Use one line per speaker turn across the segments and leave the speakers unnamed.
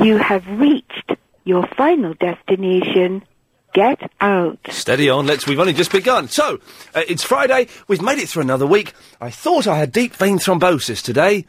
you have reached your final destination, get out.
Steady on, let's. We've only just begun. So, uh, it's Friday. We've made it through another week. I thought I had deep vein thrombosis today.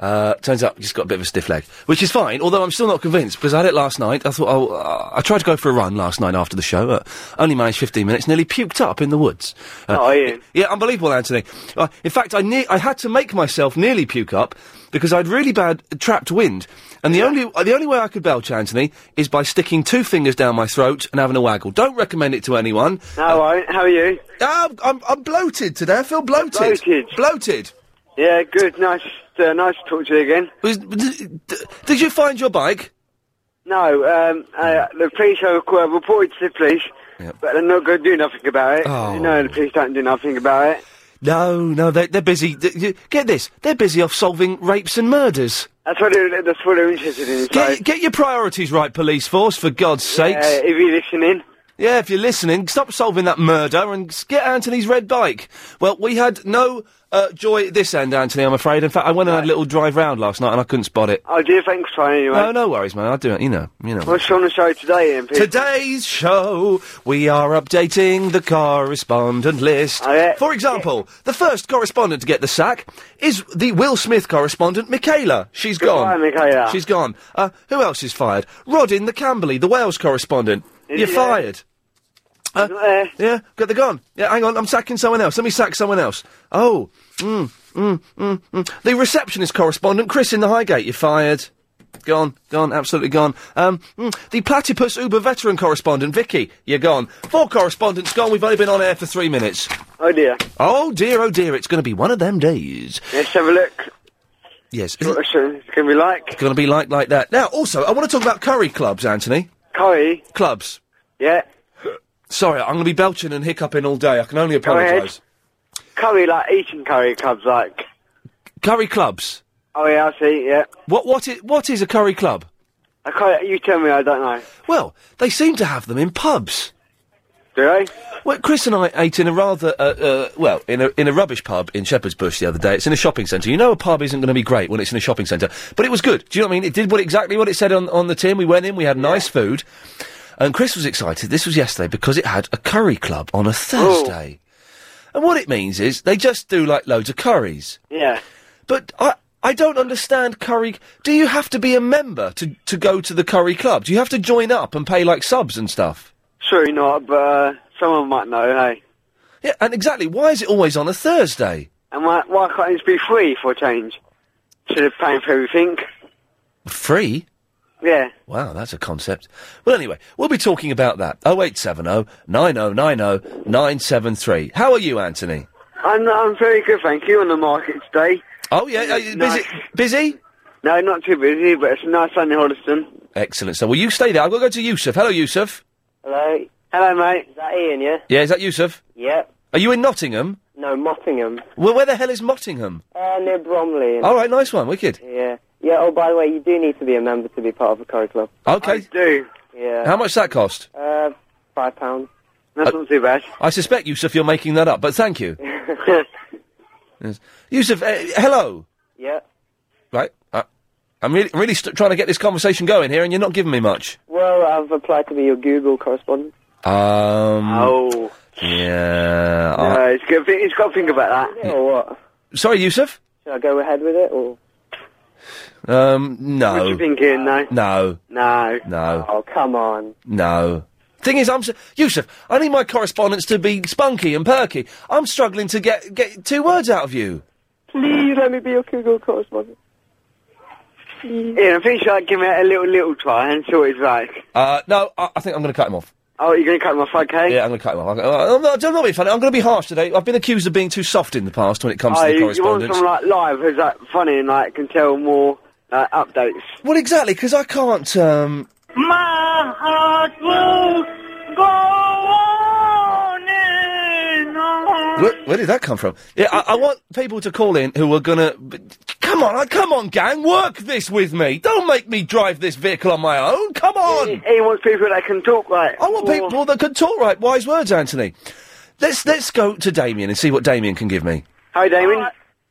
Uh, turns out, just got a bit of a stiff leg, which is fine. Although I'm still not convinced because I had it last night. I thought oh, uh, I tried to go for a run last night after the show. Uh, only managed 15 minutes. Nearly puked up in the woods. Uh,
Oh, Ian.
Yeah, unbelievable, Anthony. Uh, in fact, I ne- I had to make myself nearly puke up because I had really bad trapped wind, and the only uh, the only way I could belch, Anthony, is by sticking two fingers down my throat and having a waggle. Don't recommend it to anyone.
No, I won't. How are you?
Ah, I'm, I'm, I'm bloated today. I feel bloated. Bloated. Bloated.
Yeah, good. Nice, uh, nice to talk to you again.
Was, d- d- did you find your bike?
No, um, uh, the police have uh, reported to the police, but they're not going to do nothing about it.
Oh.
You know, the police don't do nothing about it.
No, no, they're, they're busy. th- you- Get this, they're busy off solving rapes and murders.
That's what they're, that's what they're interested in. So,
Get, get your priorities right, police force, for God's sakes.
uh, if you're listening,
Yeah, if you're listening, stop solving that murder and s- get Anthony's red bike. Well, we had no uh, joy at this end, Anthony, I'm afraid. In fact, I went and had a little drive round last night and I couldn't spot it.
oh dear, thanks for anyway.
No, no worries, man. I'll do it. You know, you know.
What's on the show today, Ian? Peter?
Today's show, we are updating the correspondent list.
Oh,
For example, the first correspondent to get the sack is the Will Smith correspondent, Michaela. She's gone.
Goodbye, Michaela.
She's gone. Uh, who else is fired? Rodin the Camberley, the Wales correspondent.
Is
You're
he there?
fired. Uh, yeah, got the gone. Yeah, hang on, I'm sacking someone else. Let me sack someone else. Oh, mm, mm, mm, mm. The receptionist correspondent, Chris in the Highgate, you're fired. Gone, gone, absolutely gone. Um, mm, the platypus Uber veteran correspondent, Vicky, you're gone. Four correspondents gone. We've only been on air for three minutes.
Oh dear.
Oh dear, oh dear, it's going to be one of them days.
Let's have a look.
Yes,
What the show it's going to be like.
it's going to be like like that. Now, also, I want to talk about curry clubs, Anthony.
Curry
clubs.
Yeah.
Sorry, I'm going to be belching and hiccuping all day. I can only apologise.
Curry, like eating curry clubs, like.
Curry clubs.
Oh yeah, I see. Yeah.
What what is what is a curry club?
I can't, you tell me. I don't know.
Well, they seem to have them in pubs.
Do they?
Well, Chris and I ate in a rather uh, uh, well in a in a rubbish pub in Shepherd's Bush the other day. It's in a shopping centre. You know, a pub isn't going to be great when it's in a shopping centre, but it was good. Do you know what I mean? It did what exactly what it said on on the tin. We went in, we had nice food, and Chris was excited. This was yesterday because it had a curry club on a Thursday, and what it means is they just do like loads of curries.
Yeah.
But I I don't understand curry. Do you have to be a member to to go to the curry club? Do you have to join up and pay like subs and stuff?
Surely not, but uh, someone might know, hey.
Yeah, and exactly. Why is it always on a Thursday?
And why, why can't it just be free for a change? Instead of paying for everything.
Free?
Yeah.
Wow, that's a concept. Well, anyway, we'll be talking about that. Oh, 0870 oh, 9090 973. How are you, Anthony?
I'm, I'm very good, thank you, on the market today.
Oh, yeah, are you busy- busy?
No, not too busy, but it's a nice Sunday, Hoddesdon.
Excellent. So, will you stay there? I've got to go to Yusuf. Hello, Yusuf.
Hello.
Hello, mate.
Is that Ian, yeah?
Yeah, is that Yusuf?
Yep.
Are you in Nottingham?
No, Mottingham.
Well, where the hell is Mottingham?
Uh, near Bromley.
All right, nice one. Wicked.
Yeah. Yeah, oh, by the way, you do need to be a member to be part of a curry club.
Okay.
do.
Yeah.
How much that cost?
Uh, five pounds.
That's not too bad.
I suspect, Yusuf, you're making that up, but thank you. Yes. Yusuf, uh, hello.
Yeah.
Right. Uh, I'm really, really st- trying to get this conversation going here, and you're not giving me much.
Well, I've applied to be your Google correspondent.
Um.
Oh.
Yeah.
No,
I-
it's, good, it's got to think about that.
Or what?
Sorry, Yusuf.
Should I go ahead with it, or...?
Um. No.
What you thinking, no?
No.
No.
No.
Oh, come on.
No. Thing is, I'm s- Yusuf. I need my correspondence to be spunky and perky. I'm struggling to get get two words out of you.
Please let me be your Google correspondent.
Ian, I think you should like, give it a little, little try and see what it's like.
Uh. No. I, I think I'm going to cut him off.
Oh, you're going to cut my fuck, hey?
Yeah, I'm going to cut him off. I'm not, I'm not being funny. I'm going to be harsh today. I've been accused of being too soft in the past when it comes
Oh,
to the
you, you want
correspondence.
someone like live who's like funny and like can tell more uh, updates.
Well, exactly, because I can't. Um,
My heart will go on and on.
where, where did that come from? Yeah, I, I want people to call in who are gonna. b- Come on, come on, gang, work this with me. Don't make me drive this vehicle on my own. Come on.
He wants people that can talk right.
I want people that can talk right. Wise words, Anthony. Let's let's go to Damien and see what Damien can give me.
Hi, Damien.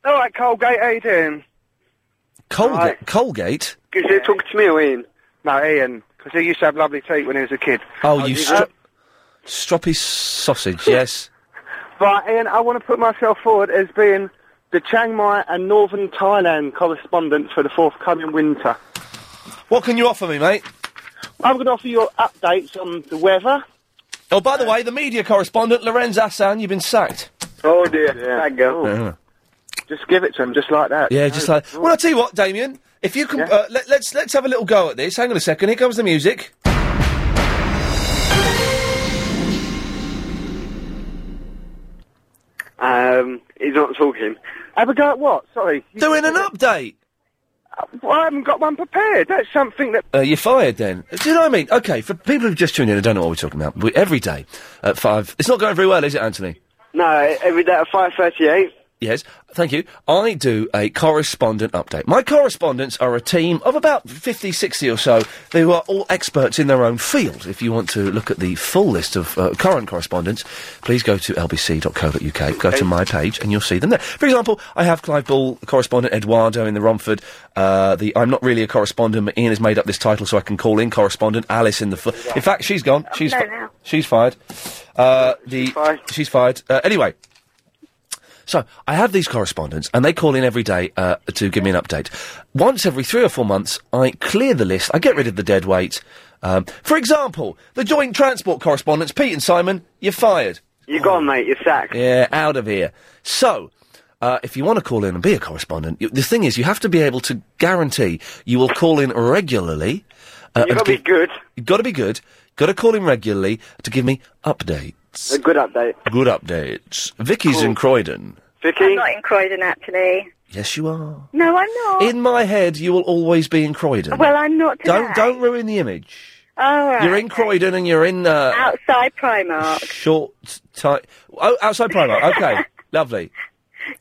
All right,
Colgate, how you doing?
Colgate. Colgate.
Is it talking to me or Ian? No, Ian, because he used to have lovely teeth when he was a kid.
Oh, you
did
stro-
that?
stroppy sausage, yes.
Right, Ian, I want to put myself forward as being the Chiang Mai and Northern Thailand correspondent for the forthcoming winter.
What can you offer me, mate?
I'm going to offer you updates on the weather.
Oh, by the way, the media correspondent, Lorenz Hassan, you've been sacked.
Oh dear, that girl. Just give it to him, just like that.
Yeah, just like. Well, I'll tell you what, Damien. If you can, uh, let, let's let's have a little go at this. Hang on a second. Here comes the music.
Um, he's not talking.
Have a go at what? Sorry. Uh,
Doing an update.
Well, I haven't got one prepared. That's something that
Uh, you're fired then. Do you know what I mean? Okay, for people who've just tuned in and don't know what we're talking about, we, every day at five. It's not going very well, is it, Anthony?
No, every day at five thirty-eight.
Yes, thank you. I do a correspondent update. My correspondents are a team of about 50, 60 or so who are all experts in their own field. If you want to look at the full list of uh, current correspondents, please go to lbc.co.uk, go to my page, and you'll see them there. For example, I have Clive Ball, correspondent Eduardo in the Romford. Uh, the I'm not really a correspondent, but Ian has made up this title so I can call in correspondent. Alice in the. Fo- in fact, she's gone. She's,
no,
fi-
no.
she's fired. Uh, the, she's fired. Uh, anyway. So I have these correspondents, and they call in every day uh, to give me an update. Once every three or four months, I clear the list. I get rid of the dead weight. Um, for example, the joint transport correspondents, Pete and Simon, you're fired.
You're gone, mate. You're sacked.
Yeah, out of here. So. Uh, if you want to call in and be a correspondent, you, the thing is, you have to be able to guarantee you will call in regularly. Uh,
You've got to be good.
You've got to be good. Got to call in regularly to give me updates.
A good update,
Good updates. Vicky's in Croydon.
Vicky.
I'm not in Croydon, actually.
Yes, you are.
No, I'm not.
In my head, you will always be in Croydon.
Well, I'm not today.
don't don't ruin the image.
All right.
You're in Croydon and you're in uh,
Outside Primark.
short time. Oh, outside Primark. Okay, lovely.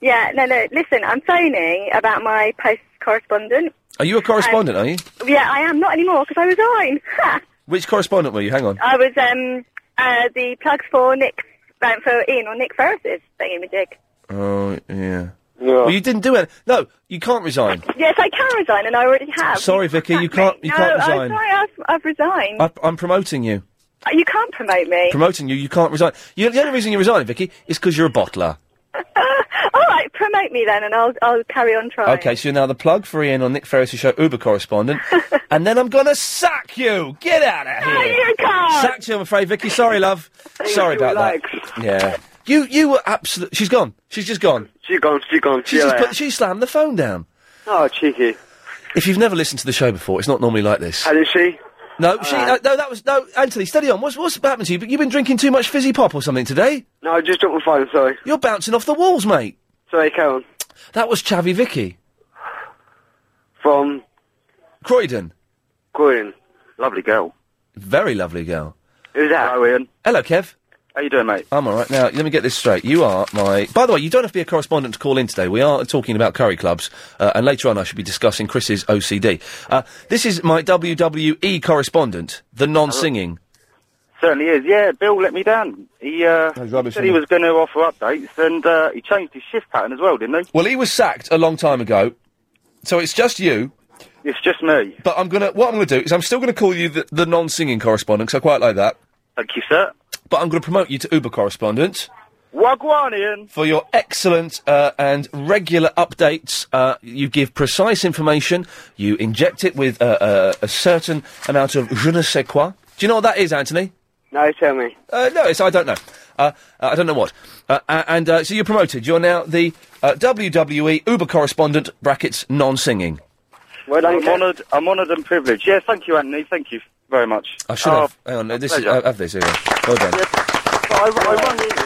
Yeah, no, no. Listen, I'm phoning about my post correspondent.
Are you a correspondent? are you?
Yeah, I am not anymore because I resigned. Ha!
Which correspondent were you? Hang on.
I was um uh, the plug for Nick uh, for Ian or Nick Ferris's thingamajig.
Oh yeah. Well, you didn't do it. No, you can't resign.
Yes, I can resign, and I already have.
Sorry, Vicky, you can't. You
no,
can't
I'm
resign. Uh,
sorry, I've, I've resigned. Uh,
I, I'm promoting you.
you can't promote me.
Promoting you. You can't resign. You, the only reason you're resigning, Vicky, is because you're a bottler.
All right, promote me then, and I'll I'll carry on trying.
Okay, so you're now the plug for Ian on Nick Ferris' show, Uber correspondent, and then I'm gonna sack you. Get out of here.
you can't.
Sacked you, I'm afraid, Vicky. Sorry, love. Sorry about that. Yeah. You you were absolute. She's gone. She's just gone.
She's gone. She's gone. See
She
you
just
later.
put, she slammed the phone down.
Oh, cheeky.
If you've never listened to the show before, it's not normally like this.
How did she?
No, she. Uh, no, that was no. Anthony, steady on. What's what's happened to you? You've been drinking too much fizzy pop or something today.
No, I just dropped my phone. Sorry.
You're bouncing off the walls, mate.
Sorry, Karen.
That was Chavy Vicky
From
Croydon.
Croydon. Lovely girl.
Very lovely girl.
Who's that? Hello, Ian.
Hello, Kev.
How you doing, mate?
I'm all right. Now, let me get this straight. You are my. By the way, you don't have to be a correspondent to call in today. We are talking about curry clubs, uh, and later on, I should be discussing Chris's OCD. Uh, this is my WWE correspondent, the non-singing.
Certainly is. Yeah, Bill let me down. He uh,
rubbish, isn't
said he
he?
was going to offer updates, and uh, he changed his shift pattern as well, didn't he?
Well, he was sacked a long time ago, so it's just you.
It's just me.
But I'm gonna. What I'm gonna do is I'm still gonna call you the, the non-singing correspondent 'cause I quite like that.
Thank you, sir.
But I'm gonna promote you to Uber correspondent.
Wagwan, Ian.
for your excellent uh, and regular updates. Uh, you give precise information. You inject it with uh, uh, a certain amount of je ne sais quoi. Do you know what that is, Anthony?
No, tell me.
Uh, no, it's I don't know. Uh, uh, I don't know what. Uh, a- and uh, so you're promoted. You're now the uh, WWE Uber correspondent brackets non-singing.
Well, I'm honoured. I'm honoured and privileged. Yeah, thank you, Anthony. Thank you very much.
I should
Oh,
have. Hang on, no, this is,
pleasure.
I have this here. Well done.
I, I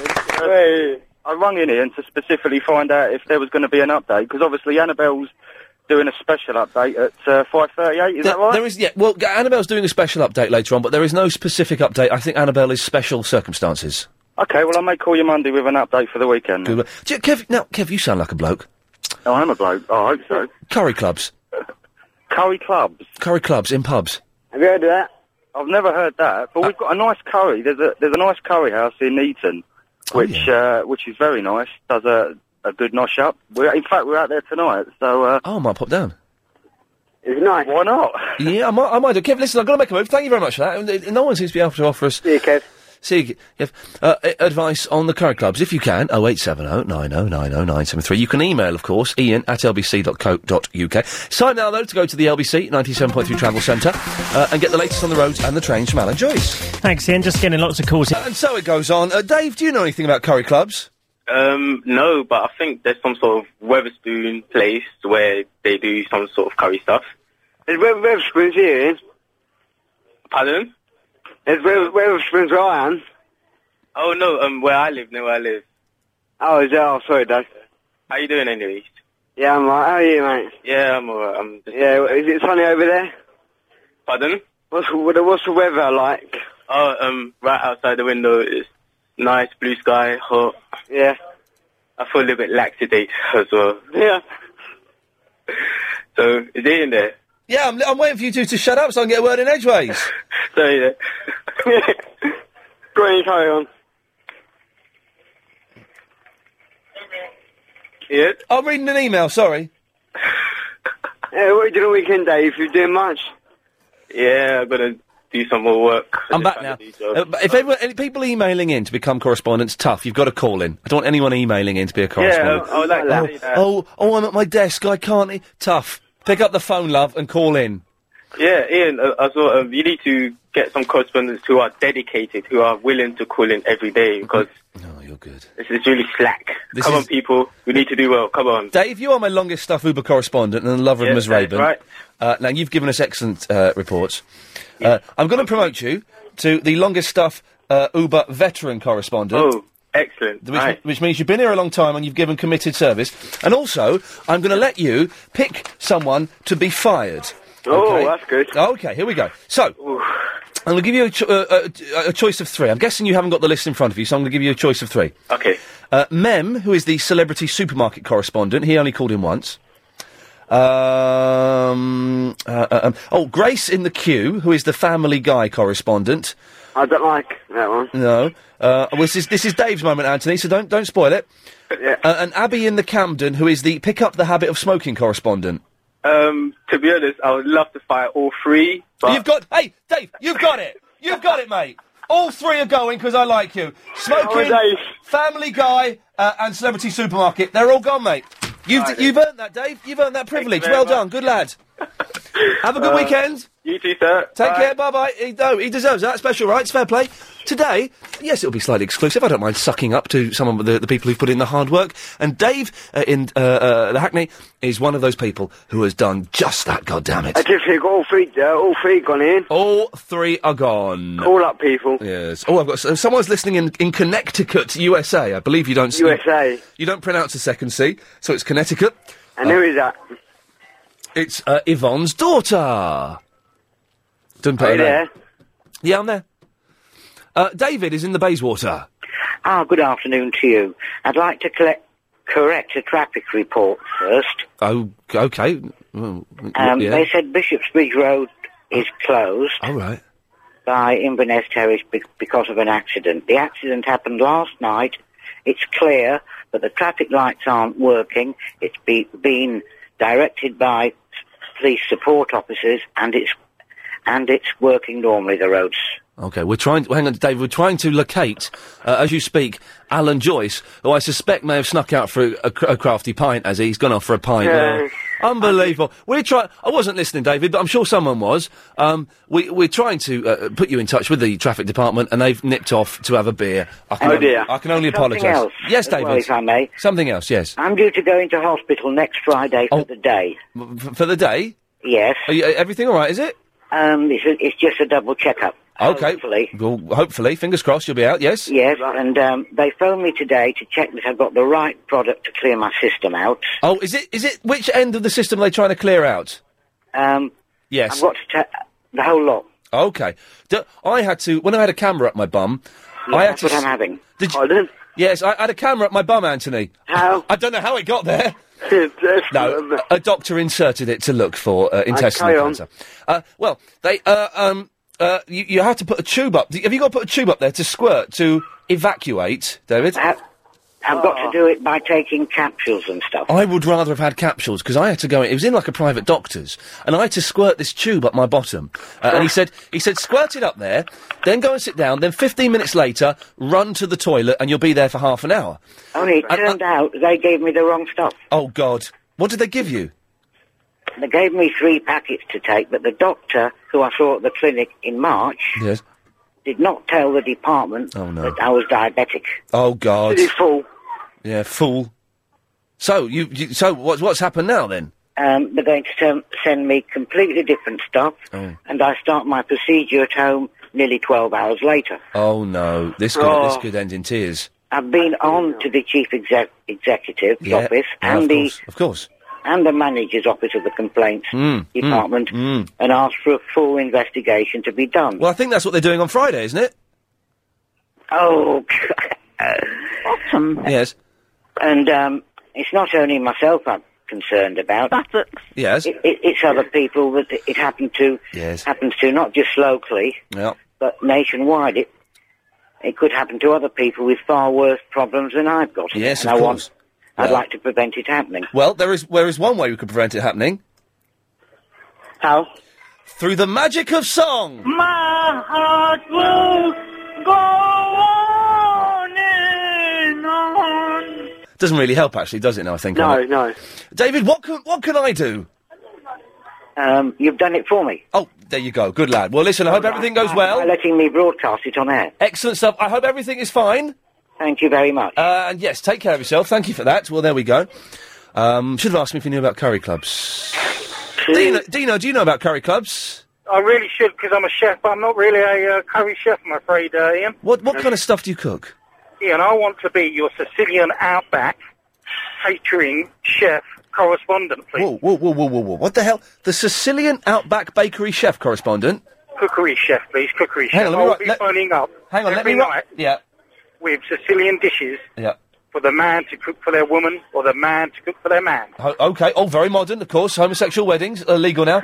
rung in. Ian, uh, I rung in Ian to specifically find out if there was going to be an update because obviously Annabelle's doing a special update at uh, five thirty-eight. Is
There-
that right?
There is, yeah. Well, G- Annabelle's doing a special update later on, but there is no specific update. I think Annabelle is special circumstances.
Okay, well I may call you Monday with an update for the weekend.
Good. Do you- Kev, now, Kev, you sound like a bloke.
Oh, I'm a bloke. Oh, I hope so.
Curry clubs.
Curry clubs.
Curry clubs in pubs.
Have you heard of that? I've never heard that, but we've got a nice curry. There's a there's a nice curry house in Eton, which uh, which is very nice. Does a a good nosh up. We're in fact we're out there tonight. So uh,
Oh, I might pop down.
It's nice.
Why not?
yeah, I might, I might do. Kev, listen, I've got to make a move. Thank you very much for that. And, uh, No one seems to be able to offer us. See you, Kev. See you, Kev. Uh, a- advice on the current clubs, if you can, oh, 0870 oh, 9090973. You can email, of course, ian at lbc.co.uk. It's time now, though, to go to the LBC 97.3 Travel Centre uh, and get the latest on the roads and the trains from Alan Joyce.
Thanks, Ian. Just getting lots of calls.
And so it goes on. Uh, Dave, do you know anything about curry clubs?
Um, no, but I think there's some sort of Weatherspoon place where they do some sort of curry stuff.
There's Web- Weatherspoons here, Ian.
Pardon?
There's Web- Weatherspoons where I am.
Oh no, um, where I live, near where I live.
Oh, is that? Oh, sorry, Dave.
How you doing, anyways?
Yeah, I'm right. How are you, mate?
Yeah, I'm alright. I'm just...
Yeah, w- is it sunny over there?
Pardon?
What's, what- what's the weather like?
Oh, um, right outside the window is nice blue sky, hot.
Yeah.
I feel a little bit laxidate as well.
Yeah.
So is it in there?
Yeah, I'm, I'm waiting for you two to shut up so I can get a word in edgeways.
so, yeah.
Go on, you carry on.
Yeah?
I'm reading an email, sorry.
Yeah, what are you doing on the weekend, Dave? You doing much?
Yeah, I'm gonna do some more work. I'm back now.
Uh, but if everyone, any people emailing in to become correspondents, tough. You've got to call in. I don't want anyone emailing in to be a correspondent.
I would like to say that.
oh, oh, I'm at my desk. I can't. e- Tough. Pick up the phone, love, and call in.
Yeah, Ian, uh, as well, um, you need to get some correspondents who are dedicated, who are willing to call in every
Mm-hmm.
day because. No, you're good. This is really slack.
This
Come
is-
on, people. We need to do well. Come on.
Dave, you are my longest stuff Uber correspondent and the lover of
Yes,
Ms.
that's
Raven.
right.
Uh, now, you've given us excellent uh, reports. Uh, I'm going to promote you to the longest stuff uh, Uber veteran correspondent.
Oh, excellent.
Which, which means you've been here a long time and you've given committed service. And also, I'm going to let you pick someone to be fired.
Oh,
Okay?
that's good.
Okay, here we go. So, I'm going to give you a, cho- uh, a, a choice of three. I'm guessing you haven't got the list in front of you, so I'm going to give you a choice of three.
Okay.
Uh, Mem, who is the celebrity supermarket correspondent, he only called in once. Um, uh, uh, um, oh, Grace in the queue, who is the Family Guy correspondent.
I don't like that one.
No. Uh, well, this is this is Dave's moment, Anthony. So don't don't spoil it.
Yeah.
Uh, and Abby in the Camden, who is the pick up the habit of smoking correspondent.
Um, to be honest, I would love to fire all three, but
You've got hey Dave, you've got it, you've got it, mate. All three are going because I like you. Smoking,
Oh, Dave.
Family Guy, uh, and Celebrity Supermarket. They're all gone, mate. You've
Alright,
you've earned that, Dave. You've earned that privilege.
very
Well
much.
done, good lad. Have a good
Uh,
weekend.
you too, sir.
Take
Bye.
care. Bye bye. He, no, he deserves that. Special rights. Fair play. Today, yes, it'll be slightly exclusive. I don't mind sucking up to some of the, the people who've put in the hard work. And Dave uh, in uh, uh, the Hackney is one of those people who has done just that. God damn it!
I just think all three, uh, all three gone in.
All three are gone.
Call up people.
Yes. Oh, I've got so someone's listening in, in Connecticut, USA. I believe you don't. s-
USA.
You don't pronounce the second C, so it's Connecticut. Uh,
And who is that?
It's uh, Yvonne's daughter. Don't put her
Are you
Oh,
name.
there?
Yeah, I'm there. Uh, David is in the Bayswater.
Ah, good afternoon to you. I'd like to collect, correct a traffic report first.
Oh, g- okay. Well, w-
Um,
yeah. Oh.
They said Bishop's Bridge Road is closed
All right.
by Inverness Terrace be- because of an accident. The accident happened last night. It's clear, but the traffic lights aren't working. It's be- been directed by s- police support officers, and it's and it's working normally. The roads.
Okay, we're trying. hang on, Dave. We're trying to locate, uh, as you speak, Alan Joyce, who I suspect may have snuck out for a, a, cr- a crafty pint, as he's gone off for a pint.
Yeah.
Uh, unbelievable. We're trying. I wasn't listening, David, but I'm sure someone was. Um, we, we're trying to uh, put you in touch with the traffic department, and they've nipped off to have a beer. I can
Oh,
only-
dear.
I can only
Something
apologise.
else
yes,
as well,
David.
if I may.
Something else. Yes.
I'm due to go into hospital next Friday for the day.
M- f- for the day.
Yes.
Are you, everything all right? Is it?
Um, it's, a, it's just a double checkup.
Okay. Hopefully. Well, hopefully, fingers crossed, you'll be out. Yes.
Yes, and um, they phoned me today to check that I've got the right product to clear my system out.
Oh, is it? Is it? Which end of the system are they trying to clear out?
Um,
Yes.
I've got to ta- the whole lot.
Okay. D- I had to when I had a camera up my bum.
Yeah,
I had
that's
to
what
s-
I'm having.
Did you, Yes, I had a camera up my bum, Anthony. How? I don't know how it got there.
um,
no, a doctor inserted it to look for uh, intestinal
carry on.
cancer. Uh, well, they uh, um uh, you, you have to put a tube up. Have you got to put a tube up there to squirt to evacuate, David?
How, have got
Oh.
to do it by taking capsules and stuff.
I would rather have had capsules because I had to go. in- It was in like a private doctor's, and I had to squirt this tube up my bottom. Uh, and he said, he said, squirt it up there, then go and sit down. Then fifteen minutes later, run to the toilet, and you'll be there for half an hour.
Only it turned out they gave me the wrong stuff.
Uh, Oh God, what did they give you?
They gave me three packets to take, but the doctor who I saw at the clinic in March
Yes.
did not tell the department
Oh, no.
that I was diabetic.
Oh God.
Silly fool.
Yeah, fool. So you, you so what's what's happened now then?
Um, they're going to sem- send me completely different stuff,
Oh.
and I start my procedure at home nearly 12 hours later.
Oh no, this could this
Oh.
could end in tears.
I've been on to the chief exec- executive's
Yeah,
office
yeah,
and
of
the
course, of course.
and the manager's office of the complaints
Mm, mm,
department
mm.
and asked for a full investigation to be done.
Well, I think that's what they're doing on Friday, isn't it?
Oh, awesome!
Yes,
and um, it's not only myself I'm concerned about.
yes,
It, it, it's other people that it happened to
yes.
happens to not just locally
Yeah.
but nationwide. It it could happen to other people with far worse problems than I've got.
Yes,
and
of
I
course.
want. I'd
Yeah.
like to prevent it happening.
Well, there is there is one way we could prevent it happening.
How?
Through the magic of song.
My heart will go on and on.
Doesn't really help, actually, does it? Now I think.
No,
on it? no. David, what can what can I do?
Um, you've done it for me.
Oh, there you go. Good lad. Well, listen. I hope everything goes well.
By letting me broadcast it on air.
Excellent stuff. I hope everything is fine.
Thank you very much.
Uh, and yes, take care of yourself. Thank you for that. Well, there we go. Um, should have asked me if you knew about curry clubs. Dino, Dino, do you know about curry clubs?
I really should because I'm a chef, but I'm not really a uh, curry chef, I'm afraid, uh, Ian. Uh,
What what kind of stuff do you cook?
Ian, I want to be your Sicilian outback catering chef correspondent, please.
Whoa, whoa, whoa, whoa, whoa, whoa! What the hell? The Sicilian Outback Bakery chef correspondent.
Cookery chef, please. Cookery
Hang on,
chef.
let me
I'll
write-
be
let-
phoning up.
Hang on, let
every
me write-
night
Yeah,
with Sicilian dishes
yeah.
for the man to cook for their woman or the man to cook for their man.
Ho- okay. Oh, very modern, of course. Homosexual weddings illegal now.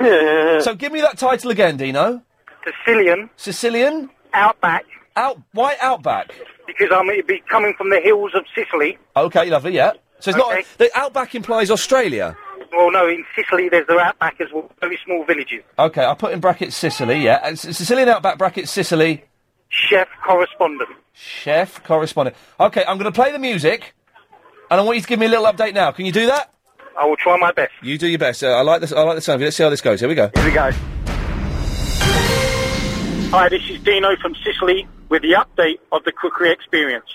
so give me that title again, Dino.
Sicilian.
Sicilian.
Outback.
Out. Why outback?
Because I'm it'd be coming from the hills of Sicily.
Okay, lovely. Yeah. So it's
Okay.
not the Outback implies Australia.
Well, no, in Sicily there's the outback as well, very small villages.
Okay, I put in brackets Sicily. Yeah, And S- Sicilian Outback brackets Sicily.
Chef correspondent.
Chef correspondent. Okay, I'm going to play the music, and I want you to give me a little update now. Can you do that?
I will try my best.
You do your best. Uh, I like this. I like the sound. of it. Let's see how this goes. Here we go.
Here we go. Hi, this is Dino from Sicily with the update of the cookery experience.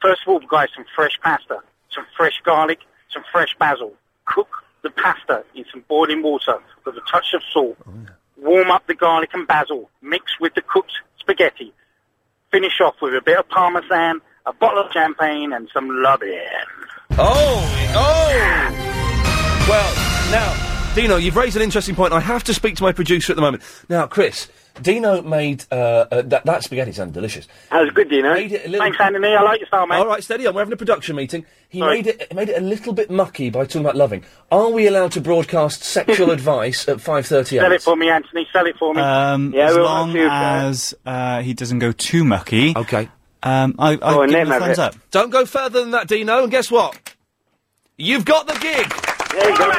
First of all, guys, some fresh pasta, some fresh garlic, some fresh basil. Cook the pasta in some boiling water with a touch of salt. Warm up the garlic and basil. Mix with the cooked spaghetti. Finish off with a bit of parmesan, a bottle of champagne, and some lovely.
Oh, oh. Well, now, Dino, you've raised an interesting point. I have to speak to my producer at the moment. Now, Chris, Dino made uh, uh, that, that spaghetti sounded delicious.
That was good, Dino.
Made it a little...
Oh, Thanks, Andy. I like your style, mate.
All right, steady on. We're having a production meeting. He
Sorry.
made it made it a little bit mucky by talking about loving. Are we allowed to broadcast sexual advice at five thirty?
Sell it for me, Anthony. Sell it for me.
Um, as
we'll
long
do, uh,
as uh, he doesn't go too mucky.
Okay.
Um, I, I give him a thumbs up.
Don't go further than that, Dino. And guess what? You've got the gig.
There you go.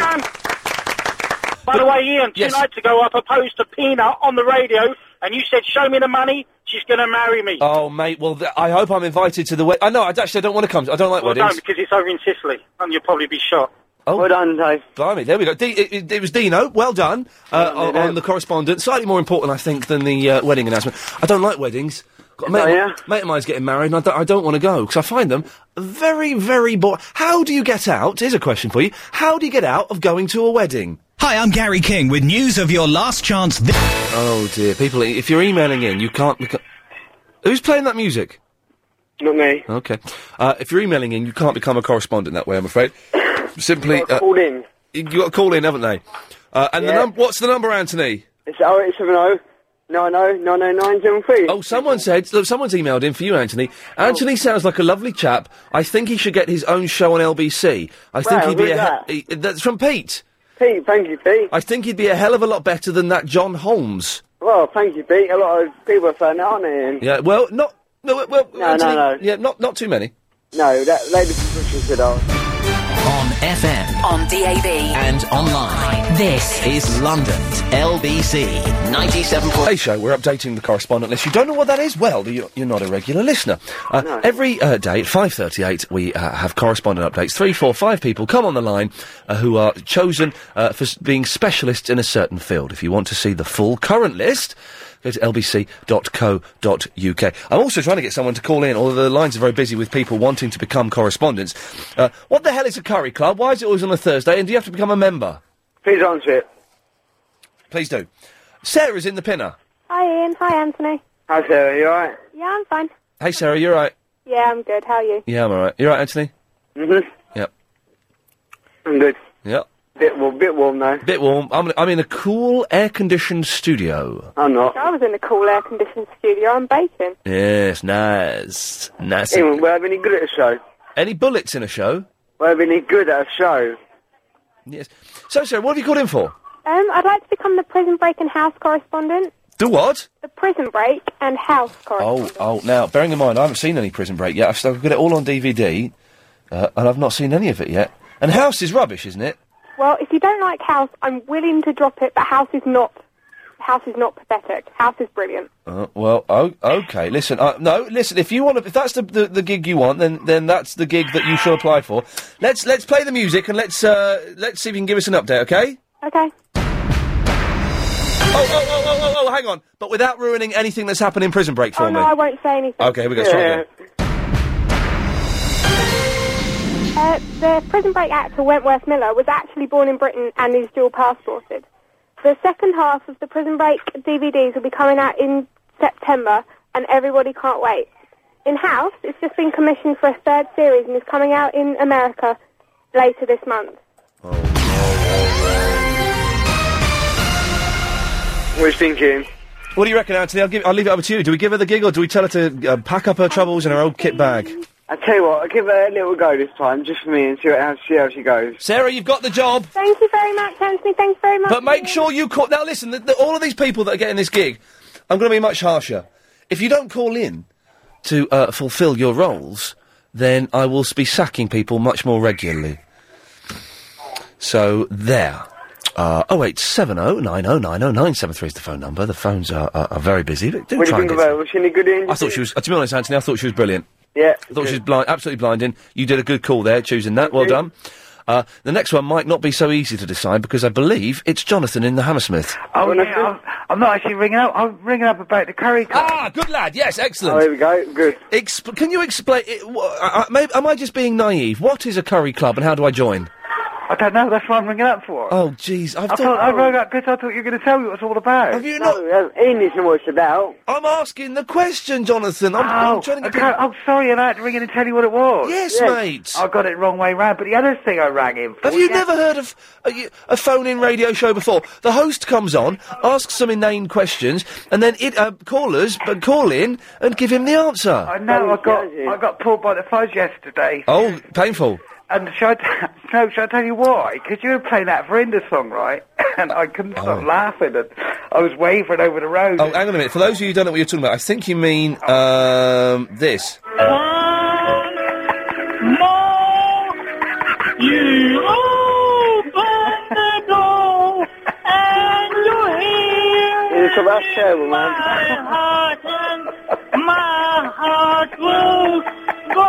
By the way, Ian, two nights ago I proposed to Peanut on the radio, and you said, "Show me the money, she's going to marry me."
Oh, mate. Well, th- I hope I'm invited to the wedding. I know. I actually I don't want to come. I don't like
well,
weddings.
don't, because it's over in Sicily, and you'll probably be shot.
Oh. Well done, Dave. Blimey, there we go. D- it, it- it was Dino. Well done uh, on, on the correspondent. Slightly more important, I think, than the uh, wedding announcement. I don't like weddings. Got a mate,
Oh, yeah?
mate of mine's getting married, and I don't, I don't want to go because I find them very, very boring. How do you get out? Here's a question for you. How do you get out of going to a wedding?
Hi, I'm Gary King with news of your last chance. Thi-
Oh dear, people! If you're emailing in, you can't. You can't who's playing that music?
Not me.
Okay. Uh, if you're emailing in, you can't become a correspondent that way. I'm afraid. Simply uh,
Call in.
You got to call in, haven't they? Uh, and the
Yeah.
num- what's the number, Anthony?
It's oh, 0870 90 90973.
Oh, someone said, look, someone's emailed in for you, Anthony.
Oh.
Anthony sounds like a lovely chap. I think he should get his own show on LBC. I think
Wow,
he'd be
who's
a
that?
he- that's from Pete.
Pete, thank you, Pete.
I think he'd be a hell of a lot better than that John Holmes.
Well, thank you, Pete. A lot of people are saying that, aren't they? Ian?
Yeah, well, not no, well,
No,
Anthony,
no, no.
yeah, not not too many.
No, that Labour construction should ask.
On FM. On DAB. And online. This is London's LBC 97.1.
Hey, show, we're updating the correspondent list. You don't know what that is? Well, you're, you're not a regular listener. Uh, Every uh, day at 5.38, we uh, have correspondent updates. Three, four, five people come on the line uh, who are chosen uh, for s- being specialists in a certain field. If you want to see the full current list, go to lbc.co.uk. I'm also trying to get someone to call in, although the lines are very busy with people wanting to become correspondents. Uh, what the hell is a curry club? Why is it always on a Thursday? And do you have to become a member?
Please answer it.
Please do. Sarah's in the pinner.
Hi Ian, hi Anthony.
Hi, Sarah, you alright?
Yeah, I'm fine.
Hey, Sarah, you alright?
Yeah, I'm good. How are you?
Yeah, I'm alright. You alright, Anthony?
Mm-hmm.
Yep.
I'm good.
Yep.
Bit warm, bit warm now.
Bit warm. I'm, I'm in a cool, air-conditioned studio.
I'm not.
I was in a cool air conditioned studio. I'm baking.
Yes, nice. Nice.
Anyone, we're having any good at a show.
Any bullets in a show?
We're having any good at a show.
Yes. So, Sarah, what have you called in for?
Um, I'd like to become the prison break and house correspondent.
Do what?
The prison break and house correspondent.
Oh, oh, now, bearing in mind, I haven't seen any Prison Break yet. I've still got it all on DVD, uh, and I've not seen any of it yet. And House is rubbish, isn't it?
Well, if you don't like house, I'm willing to drop it, but house is not. House is not pathetic. House is brilliant.
Uh, well, oh, okay. Listen, uh, no, listen. If you want, to, if that's the, the the gig you want, then then that's the gig that you should apply for. Let's let's play the music and let's uh, let's see if you can give us an update, okay?
Okay.
Oh, oh, oh, oh, oh, oh, hang on. But without ruining anything that's happened in Prison Break for
oh
me.
no, I won't say anything.
Okay, here we go. Let's try again.
Uh, the prison break actor Wentworth Miller was actually born in Britain and is dual passported. The second half of the prison break DVDs will be coming out in September, and everybody can't wait. In House, it's just been commissioned for a third series and is coming out in America later this month.
What are you thinking?
What do you reckon, Anthony? I'll, give, I'll leave it over to you. Do we give her the gig or do we tell her to uh, pack up her troubles in her old kit bag?
I tell you what, I'll give her a little go this time, just for me, and see how, see how she goes.
Sarah, you've got the job.
Thank you very much, Anthony. Thanks very much.
But make sure you call. Now, listen, the, the, all of these people that are getting this gig, I'm going to be much harsher. If you don't call in to uh, fulfil your roles, then I will s- be sacking people much more regularly. So there. Uh, 0870 9090973 is the phone number. The phones are, are, are very busy, but do
what do you
try and
think
get
about it? Was she any good in?
I thought she was. uh, To be honest, Anthony, I thought she was brilliant.
Yeah.
I thought she was blind, absolutely blinding. You did a good call there, choosing that. Well done. Uh, the next one might not be so easy to decide because I believe it's Jonathan in the Hammersmith.
Oh, yeah, I'm, I'm not actually ringing up. I'm ringing up about the curry club.
Ah, good lad. Yes, excellent.
Oh,
there
here we
go. Good.
Expl- can you explain? It, wha- I, I, maybe, am I just being naive? What is a curry club and how do I join?
I don't know. That's what I'm ringing up for.
Oh, jeez.
I
I've
thought,
thought- oh.
I rang up because I thought you were going to tell me what it's all about.
Have you not?
Ian isn't what it's about.
I'm asking the question, Jonathan. I'm, I'm
Oh,
trying to.
okay. oh, sorry, and I had to ring in and tell you what it was.
Yes, Yes. mate.
I got it wrong way round, but the other thing I rang in for...
Have you
yeah.
never heard of a, a phone-in radio show before? The host comes on, asks some inane questions, and then it uh, callers uh, call in and give him the answer.
I know, I got, I got pulled by the fuzz yesterday.
Oh, painful.
And shall I, t- no, shall I tell you why? Because you were playing that Verinda song, right? And I couldn't stop laughing, and I was wavering over the road.
Oh, hang on a minute. For those of you who don't know what you're talking about, I think you mean um, this.
You open the door and you hear
It's about terrible, man.
my heart and my heart will go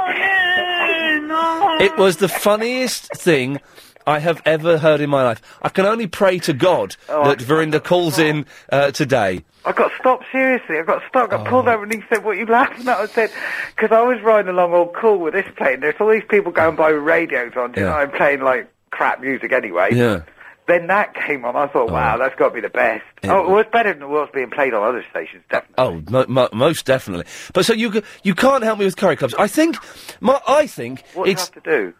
on and on.
It was the funniest thing I have ever heard in my life. I can only pray to God that Verinda calls in uh, today.
I got stopped seriously. I got stopped.
Oh.
I got pulled over, and he said, "What are you laughing at?" I said, "Because I was riding along all cool with this plane. There's all these people going by with radios on, you
Yeah.
know, and playing like crap music anyway."
Yeah.
Then that came on. I thought, "Wow, that's got to be the best." Oh, it was better than it was being played on other stations. Definitely.
Oh, mo- mo- most definitely. But so you c- you can't help me with curry clubs. I think my I think
What do you
it's
have to do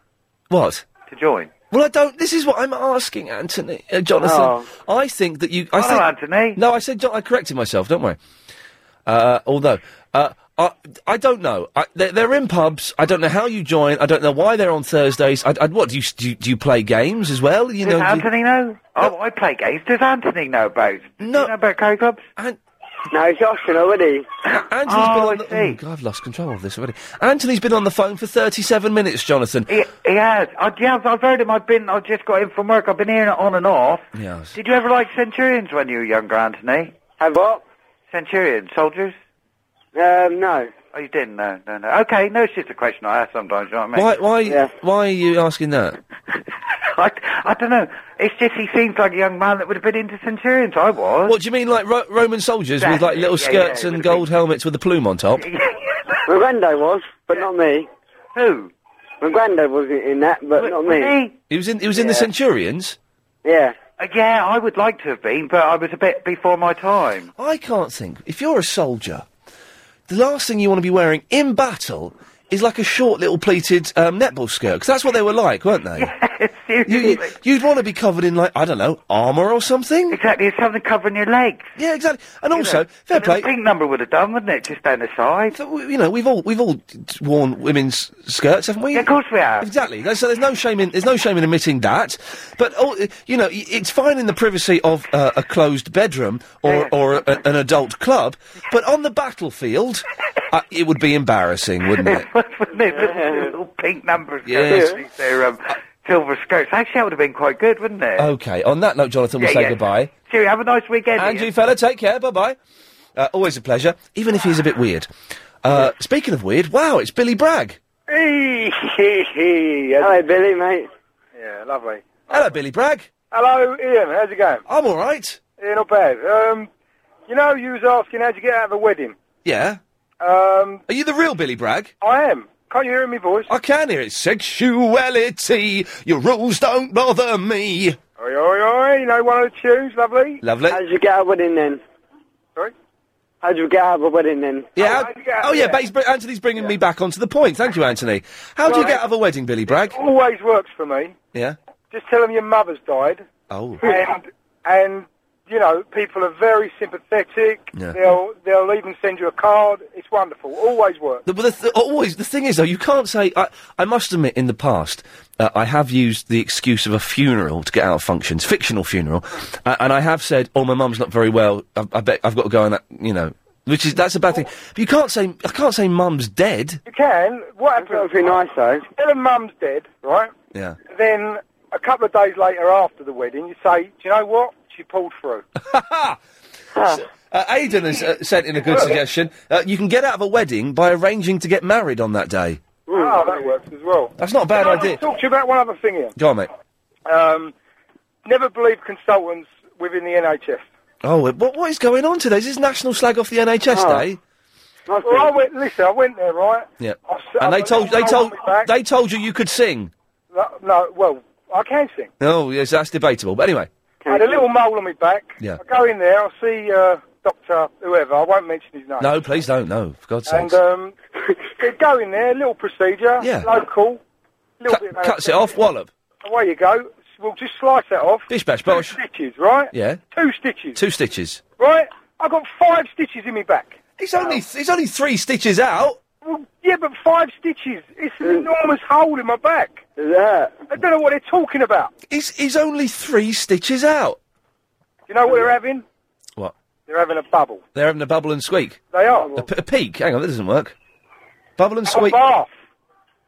what
to join?
Well, I don't. This is what I'm asking, Anthony, uh, Jonathan.
Oh.
I think that you. I
Hello,
think,
Anthony.
No, I said. John, I corrected myself. Don't worry. Uh, although. Uh, I, I don't know. I, they're, they're in pubs. I don't know how you join. I don't know why they're on Thursdays. I, I, what do you, s- do you do? You play games as well? You
Does
know, do you-
Anthony know? Oh, I play games. Does Anthony know about? No. Do you know about curry clubs?
And
No, he's Austrian already.
Anthony's been on the, oh, God, I've lost control of this already. Anthony's been on the phone for 37 minutes, Jonathan.
He, he has. I, yeah, I've heard him. I've been. I just got in from work. I've been hearing it on and off.
Yes.
Did you ever like Centurions when you were younger, Anthony?
Have what?
Centurion soldiers?
Um, no.
Oh, you didn't? No, no, no. Okay, no, it's just a question I ask sometimes. You know what I mean?
Why, why, why are you asking that?
I, I don't know. It's just he seems like a young man that would have been into Centurions. I was.
What do you mean, like Ro- Roman soldiers with like little
Yeah, yeah,
skirts
it
and
would've
gold helmets with a plume on top?
Miranda was, but not me.
Who?
Miranda was in in that, but not me.
He was in. He was in the
Yeah.
Centurions.
Yeah.
Uh, yeah, I would like to have been, but I was a bit before my time.
I can't think. If you're a soldier, the last thing you want to be wearing in battle is like a short little pleated um, netball skirt, 'cause that's what they were like, weren't they? You, would want to be covered in like I don't know armor or something.
Exactly, it's something covering your legs.
Yeah, exactly. And
You
also,
know,
fair
a little
play.
pink number would have done, wouldn't it? Just down the side.
You know, we've all we've all worn women's skirts, haven't we?
of course we have.
Exactly. There's- So there's no shame in there's no shame in admitting that. But oh, uh, you know, y- it's fine in the privacy of uh, a closed bedroom or or a, an adult club, but on the battlefield, uh, it would be embarrassing, wouldn't it?
wouldn't it? Little- Little pink numbers.
Yes.
Yes. Their um, silver skirts. Actually, that would have been quite good, wouldn't it?
Okay. On that note, Jonathan, we'll
Yeah,
say
yeah.
goodbye.
Cheerio, have a nice weekend.
And
Ian.
you, fella, take care. Bye bye. Uh, always a pleasure, even if he's a bit weird. Uh, speaking of weird, wow, it's Billy Bragg.
Hello, Billy, mate.
Yeah, lovely.
Hello, Billy Bragg.
Hello, Ian. How's it going?
I'm all right.
Yeah, not bad. Um, you know, you was asking how'd you get out of a wedding.
Yeah.
Um,
Are you the real Billy Bragg?
I am. Can't you hear it in my voice?
I can hear it. Sexuality, your rules don't bother me.
Oi, oi, oi. You know one of the tunes, lovely.
Lovely.
How'd you get out of wedding then?
Sorry?
How'd you get out of a wedding then?
Yeah. how- Oh, yeah. But he's br- Anthony's bringing me back onto the point. Thank you, Anthony. How do you
Right.
get out of a wedding, Billy Bragg?
Always works for me.
Yeah.
Just tell them your mother's died,
Oh.
and and you know people are very sympathetic.
Yeah.
They'll they'll even send you a card. It's wonderful. Always works.
The, but the th- always the thing is though, you can't say. I, I must admit, in the past, uh, I have used the excuse of a funeral to get out of functions, fictional funeral, uh, and I have said, "Oh, my mum's not very well. I, I bet I've got to go and uh, you know." Which is that's a bad thing. But you can't say I can't say mum's dead.
You can. What happens?
That'd be nice though.
Tell them mum's dead, right?
Yeah.
Then a couple of days later, after the wedding, you say, "Do you know what? She pulled through."
Uh, Aidan has uh, sent in a good suggestion. Uh, you can get out of a wedding by arranging to get married on that day.
Oh, that works as well.
That's not a bad
Can I
idea.
just Talk to you about one other thing here.
Go on, mate.
Um, never believe consultants within the NHS.
Oh, what what is going on today? Is this National Slag Off the NHS
Oh.
Day?
Well, I went. Listen, I went there, right?
Yeah.
I've s-
And they
I've-
told they
I've
told
got my back.
they told you you could sing.
No, no, well, I can sing.
Oh, yes, that's debatable. But anyway,
I had a little mole on my back.
Yeah.
I go in there. I see uh, Doctor whoever. I won't mention his name.
no, please don't. No, for God's sake.
And um, they go in there. Little procedure.
Yeah.
Local. Little bit. Of
Cuts it off. Wallop.
Away you go. S- We'll just slice that off.
Bish bash
Two
bosh.
stitches, right?
Yeah.
Two stitches,
Two stitches.
right? I got five stitches in my back.
It's only it's only three stitches out.
Well, yeah, but five stitches. It's an enormous hole in my back.
Yeah.
I don't know what they're talking about.
It's it's only three stitches out.
You know what they're having?
What?
They're having a bubble.
They're having a bubble and squeak.
They are.
A, p- a peak. Hang on, that doesn't work. Bubble and squeak.
bath.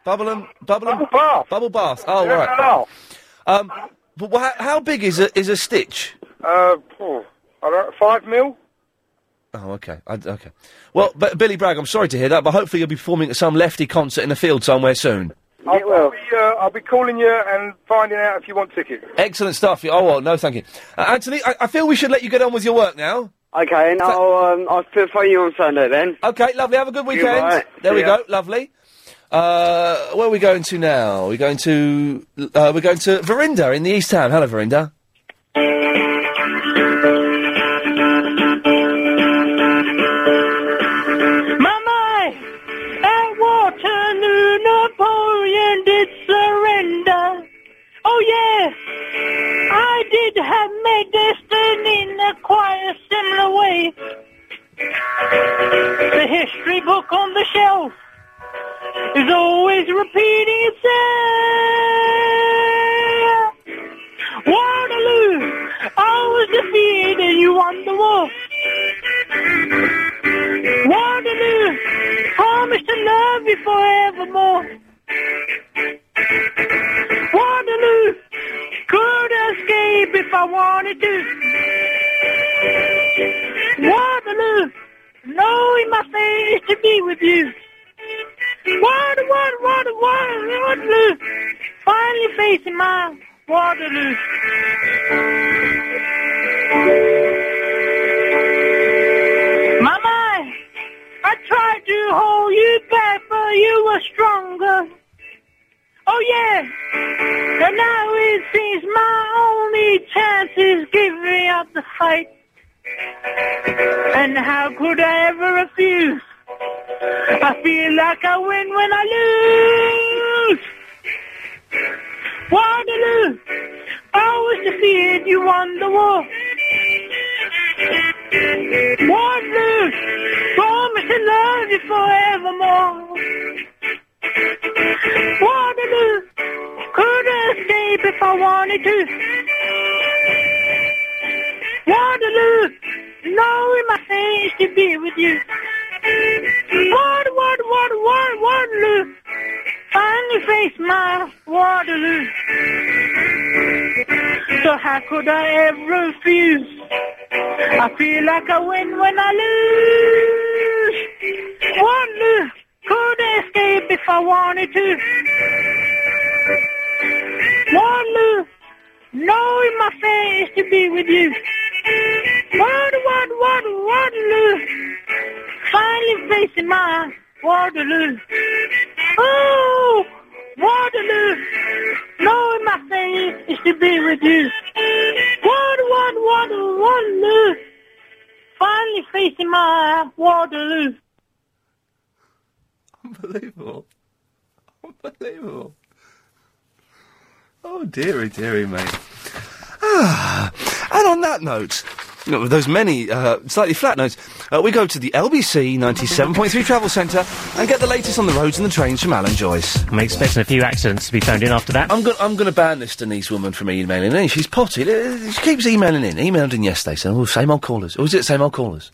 Bubble and bubble and
bath.
Bubble bath. Oh,
They're having a
right.
laugh.
Um, but wha- how big is a is a stitch?
Uh, oh, I don't, five mil.
Oh, okay. I, okay. Well, but Billy Bragg, I'm sorry to hear that, but hopefully you'll be performing at some lefty concert in a field somewhere soon.
I'll, I'll, be, uh, I'll be calling you and finding out if you want tickets.
Excellent stuff. Oh, well, no, thank you. Uh, Anthony, I, I feel we should let you get on with your work now.
Okay, and I'll um, I'll still phone you on Sunday then.
Okay, lovely. Have a good weekend.
right.
There we
Yeah.
go. Lovely. Uh, where are we going to now? We're going to uh, we're going to Verinda in the East Town. Hello, Verinda.
Mama, at Waterloo, Napoleon did surrender. Oh yes, I did have my destiny in a quite a similar way. The history book on the shelf is always repeating itself. Waterloo, I was defeated, you won the war. forevermore. Waterloo could escape if I wanted to. Waterloo, knowing my fate is to be with you. Water, water, water, water, Waterloo, finally facing my Waterloo. My mind, I tried to hold you back, but you were stronger. Oh yeah, and now it seems my only chance is giving up the fight. And how could I ever refuse? I feel like I win when I lose. Waterloo, always defeated you won the war. Waterloo, promise to love you forevermore. Waterloo, could escape if I wanted to. Waterloo, knowing my face to be with you. Water, water, water, water, Waterloo, finally face my Waterloo. So how could I ever refuse? I feel like I win when I lose. Waterloo, could escape if I wanted to. Waterloo, knowing my face to be with you. Water, water, water, Waterloo, finally facing my Waterloo. Oh, Waterloo, knowing my face is to be with you. Water, water, water, Waterloo, finally facing my Waterloo.
Unbelievable. Unbelievable. Oh, dearie, dearie, mate. Ah, and on that note, no, with those many uh, slightly flat notes, uh, we go to the LBC 97.3 Travel Centre and get the latest on the roads and the trains from Alan Joyce.
I'm expecting a few accidents to be phoned in after that.
I'm going I'm to ban this Denise woman from emailing in. She's potty. Uh, She keeps emailing in. Emailed in yesterday saying, oh, same old callers. Oh, is it the same old callers?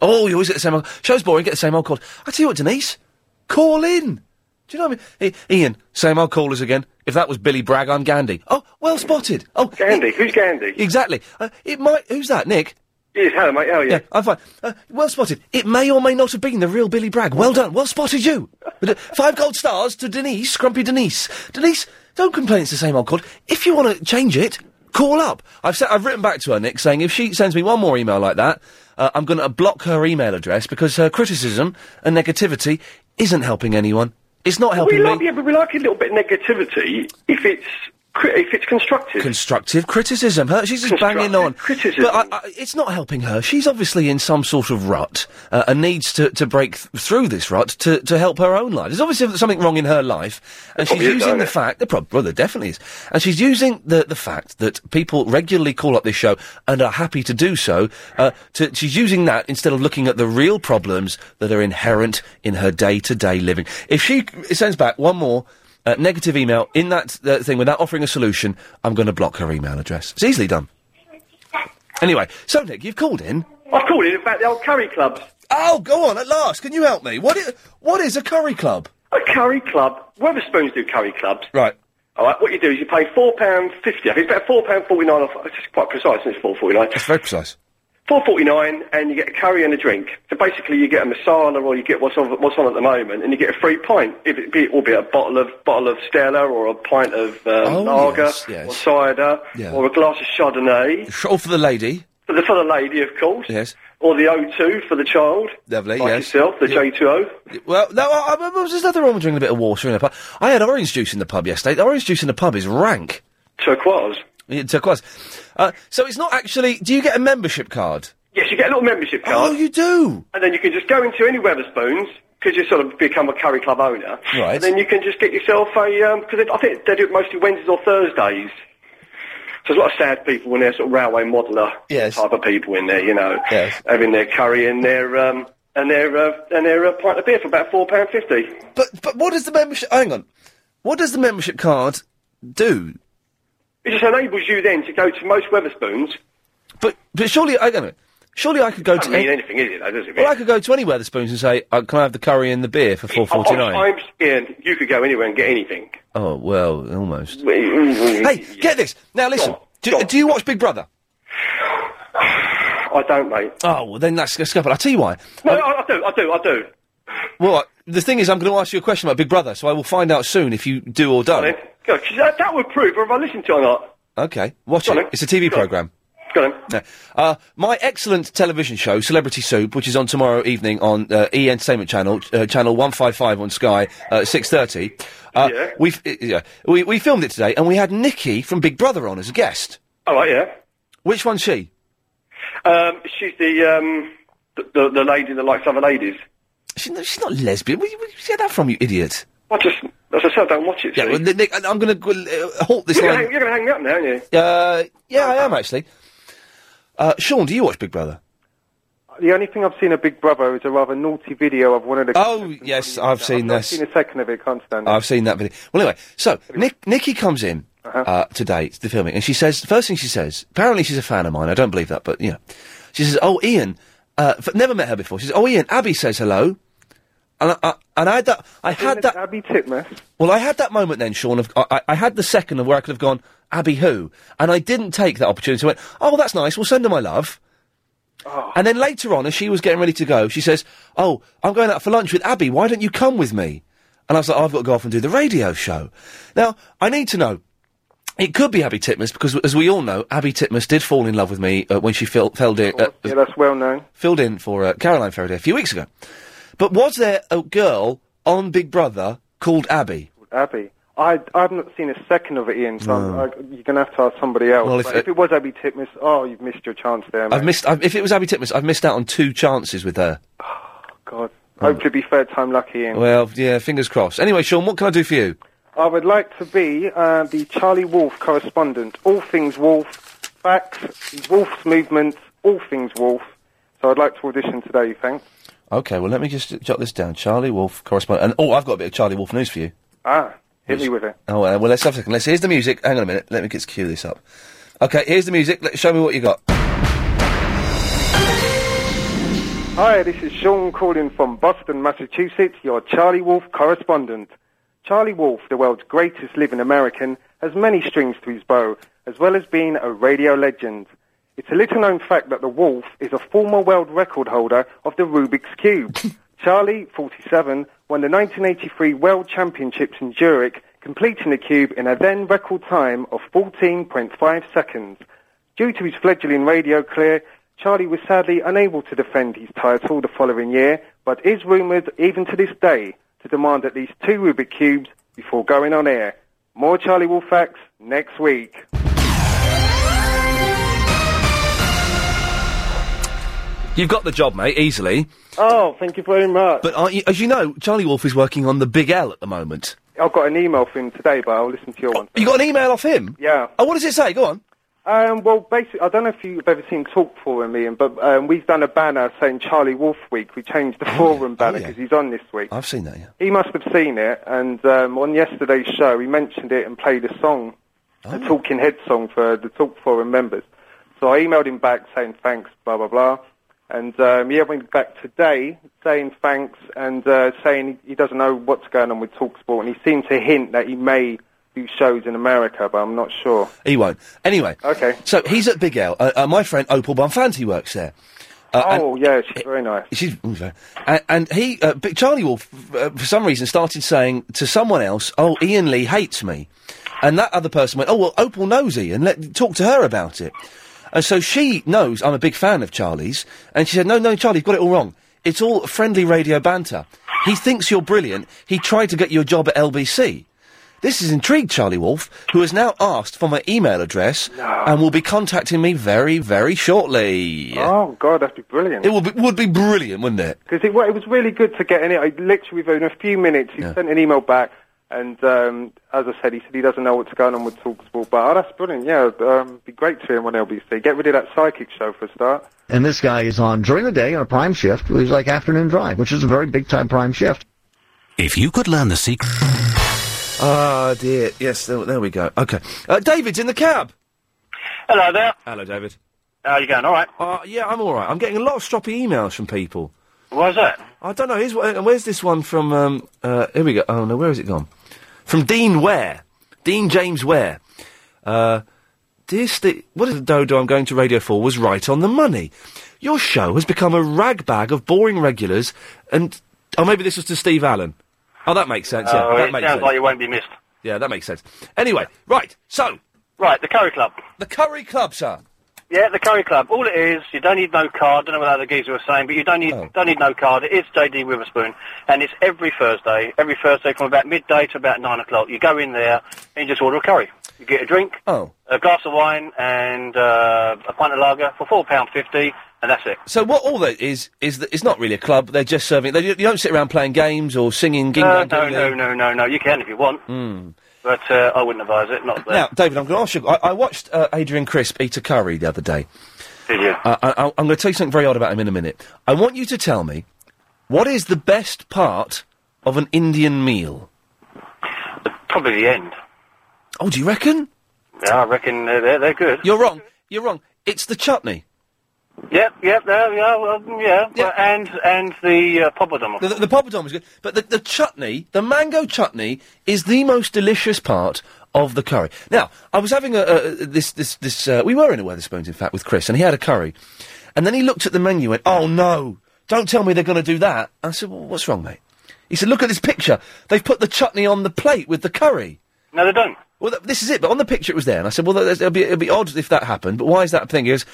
Oh, you always get the same old... Show's boring, get the same old callers. I tell you what, Denise, call in. Do you know what I mean? I- Ian, same old callers again. If that was Billy Bragg, I'm Gandhi. Oh, well spotted. Oh,
Gandhi. Who's Gandhi?
Exactly. Uh, it might. Who's that, Nick?
Yes, hello, mate. How are you?
Yeah, I'm fine. Uh, well spotted. It may or may not have been the real Billy Bragg. Well done. Well spotted you. But, uh, Five gold stars to Denise, Grumpy Denise. Denise, don't complain it's the same old call. If you want to change it, call up. I've, sa- I've written back to her, Nick, saying if she sends me one more email like that, uh, I'm going to block her email address because her criticism and negativity isn't helping anyone. It's not helping
we
me.
like, yeah, but we like a little bit of negativity if it's cri- if it's constructive.
Constructive criticism. Her, she's just banging on.
criticism.
But I, I, it's not helping her. She's obviously in some sort of rut uh, and needs to, to break th- through this rut to, to help her own life. There's obviously something wrong in her life, and she's
probably is,
using
don't
the
it?
fact. The problem, well, there definitely is, and she's using the the fact that people regularly call up this show and are happy to do so. Uh, to, she's using that instead of looking at the real problems that are inherent in her day to day living. If she c- sends back one more uh, negative email in that uh, thing without offering a solution, I'm going to block her email address. It's easily done. Anyway, so Nick, you've called in.
I've called in about the old curry clubs.
Oh, go on at last. Can you help me? What is, what is a curry club?
A curry club. Weatherspoons do curry clubs.
Right.
All right. What you do is you pay four pound fifty. I think it's about four pound forty nine. It's just quite precise. It's four forty nine.
It's very precise.
Four forty nine, and you get a curry and a drink. So basically, you get a masala, or you get what's on what's on at the moment, and you get a free pint. If it be, it will be a bottle of bottle of Stella, or a pint of um,
Oh,
lager,
yes, yes.
or cider,
Yeah.
or a glass of Chardonnay
Sh- Oh, for the lady.
for the for the lady, of course,
Yes.
or the O2 for the child,
Lovely,
like
yes.
yourself, the
Yeah.
J2O.
Well, no, I, I, I- there's nothing wrong with drinking a bit of water in a pub. I had orange juice in the pub yesterday. The orange juice in the pub is rank.
Turquoise.
Yeah, turquoise. Uh, so it's not actually. Do you get a membership card?
Yes, you get a little membership card.
Oh, you do.
And then you can just go into any Weatherspoons because you sort of become a curry club owner.
Right.
And then you can just get yourself a because I think they do it mostly Wednesdays or Thursdays. So there's a lot of sad people in there, sort of railway modeller
Yes.
type of people in there, you know,
Yes.
having their curry and their um, and their uh, and their uh, pint of beer for about four pound fifty.
But but what does the membership? Hang on. What does the membership card do?
It just enables you then to go to most Weatherspoons.
But but surely I don't know. Surely I could go to
Doesn't mean anything, is it? That doesn't mean.
well, I could go to any Weatherspoons and say, uh, "Can I have the curry and the beer for four
Oh,
forty nine?
I'm scared. You could go anywhere and get anything.
Oh well, almost. hey, get this now. Listen, do, do you watch Big Brother?
I don't, mate.
Oh well, then that's a scupper. I'll tell you why.
No, I, I do, I do, I do.
Well, I, the thing is, I'm going to ask you a question about Big Brother, so I will find out soon if you do or
Go on,
don't.
then. Go, 'cause that, that would prove whether I listen to it or not.
Okay, watch
Go on
it.
then.
It's a TV
Go on.
program.
Go on.
Yeah. Uh, my excellent television show, Celebrity Soup, which is on tomorrow evening on uh, E Entertainment Channel, uh, channel one five five on Sky, uh, six thirty. Uh,
Yeah.
We've, uh, yeah. We we filmed it today, and we had Nikki from Big Brother on as a guest.
All right, yeah.
Which one's she?
Um, she's the, um, the, the the lady that likes other ladies.
She, no, she's not Oh, lesbian. Where, where did you get that from, you idiot?
I just, as I said, I don't watch it.
Yeah,
see.
well, Nick, I- I'm going to uh, halt this
you're
line.
Gonna hang, you're going to hang me up now, aren't you?
Uh, yeah, I am actually. Uh, Sean, do you watch Big Brother?
The only thing I've seen of Big Brother is a rather naughty video of one of the.
Oh yes, I've seen
I've
this.
seen a second of it. Can't stand it.
I've seen that video. Well, anyway, so Nick, Nikki comes in
Uh-huh.
uh, today to the filming, and she says the first thing she says. Apparently, she's a fan of mine. I don't believe that, but you know, she says, "Oh, Ian, uh, f- never met her before." She says, "Oh, Ian, Abby says hello," and I, I and I had that. I had that.
Abby Titmus.
Well, I had that moment then, Sean. Of, I, I- I had the second of where I could have gone, Abby who, and I didn't take that opportunity. I went, "Oh, that's nice. We'll send her my love." Oh. And then later on, as she was getting ready to go, she says, "Oh, I'm going out for lunch with Abby. Why don't you come with me?" And I was like, oh, "I've got to go off and do the radio show." Now, I need to know. It could be Abby Titmus because, as we all know, Abby Titmus did fall in love with me uh, when she fil- filled in, uh,
Yeah, that's well known.
filled in for uh, Caroline Faraday a few weeks ago. But was there a girl on Big Brother called Abby?
Abby. I, I've not seen a second of it, Ian, so I'm-
Oh. No.
I, you're going to have to ask somebody else.
Well, if-
But if, it was Abby Titmus, oh, you've missed your chance there, mate.
I've missed. I've, if it was Abby Titmus, I've missed out on two chances with her.
God. Hopefully be third time lucky, Ian.
Well, yeah, fingers crossed. Anyway, Sean, what can I do for you?
I would like to be uh, the Charlie Wolf correspondent. All things Wolf, facts, Wolf's movements, all things Wolf. So I'd like to audition today, thanks.
Okay, well, let me just jot this down. Charlie Wolf correspondent. And oh, I've got a bit of Charlie Wolf news for you.
Ah, hit me with it.
Oh, uh, well, let's have a second. Let's here's the music. Hang on a minute. Let me just cue this up. Okay, here's the music. Let, show me what you got.
Hi, this is Sean calling from Boston, Massachusetts, your Charlie Wolf correspondent. Charlie Wolf, the world's greatest living American, has many strings to his bow, as well as being a radio legend. It's a little known fact that the Wolf is a former world record holder of the Rubik's Cube. Charlie, 47, won the 1983 World Championships in Zurich, completing the cube in a then record time of 14.5 seconds. Due to his fledgling radio career, Charlie was sadly unable to defend his title the following year, but is rumoured, even to this day, to demand at least two Rubik Cubes before going on air. More Charlie Wolf facts next week.
You've got the job, mate, easily.
Oh, thank you very much.
But aren't you, as you know, Charlie Wolf is working on the Big L at the moment.
I've got an email from him today, but I'll listen to your one.
Oh, You got an email off him?
Yeah.
Oh, what does it say? Go on.
Um, well, basically, I don't know if you've ever seen Talk Forum, Ian, but um, we've done a banner saying Charlie Wolf Week. We changed the
Oh,
forum banner because he's on this week.
I've seen that. Yeah.
He must have seen it, and um, on yesterday's show, he mentioned it and played a song, a Talking Head song for the Talk Forum members. So I emailed him back saying thanks, blah, blah, blah. And um, he went back today saying thanks and uh, saying he doesn't know what's going on with Talksport, and he seemed to hint that he may do shows in America, but I'm not sure.
He won't. Anyway.
Okay.
So he's at Big L. Uh, uh, my friend Opal Bonfanti works there. Uh, and-
oh, yeah, she's very nice.
She's mm, very- and, and he uh, but Charlie Wolf uh, for some reason started saying to someone else, "Oh, Ian Lee hates me," and that other person went, "Oh well, Opal knows Ian. Let talk to her about it." And so she knows I'm a big fan of Charlie's, and she said, "No, no, Charlie, you've got it all wrong. It's all friendly radio banter. He thinks you're brilliant. He tried to get you a job at LBC." This has intrigued Charlie Wolf, who has now asked for my email address and will be contacting me very, very shortly.
Oh, God, that'd be brilliant.
It would be, would be brilliant, wouldn't it?
Because it, wa- it was really good to get in it. I literally, within a few minutes, he
Yeah.
sent an email back, and um, as I said, he said he doesn't know what's going on with Talksport. But oh, that's brilliant. Yeah, um, be great to hear him on LBC. Get rid of that psychic show for a start.
And this guy is on during the day on a prime shift. He's like afternoon drive, which is a very big time prime shift.
If you could learn the secret.
Ah, dear. Yes, there, there we go. Okay. Uh, David's in the cab.
Hello there.
Hello, David.
How you going? All right.
Uh, yeah, I'm all right. I'm getting a lot of stroppy emails from people.
Why's that?
I don't know. Here's wh- where's this one from? Um, uh, here we go. Oh no, where has it gone? From Dean Ware, Dean James Ware. Uh, dear Steve, what is the dodo I'm going to Radio Four was right on the money. Your show has become a ragbag of boring regulars, and oh, maybe this was to Steve Allen. Oh, that makes sense. Yeah,
Oh,
that
it
makes
sounds
sense.
like you won't be missed.
Yeah, that makes sense. Anyway, right. So,
right, the Curry Club.
The Curry Club, sir.
Yeah, the Curry Club. All it is, you don't need no card. Don't know what the other geezer was saying, but you don't need
Oh.
don't need no card. It is JD Witherspoon, and it's every Thursday. Every Thursday from about midday to about nine o'clock. You go in there and you just order a curry. You get a drink,
Oh,
a glass of wine, and uh, a pint of lager for four pound fifty, and that's it.
so what? All that is is that it's not really a club. They're just serving. They, you don't sit around playing games or singing. Ging-
no, no, Uh, no, no, no, no. You can if you want,
Mm.
but uh, I wouldn't advise it. Not there.
Now, David, I'm going to ask you. I, I watched uh, Adrian Crisp eat a curry the other day.
Did you?
Uh, I, I, I'm going to tell you something very odd about him in a minute. I want you to tell me what is the best part of an Indian meal.
Probably the end.
Oh, do you reckon?
Yeah, I reckon uh, they're they're good.
You're wrong. You're wrong. It's the chutney.
Yep, yep, yeah, yeah, well, mm, yeah, well, and and the uh, poppadom.
The, the, the poppadom is good, but the, the chutney, the mango chutney, is the most delicious part of the curry. Now, I was having a, a this this this. Uh, we were in a Weatherspoons, in fact, with Chris, and he had a curry, and then he looked at the menu and went, "Oh no, don't tell me they're going to do that." I said, well, "What's wrong, mate?" He said, "Look at this picture. They've put the chutney on the plate with the curry."
No, they don't.
Well, th- this is it. But on the picture, it was there, and I said, "Well, th- it'll be it'll be odd if that happened, but why is that a thing?" He goes,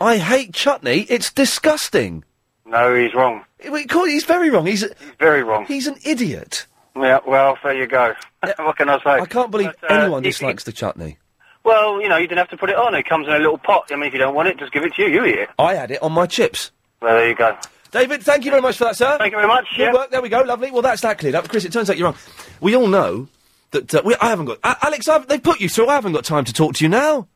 "I hate chutney. It's disgusting."
No, he's wrong.
Wait, Corey, He's very wrong. He's,
very wrong.
He's an idiot.
Yeah, well, there you go. what can I say?
I can't believe
But, uh,
anyone
it-
dislikes the chutney.
Well, you know, you didn't have to put it on. It comes in a little pot. I mean, if you don't want it, just give it to you. You eat it.
I had it on my chips.
Well, there you go.
David, thank you very much for that, sir.
Thank you very much.
Good
yeah.
work. There we go. Lovely. Well, that's that cleared up. Chris, it turns out you're wrong. We all know that uh, we, I haven't got. A- Alex, I've, they've put you through. I haven't got time to talk to you now.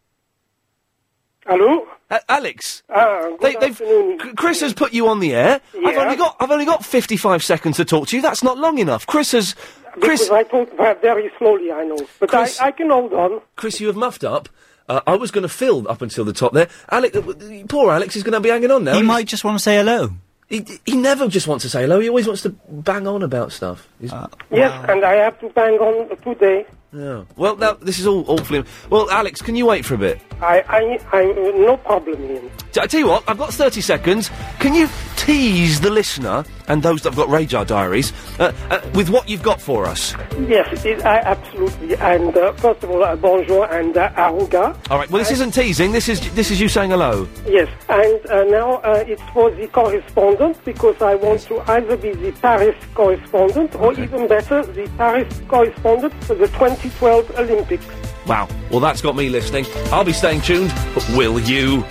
Hello?
Alex.
Ah, good
They, they've, C- Chris has put you on the air. I've
Yeah.
only got I've only got 55 seconds to talk to you. That's not long enough. Chris has Chris
Because I talk ve- very slowly, I know. But
Chris-
I, I can hold on.
Chris, you have muffed up. Uh, I was going to fill up until the top there. Alex, uh, w- poor Alex is going to be hanging on now.
He might just want to say hello.
He, he never just wants to say hello. He always wants to bang on about stuff. He's-
Uh.
Yes, and I have to bang on today.
Yeah. Well, now this is all awfully. Well, Alex, can you wait for a bit?
I, I, I, no problem, Ian.
T- I tell you what, I've got 30 seconds. Can you tease the listener and those that have got Radar Diaries uh, uh, with what you've got for us?
Yes, it, I absolutely. And uh, first of all, uh, bonjour and uh, aruga.
All right. Well,
Uh,
this isn't teasing. This is this is you saying hello.
Yes, and uh, now uh, it's for the correspondent because I want to either be the Paris correspondent or even better, the Paris correspondent for the 2012 Olympics.
Wow. Well, that's got me listening. I'll be staying tuned. But will you?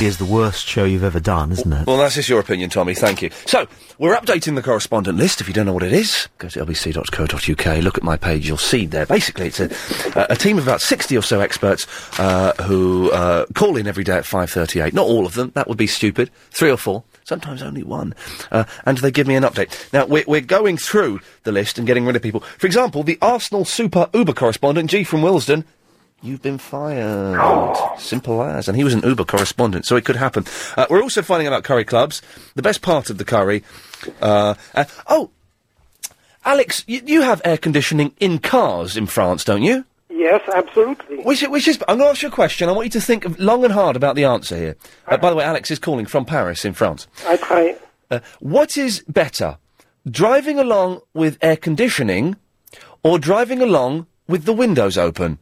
is the worst show you've ever done, isn't it?
Well, that's just your opinion, Tommy. Thank you. So, we're updating the correspondent list. If you don't know what it is, go to lbc.co.uk, look at my page, you'll see there. Basically, it's a, a, a team of about 60 or so experts uh, who uh, call in every day at 5.38. Not all of them, that would be stupid. Three or four, sometimes only one. Uh, and they give me an update. Now, we're, we're going through the list and getting rid of people. For example, the Arsenal Super Uber correspondent, G from Willesden, You've been fired. Simple as. And he was an Uber correspondent, so it could happen. Uh, we're also finding out about curry clubs. The best part of the curry. Uh, uh, oh, Alex, you, you have air conditioning in cars in France, don't you?
Yes, absolutely.
Which, i- which is, I'm going to ask you a question. I want you to think of- long and hard about the answer here. Uh, by the way, Alex is calling from Paris in France.
I try.
Uh, what is better, driving along with air conditioning or driving along with the windows open?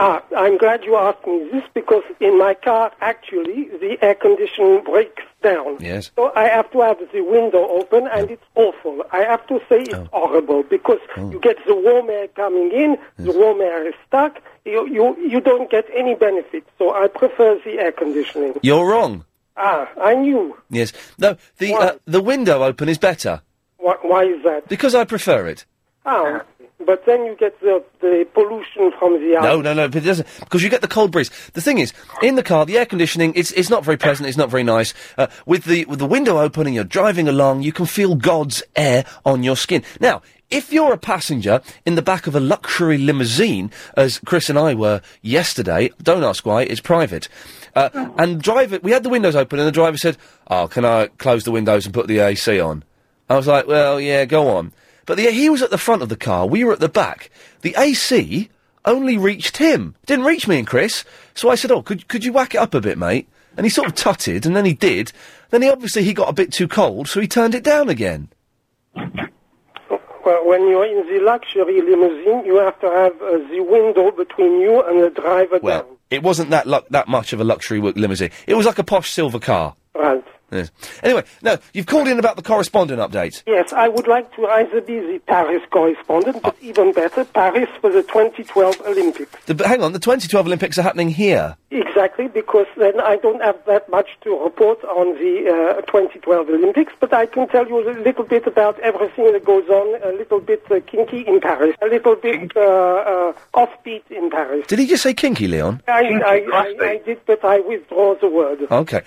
Ah, I'm glad you asked me this because in my car, actually, the air conditioning breaks down.
Yes.
So I have to have the window open, and it's awful. I have to say it's
Oh.
horrible because you get the warm air coming in, the warm air is stuck. You, you, you don't get any benefit. So I prefer the air conditioning.
You're wrong.
Ah, I knew.
Yes. No, the uh, the window open is better
Why, why is that?
because I prefer it.
Ah, but then you get the, the pollution from the
No,
outside.
no, no, but it doesn't because you get the cold breeze. The thing is, in the car, the air conditioning it's it's not very pleasant. It's not very nice. Uh, with the with the window open and you're driving along, you can feel God's air on your skin. Now, If you're a passenger in the back of a luxury limousine, as Chris and I were yesterday, don't ask why, it's private. Uh, and driver, we had the windows open, and the driver said, "Oh, can I close the windows and put the AC on?" I was like, "Well, yeah, go on." But the, he was at the front of the car. We were at the back. The AC only reached him. Didn't reach me and Chris. So I said, "Oh, could could you whack it up a bit, mate?" And he sort of tutted, and then he did. Then he obviously he got a bit too cold, so he turned it down again.
Well, when you're in the luxury limousine, you have to have uh, the window between you and the driver
Well,
down.
it wasn't that lu- that much of a luxury work limousine. It was like a posh silver car.
Right.
Yes. Anyway, no, you've called in about the correspondent update.
Yes, I would like to either be the Paris correspondent, but even better, Paris for the 2012 Olympics.
The, but hang on, the 2012 Olympics are happening here.
Exactly, because then I don't have that much to report on the uh, 2012 Olympics, but I can tell you a little bit about everything that goes on, a little bit uh, kinky in Paris, a little bit uh, uh, offbeat in Paris.
Did he just say kinky, eh? Oh, Leon?
I, I, I, I did, but I withdraw the word.
Okay.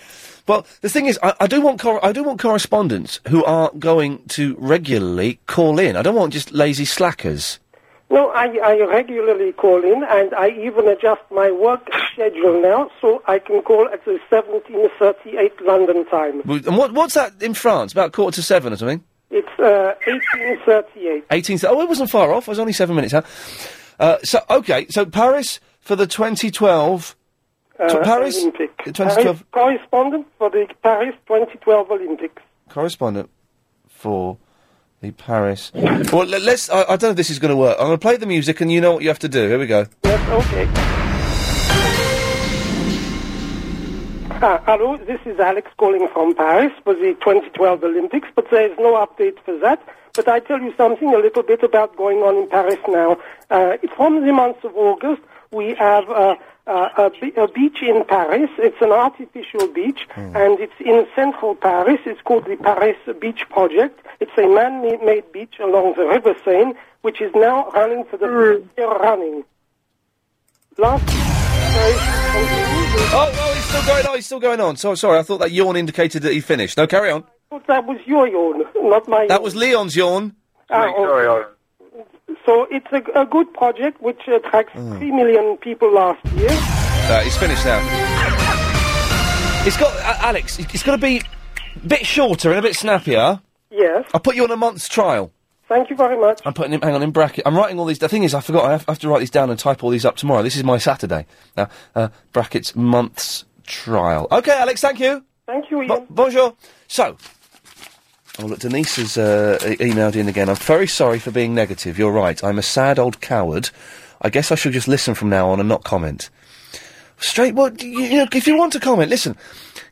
Well, the thing is, I, I do want cor- I do want correspondents who are going to regularly call in. I don't want just lazy slackers.
No, I, I regularly call in, and I even adjust my work schedule now, so I can call at the 1738 London time.
W- And what, what's that in France? About quarter to seven or something?
It's uh, 1838.
18. Oh, it wasn't far off. I was only seven minutes out. Uh, so okay, so Paris for the 2012.
Uh,
to Paris.
Olympic.
The 2012
Paris correspondent for the Paris 2012 Olympics.
correspondent for the Paris. well, let, us I, I don't know if this is going to work. I'm going to play the music, and you know what you have to do. Here we go.
Yes, okay. Ah, hello, this is Alex calling from Paris for the 2012 Olympics, but there is no update for that. But I tell you something a little bit about going on in Paris now. Uh, from the month of August, we have uh, uh, a, be- a beach in Paris. It's an artificial beach, and it's in central Paris. It's called the Paris Beach Project. It's a man-made beach along the River Seine, which is now running for the third year running. Last
Oh, well, he's still going on. He's still going on. So sorry. I thought that yawn indicated that he finished. No, carry on.
thought that was your yawn, not my
That was Leon's yawn.
Ah, oh. So it's a, a good project which attracts
Mm.
3 million people last year.
Uh, he's finished now. It's got uh, Alex. It's got to be a bit shorter and a bit snappier.
Yes,
I'll put you on a month's trial.
thank you very much.
I'm putting him. Hang on, in bracket. I'm writing all these. The thing is, I forgot. I have, I have to write these down and type all these up tomorrow. This is my Saturday. Now, uh, brackets months trial. Okay, Alex. Thank you.
Thank you, Ian.
bonjour. So, oh look, Denise has uh, e- emailed in again. I'm very sorry for being negative. You're right. I'm a sad old coward. I guess I should just listen from now on and not comment. Straight. What you, you know? If you want to comment, listen.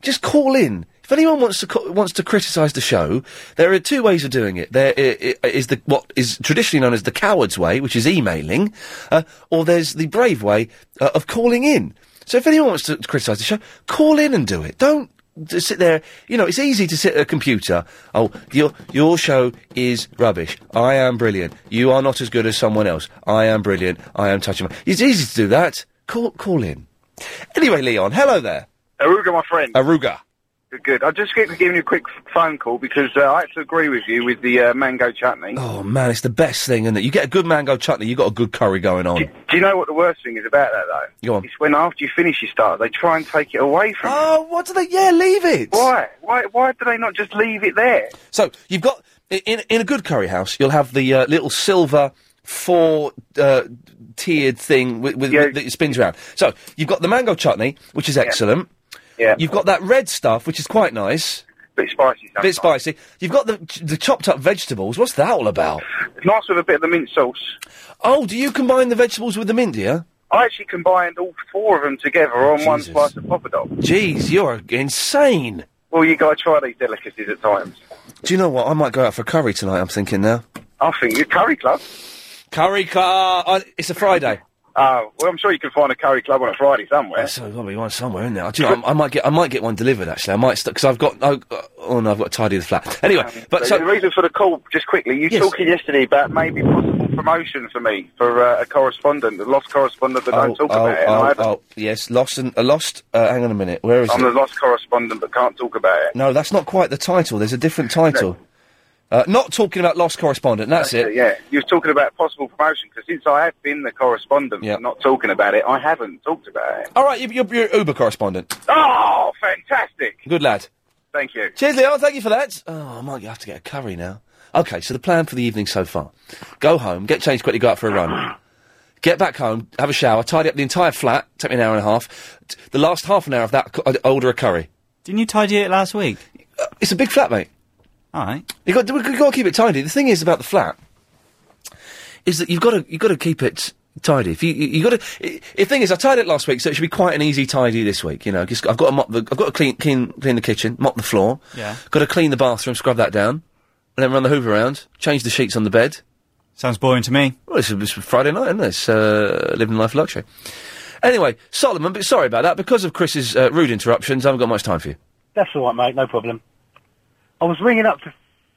Just call in. If anyone wants to co- wants to criticise the show, there are two ways of doing it. There i- i- is the what is traditionally known as the coward's way, which is emailing, uh, or there's the brave way uh, of calling in. So if anyone wants to criticise the show, call in and do it. Don't just sit there. You know, it's easy to sit at a computer. Oh, your your show is rubbish. I am brilliant. You are not as good as someone else. I am brilliant. I am touching. My... It's easy to do that. Call call in. Anyway, Leon, hello there.
Aruga, my friend.
Aruga.
Good, good. I just keep giving you a quick f- phone call because uh, I actually agree with you with the uh, mango chutney.
Oh man, it's the best thing, isn't it? You get a good mango chutney, you got a good curry going on.
Do you know what the worst thing is about that though?
Go on.
It's when after you finish your start, they try and take it away from.
Oh, what do they? Yeah, leave it.
Why? Why? Why do they not just leave it there?
So you've got i- in in a good curry house, you'll have the uh, little silver four uh, tiered thing with, with, with- that spins around. So you've got the mango chutney, which is excellent.
Yeah.
You've got that red stuff, which is quite nice.
Bit spicy. Sometimes.
Bit spicy. You've got the the chopped up vegetables. What's that all about?
It's nice with a bit of the mint sauce.
Oh, do you combine the vegetables with the mint, dear?
I actually combined all four of them together on one slice of papadom.
Jeez, you're insane.
Well, you got to try these delicacies at times.
Do you know what? I might go out for curry tonight. I'm thinking now.
I think your curry club.
Curry club. it's a Friday.
Oh well, I'm sure you can find a curry club on a Friday somewhere.
So there's got to be one somewhere in there. Do you know, I, I might get I might get one delivered actually. I might because I've got oh, uh, oh no I've got to tidy the flat anyway. But so
Um, the reason for the call, just quickly, you talking yesterday about maybe possible promotion for me for uh, a correspondent, a lost correspondent that
oh,
don't talk
oh,
about it. and I
oh,
haven't-
oh, yes lost and uh, lost. Uh, hang on a minute. Where is
I'm
it?
the lost correspondent but can't talk about it.
No, that's not quite the title. There's a different title. Uh, not talking about lost correspondent. That's, it.
Yeah, you're talking about possible promotion because since I have been the correspondent,
Yeah.
not talking about it, I haven't talked about it.
All right, you're, you're, you're Uber correspondent.
Oh, fantastic!
Good lad.
Thank you.
Cheers, Leo. Thank you for that. Oh, I might have to get a curry now. Okay, so the plan for the evening so far: go home, get changed quickly, go out for a run, get back home, have a shower, tidy up the entire flat. Take me an hour and a half. T- The last half an hour of that, I'd order a curry. Didn't you tidy it last week? It's a big flat, mate. All right. You got you got to keep it tidy. The thing is about the flat is that you've got to you've got to keep it tidy. If you you, you got to i- the thing is, I tidied it last week, so it should be quite an easy tidy this week. You know, just, I've got to mop the I've got to clean clean clean the kitchen, mop the floor.
Yeah.
Got to clean the bathroom, scrub that down, and then run the Hoover around, change the sheets on the bed. Sounds boring to me. Well, it's, it's Friday night, isn't it? It's uh, living life of luxury. Anyway, Solomon, but sorry about that. Because of Chris's uh, rude interruptions, I haven't got much time for you.
That's all right, mate. No problem. I was ringing up to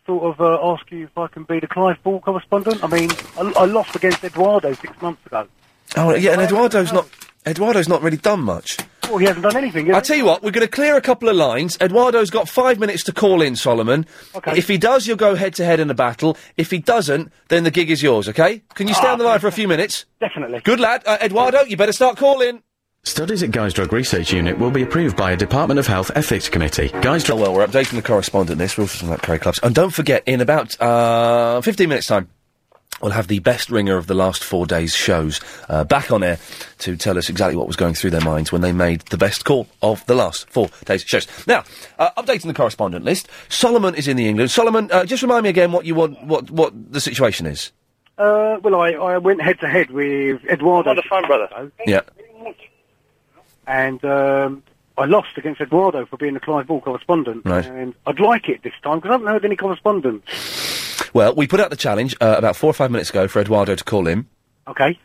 sort of uh, ask you if I can be the Clive Ball correspondent. I mean, I, I lost against Eduardo six months ago.
Oh, yeah, and Eduardo's not Eduardo's not really done much.
Well, he hasn't done anything.
I'll tell you what, we're going to clear a couple of lines. Eduardo's got five minutes to call in, Solomon. Okay. If he does, you'll go head to head in a battle. If he doesn't, then the gig is yours, okay? Can you stay on the line for a few minutes?
Ah, Definitely.
Good lad. Uh, Eduardo, you better start calling.
Studies at Guy's Drug Research Unit will be approved by a Department of Health Ethics Committee. Guy's Drug.
well, we're updating the correspondent this. We're also talking about curry clubs. And don't forget, in about uh, 15 minutes' time, we'll have the best ringer of the last four days' shows uh, back on air to tell us exactly what was going through their minds when they made the best call of the last four days' shows. Now, uh, updating the correspondent list. Solomon is in the England. Solomon, uh, just remind me again what you want, what, what the situation is.
Uh, well, I, I went head to head with Eduardo. On the phone, brother.
Yeah.
And um, I lost against Eduardo for being the Clive Ball correspondent.
Right.
And I'd like it this time because I haven't heard any correspondence.
Well, we put out the challenge uh, about four or five minutes ago for Eduardo to call in.
Okay.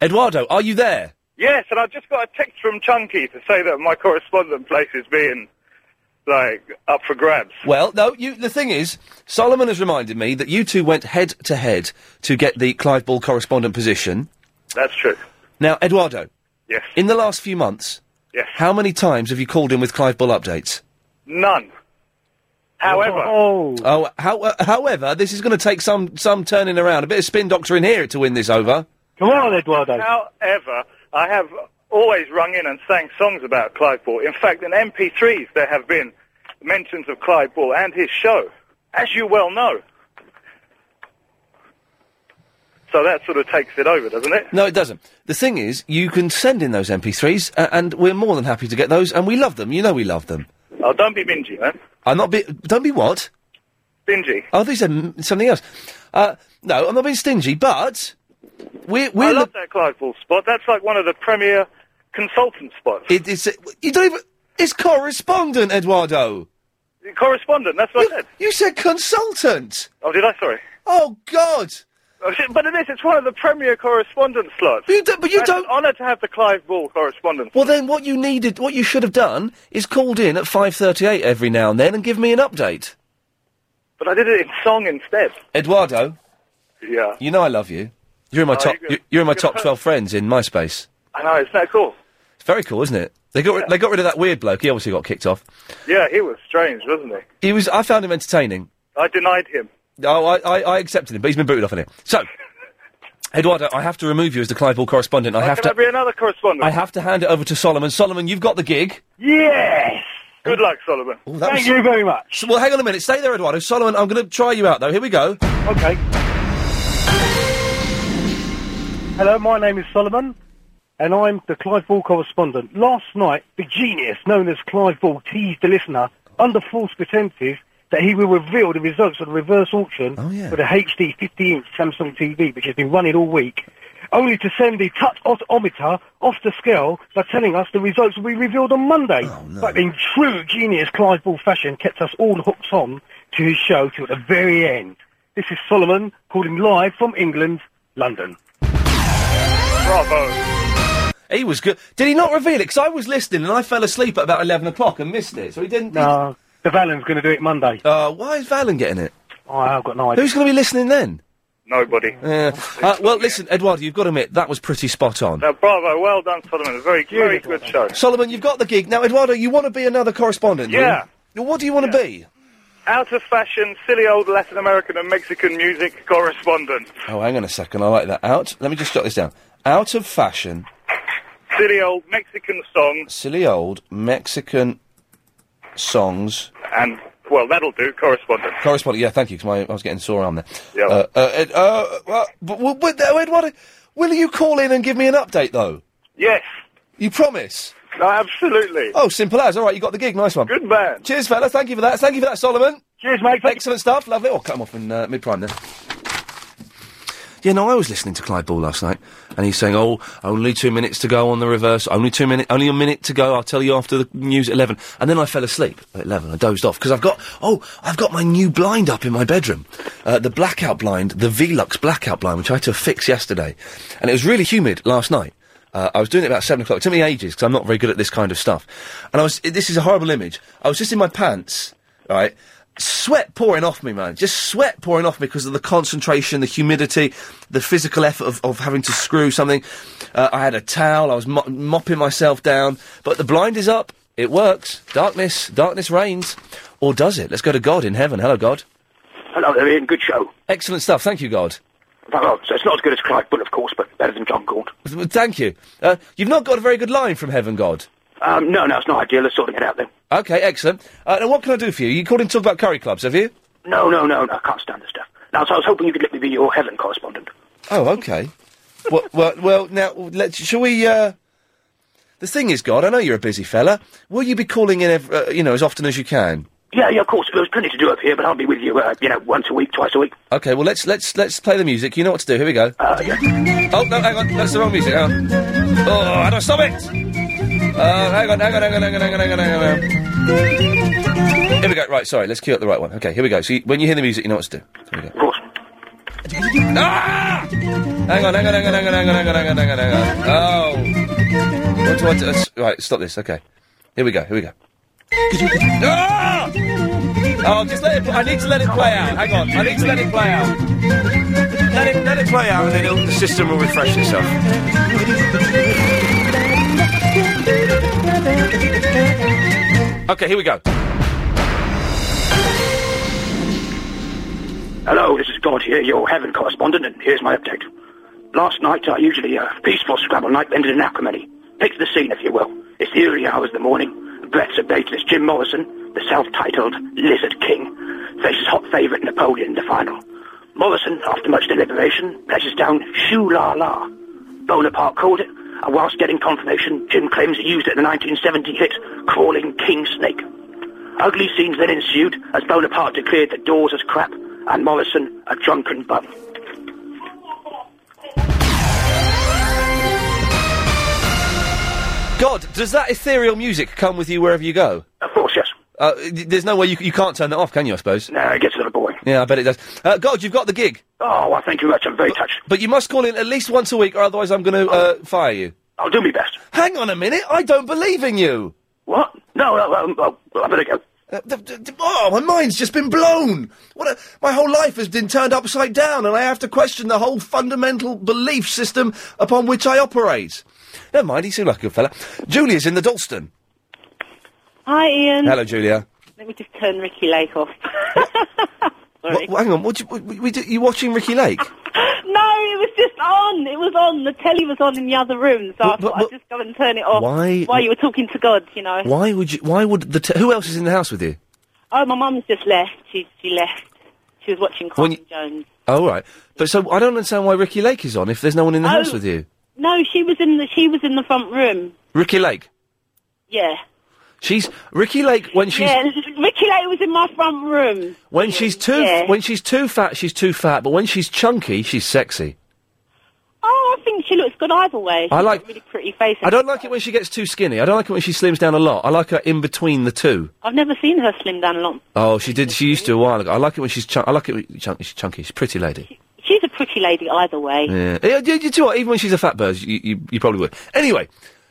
Eduardo, are you there?
Yes, and I just got a text from Chunky to say that my correspondent place is being, like, up for grabs.
Well, no. You, the thing is, Solomon has reminded me that you two went head to head to get the Clive Ball correspondent position.
That's true.
Now, Eduardo.
Yes.
In the last few months.
Yes.
How many times have you called in with Clive Bull updates?
None. However,
oh,
Oh, how, uh, however, this is going to take some some turning around, a bit of spin doctor in here to win this over.
Come on, Eduardo.
however, I have always rung in and sang songs about Clive Ball. In fact, in MP3s there have been mentions of Clive Ball and his show, as you well know. So that sort of takes it over, doesn't it?
No, it doesn't. The thing is, you can send in those MP3s, uh, and we're more than happy to get those, and we love them. You know, we love them.
Oh, don't be bingy, man.
I'm not. Be- don't be what?
Stingy.
Oh, these are m- something else. Uh, no, I'm not being stingy, but we're we're
I
lo-
love that Clive Ball spot. That's like one of the premier consultant spots.
It, it's you don't even. It's correspondent, Eduardo.
Correspondent. That's what
you, I said. You said consultant.
Oh, did I? Sorry.
Oh God.
Oh, But it is. It's one of the premier correspondent slots.
You do, but you
That's
don't-
An honour to have the Clive Ball correspondent.
Well, then, what you needed, what you should have done, is called in at five thirty-eight every now and then and give me an update,
But I did it in song instead.
Eduardo.
Yeah.
You know I love you. You're in my
Oh,
top.
you're
You're,
good.
you're in my
Good
top
person.
twelve friends in MySpace.
I know. Isn't that cool?
It's very cool, isn't it? They got ri- they got rid of that weird bloke. He obviously got kicked off.
Yeah, he was strange, wasn't he?
He was. I found him entertaining.
I denied him.
Oh, I, I, I accepted him, but he's been booted off in here. So, Eduardo, I have to remove you as the Clive Ball correspondent. I
How
have to.
can I be another correspondent?
I have to hand it over to Solomon. Solomon, you've got the gig.
Yes. Good luck, Solomon.
Oh, that was- So- well, hang on a minute. Stay there, Eduardo. Solomon, I'm going to try you out, though. Here we go.
Okay. Hello, my name is Solomon, and I'm the Clive Ball correspondent. Last night, the genius known as Clive Ball teased the listener under false pretenses that he will reveal the results of the reverse auction for the HD 50-inch Samsung TV, which has been running all week, only to send the touch odometer off the scale by telling us the results will be revealed on Monday. But in true genius Clive Ball fashion, kept us all hooked on to his show till the very end. This is Solomon calling live from England, London.
Bravo.
He was good. Did he not reveal it? Because I was listening and I fell asleep at about 11 o'clock and missed it. So he didn't.
No, the Valen's going to do it Monday.
Uh, why is Valen getting it?
Oh, I've got no idea.
Who's going to be listening then?
Nobody.
Uh, uh, well, listen, Eduardo, you've got to admit, that was pretty spot on.
Now, bravo. Well done, Solomon. A very, very good show.
Solomon, you've got the gig. Now, Eduardo, you want to be another correspondent? do you?
Yeah.
Now, What do you want to be?
out of fashion, silly old Latin American and Mexican music correspondent.
Oh, hang on a second. I like that. Out. Let me just jot this down. Out of fashion,
Silly old Mexican song,
silly old Mexican songs.
and well, that'll do. Correspondent.
Correspondent. Yeah, thank you. Because I was getting sore arm there.
Yeah.
Uh, uh, Ed, uh, well, but, but, but, uh, Ed, what- will you call in and give me an update though?
Yes.
You promise?
No, absolutely.
Oh, simple as. All right, you got the gig. Nice one.
Good man.
Cheers, fella. Thank you for that. Thank you for that, Solomon.
Cheers, mate.
Excellent stuff. Lovely. Oh, cut him off in uh, mid prime then. Yeah, no, I was listening to Clyde Ball last night, and he's saying, "Oh, only two minutes to go on the reverse. Only two minutes. Only a minute to go. I'll tell you after the news at 11. And then I fell asleep at eleven. I dozed off because I've got oh, I've got my new blind up in my bedroom, uh, the blackout blind, the Velux blackout blind, which I had to fix yesterday, and it was really humid last night. Uh, I was doing it about seven o'clock. It took me ages because I'm not very good at this kind of stuff. And I was. It, this is a horrible image. I was just in my pants, right? Sweat pouring off me, man. Just sweat pouring off me because of the concentration, the humidity, the physical effort of, of having to screw something. Uh, I had a towel. I was mop- mopping myself down. But the blind is up. It works. Darkness. Darkness reigns. Or does it? Let's go to God in heaven. Hello, God.
Hello there, Ian. Good show.
Excellent stuff. Thank you, God.
Well, so it's not as good as Clive Bull, of course, but better than John Gould.
Th- Thank you. Uh, you've not got a very good line from heaven, God.
Um, no, no, it's not ideal. Let's sort it out then.
Okay, excellent. Uh, now, what can I do for you? You called in to talk about curry clubs, have you?
No, no, no, no, I can't stand this stuff. Now, so I was hoping you could let me be your Helen correspondent.
Oh, okay. well, well, well, now, let shall we, uh... The thing is, God, I know you're a busy fella. Will you be calling in, ev- uh, you know, as often as you can?
Yeah, yeah, of course. There's plenty to do up here, but I'll be with you, uh, you know, once a week, twice a week. Uh,
Okay, well, let's, let's, let's play the music. You know what to do. Here we go. Oh, no, hang on. That's the wrong music. Hang on. Oh, how do I stop it? Uh, hang on, hang on, hang on, hang on, hang on, hang on, hang on. Here we go. Right, sorry. Let's cue up the right one. Okay, here we go. So you, when you hear the music, you know what to do. Here we go. Ah! Hang on, hang on, hang on, hang on, hang on, hang on, hang on, hang on, hang on. Oh. What do I do? Let's- Right, stop this. Okay. Here we go, here we go. Ah! Oh, just let it, I need to let it play out. Hang on, I need to let it play out. Let it, let it play out and then it'll, the system will refresh itself. Okay, here we go.
Hello, this is God here, your heaven correspondent, and here's my update. Last night, our usually uh, peaceful Scrabble night ended in acrimony. Picture the scene, if you will. It's the early hours of the morning. Brett's updateless Jim Morrison, the self-titled Lizard King, faces hot favourite Napoleon in the final. Morrison, after much deliberation, presses down Shoo La La. Ah, Bonaparte called it, and whilst getting confirmation, Jim claims he used it in the 1970 hit Crawling King Snake. Ugly scenes then ensued as Bonaparte declared the Doors as crap and Morrison a drunken bum.
God, does that ethereal music come with you wherever you go?
Of course, yes.
Uh, th- there's no way you, c- you can't turn that off, can you, I suppose?
No, it gets a little boring.
Yeah, I bet it does. Uh, God, you've got the gig.
Oh, well, thank you much. I'm very touched.
But you must call in at least once a week, or otherwise I'm going to uh, fire you.
I'll do my best.
Hang on a minute, I don't believe in you.
What? No, no, um, oh, I better go.
Uh, d- d- d- oh, my mind's just been blown. What a, my whole life has been turned upside down, and I have to question the whole fundamental belief system upon which I operate. Never mind, he seemed like a good fella. Julia's in the Dalston.
Hi, Ian.
Hello, Julia.
Let me just turn Ricky Lake off.
Wha- wha- hang on, what you, what, what, what- you watching Ricky Lake?
no, it was just on. It was on. The telly was on in the other room, so I
But- but-
thought I'd just go and turn it off
Why-
while you were talking to God, you know.
Why would you? Why would the? T- who else is in the house with you?
Oh, my mum's just left. She, she left. She was watching
When
Colin
you-
Jones.
Oh right, but so I don't understand why Ricky Lake is on if there's no one in the
Oh.
house with you.
No, she was in the she was in the front room.
Ricky Lake.
Yeah.
She's Ricky Lake when she's
Yeah, Ricky Lake was in my front room.
when she's too
Yeah.
when she's too fat she's too fat, but when she's chunky she's sexy.
Oh, I think she looks good either way. She's
I
got
like-
a really pretty face.
I don't like it when she gets too skinny. I don't like it when she slims down a lot. I like her in between the two.
I've never seen her slim down a lot.
Oh, she did. She used to a while ago. I like it when she's chunk. I like it when chunky. She's chunky. She's a pretty lady.
She's a pretty lady either way.
Yeah. yeah you, you know what? Even when she's a fat bird, you, you, you probably would. Anyway,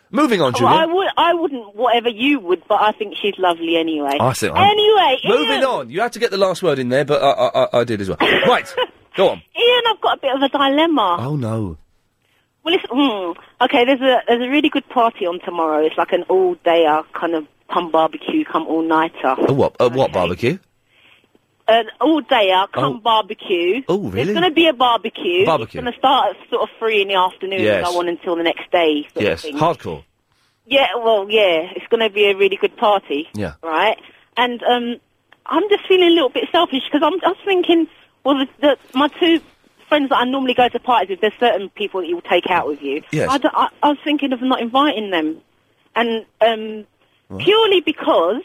moving on,
Well, Oh, I
Julia.
would. I wouldn't. Whatever you would, but I think she's lovely anyway.
I think I'm-
Anyway,
Moving
Ian,
on. You had to get the last word in there, but I, I, I- I did as well. right. Go on.
Ian, I've got a bit of a dilemma.
Oh no.
Well, it's mm, okay. There's a there's a really good party on tomorrow. It's like
Oh.
an all dayer kind of come barbecue, come all nighter.
A what? A what barbecue?
an all dayer come
Oh.
barbecue.
Oh, really?
There's going to be a barbecue.
Barbecue.
It's going to start at sort of three in the afternoon
Yes.
and go on until the next day. sort of
Yes,
thing.
hardcore.
Yeah, well, yeah, it's going to be a really good party.
Yeah.
Right? And um, I'm just feeling a little bit selfish because I'm, I'm thinking, well, the, the, my two friends that I normally go to parties with, there's certain people that you'll take out with you.
Yes.
I, don't- I, I was thinking of not inviting them. And um, purely because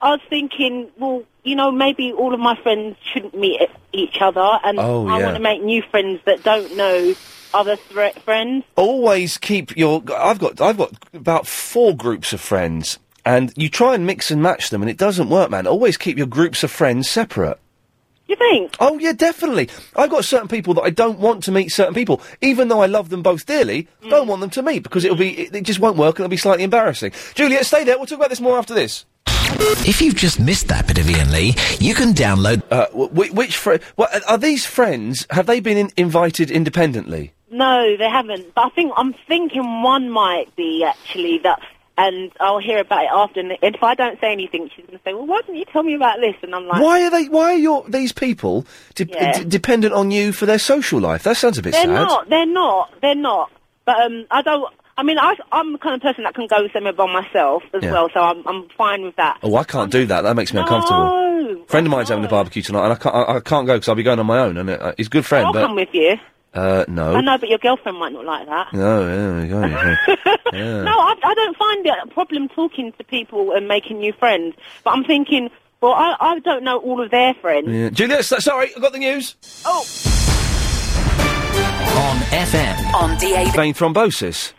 I was thinking, well, you know, maybe all of my friends shouldn't meet e- each other, and
Oh,
I
yeah.
want to make new friends that don't know other thre- friends.
always keep your I've got I've got about four groups of friends and you try and mix and match them and it doesn't work man always keep your groups of friends separate
you think
oh yeah definitely I've got certain people that I don't want to meet certain people even though I love them both dearly
Mm.
don't want them to meet because it'll be it, it just won't work and it'll be slightly embarrassing Juliet stay there we'll talk about this more after this
If you've just missed that bit of Ian Lee, you can download.
uh, wh- wh- which fri well, are- are these friends have they been in- invited independently
No, they haven't. But I think I'm thinking one might be actually that, and I'll hear about it after. And if I don't say anything, she's going to say, "Well, why didn't you tell me about this?" And I'm like,
why are they why are your these people de-
Yeah.
d- dependent on you for their social life that sounds a bit
They're
sad
not. They're not. They're not. But um, I don't. I mean, I, I'm the kind of person that can go somewhere by myself as
Yeah.
well, so I'm, I'm fine with that.
Oh, I can't do that. That makes me uncomfortable.
No,
Friend of mine's having a barbecue tonight, and I can't. I, I can't go because I'll be going on my own. And uh, he's a good friend,
I'll
but
come with you.
uh, no,
I know, but your girlfriend might not like that.
no, there we go. yeah. Yeah.
No, I, I don't find it a problem talking to people and making new friends. But I'm thinking, well, I, I don't know all of their friends.
Yeah. Juliet, so- sorry, I got the news.
Oh.
On FM. On DAB.
Vein thrombosis.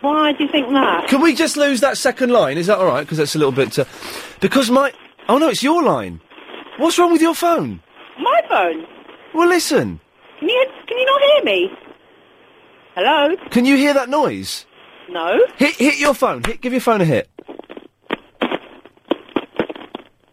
Why do you think that?
Can we just lose that second line? Is that all right? Because that's a little bit. Uh, because my. Oh no, it's your line. What's wrong with your phone?
My phone.
Well, listen.
Can you can you not hear me? Hello.
Can you hear that noise?
No.
Hit hit your phone. Hit, give your phone a hit.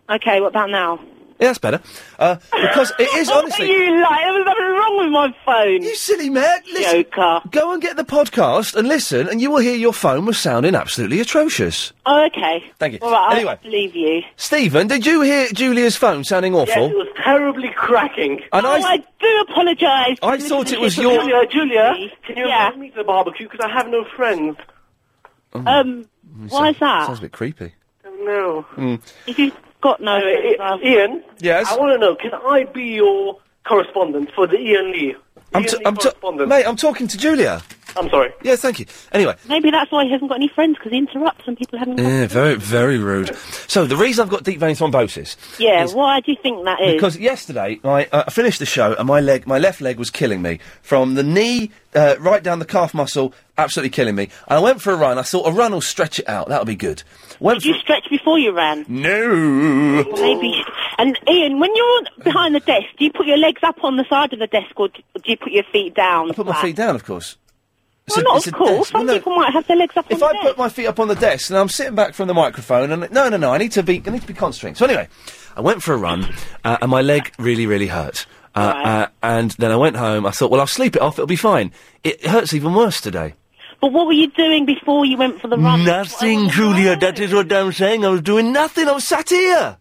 Okay, what about now?
Yeah, that's better. Uh, because it is honestly.
What are you like? There was nothing wrong with my phone.
You silly man. Listen, Go and get the podcast and listen, and you will hear your phone was sounding absolutely atrocious.
Oh, okay.
Thank you.
All right, I'll
Anyway.
believe you.
Stephen, did you hear Julia's phone sounding awful?
Yes, it was
terribly cracking.
And
oh,
I-
I, do apologise.
I thought it was your-
Julia, Julia, can you
Yeah.
invite me to the barbecue? Because I have no friends.
Oh.
Um, why is that?
Sounds a bit creepy.
No.
Mm.
If you've got no. friends,
I-
I'll-
Ian?
Yes?
I want to know, can I be your correspondent for the
E
Ian Lee?
I'm, t- I'm t- mate, I'm talking to Julia.
I'm sorry.
Yeah, thank you. Anyway,
Maybe that's why he hasn't got any friends because he interrupts when people haven't.
yeah, very, very rude. So the reason I've got deep vein thrombosis
Yeah, why do you think that is?
because yesterday I, uh, I finished the show and my leg, my left leg was killing me from the knee uh, right down the calf muscle, absolutely killing me. And I went for a run. I thought a run will stretch it out. That'll be good. Went Did
you stretch before you ran?
No.
Maybe. And Ian, when you're on- behind the desk, do you put your legs up on the side of the desk or do do you put your feet down?
I put my
flat?
feet down, of course. It's
Ah. Well,
a-
not
it's
of
a
course.
desk.
Some
Well, no.
people might have their legs up on
If
the
I
desk.
put my feet up on the desk and I'm sitting back from the microphone, and no, no, no, I need to be, I need to be concentrating. So anyway, I went for a run, uh, and my leg really, really hurt. Uh, uh, and then I went home. I thought, well, I'll sleep it off. It'll be fine. It hurts even worse today.
But what were you doing before you went for the run?
Nothing, Julia. That is what I'm saying. I was doing nothing. I was sat here.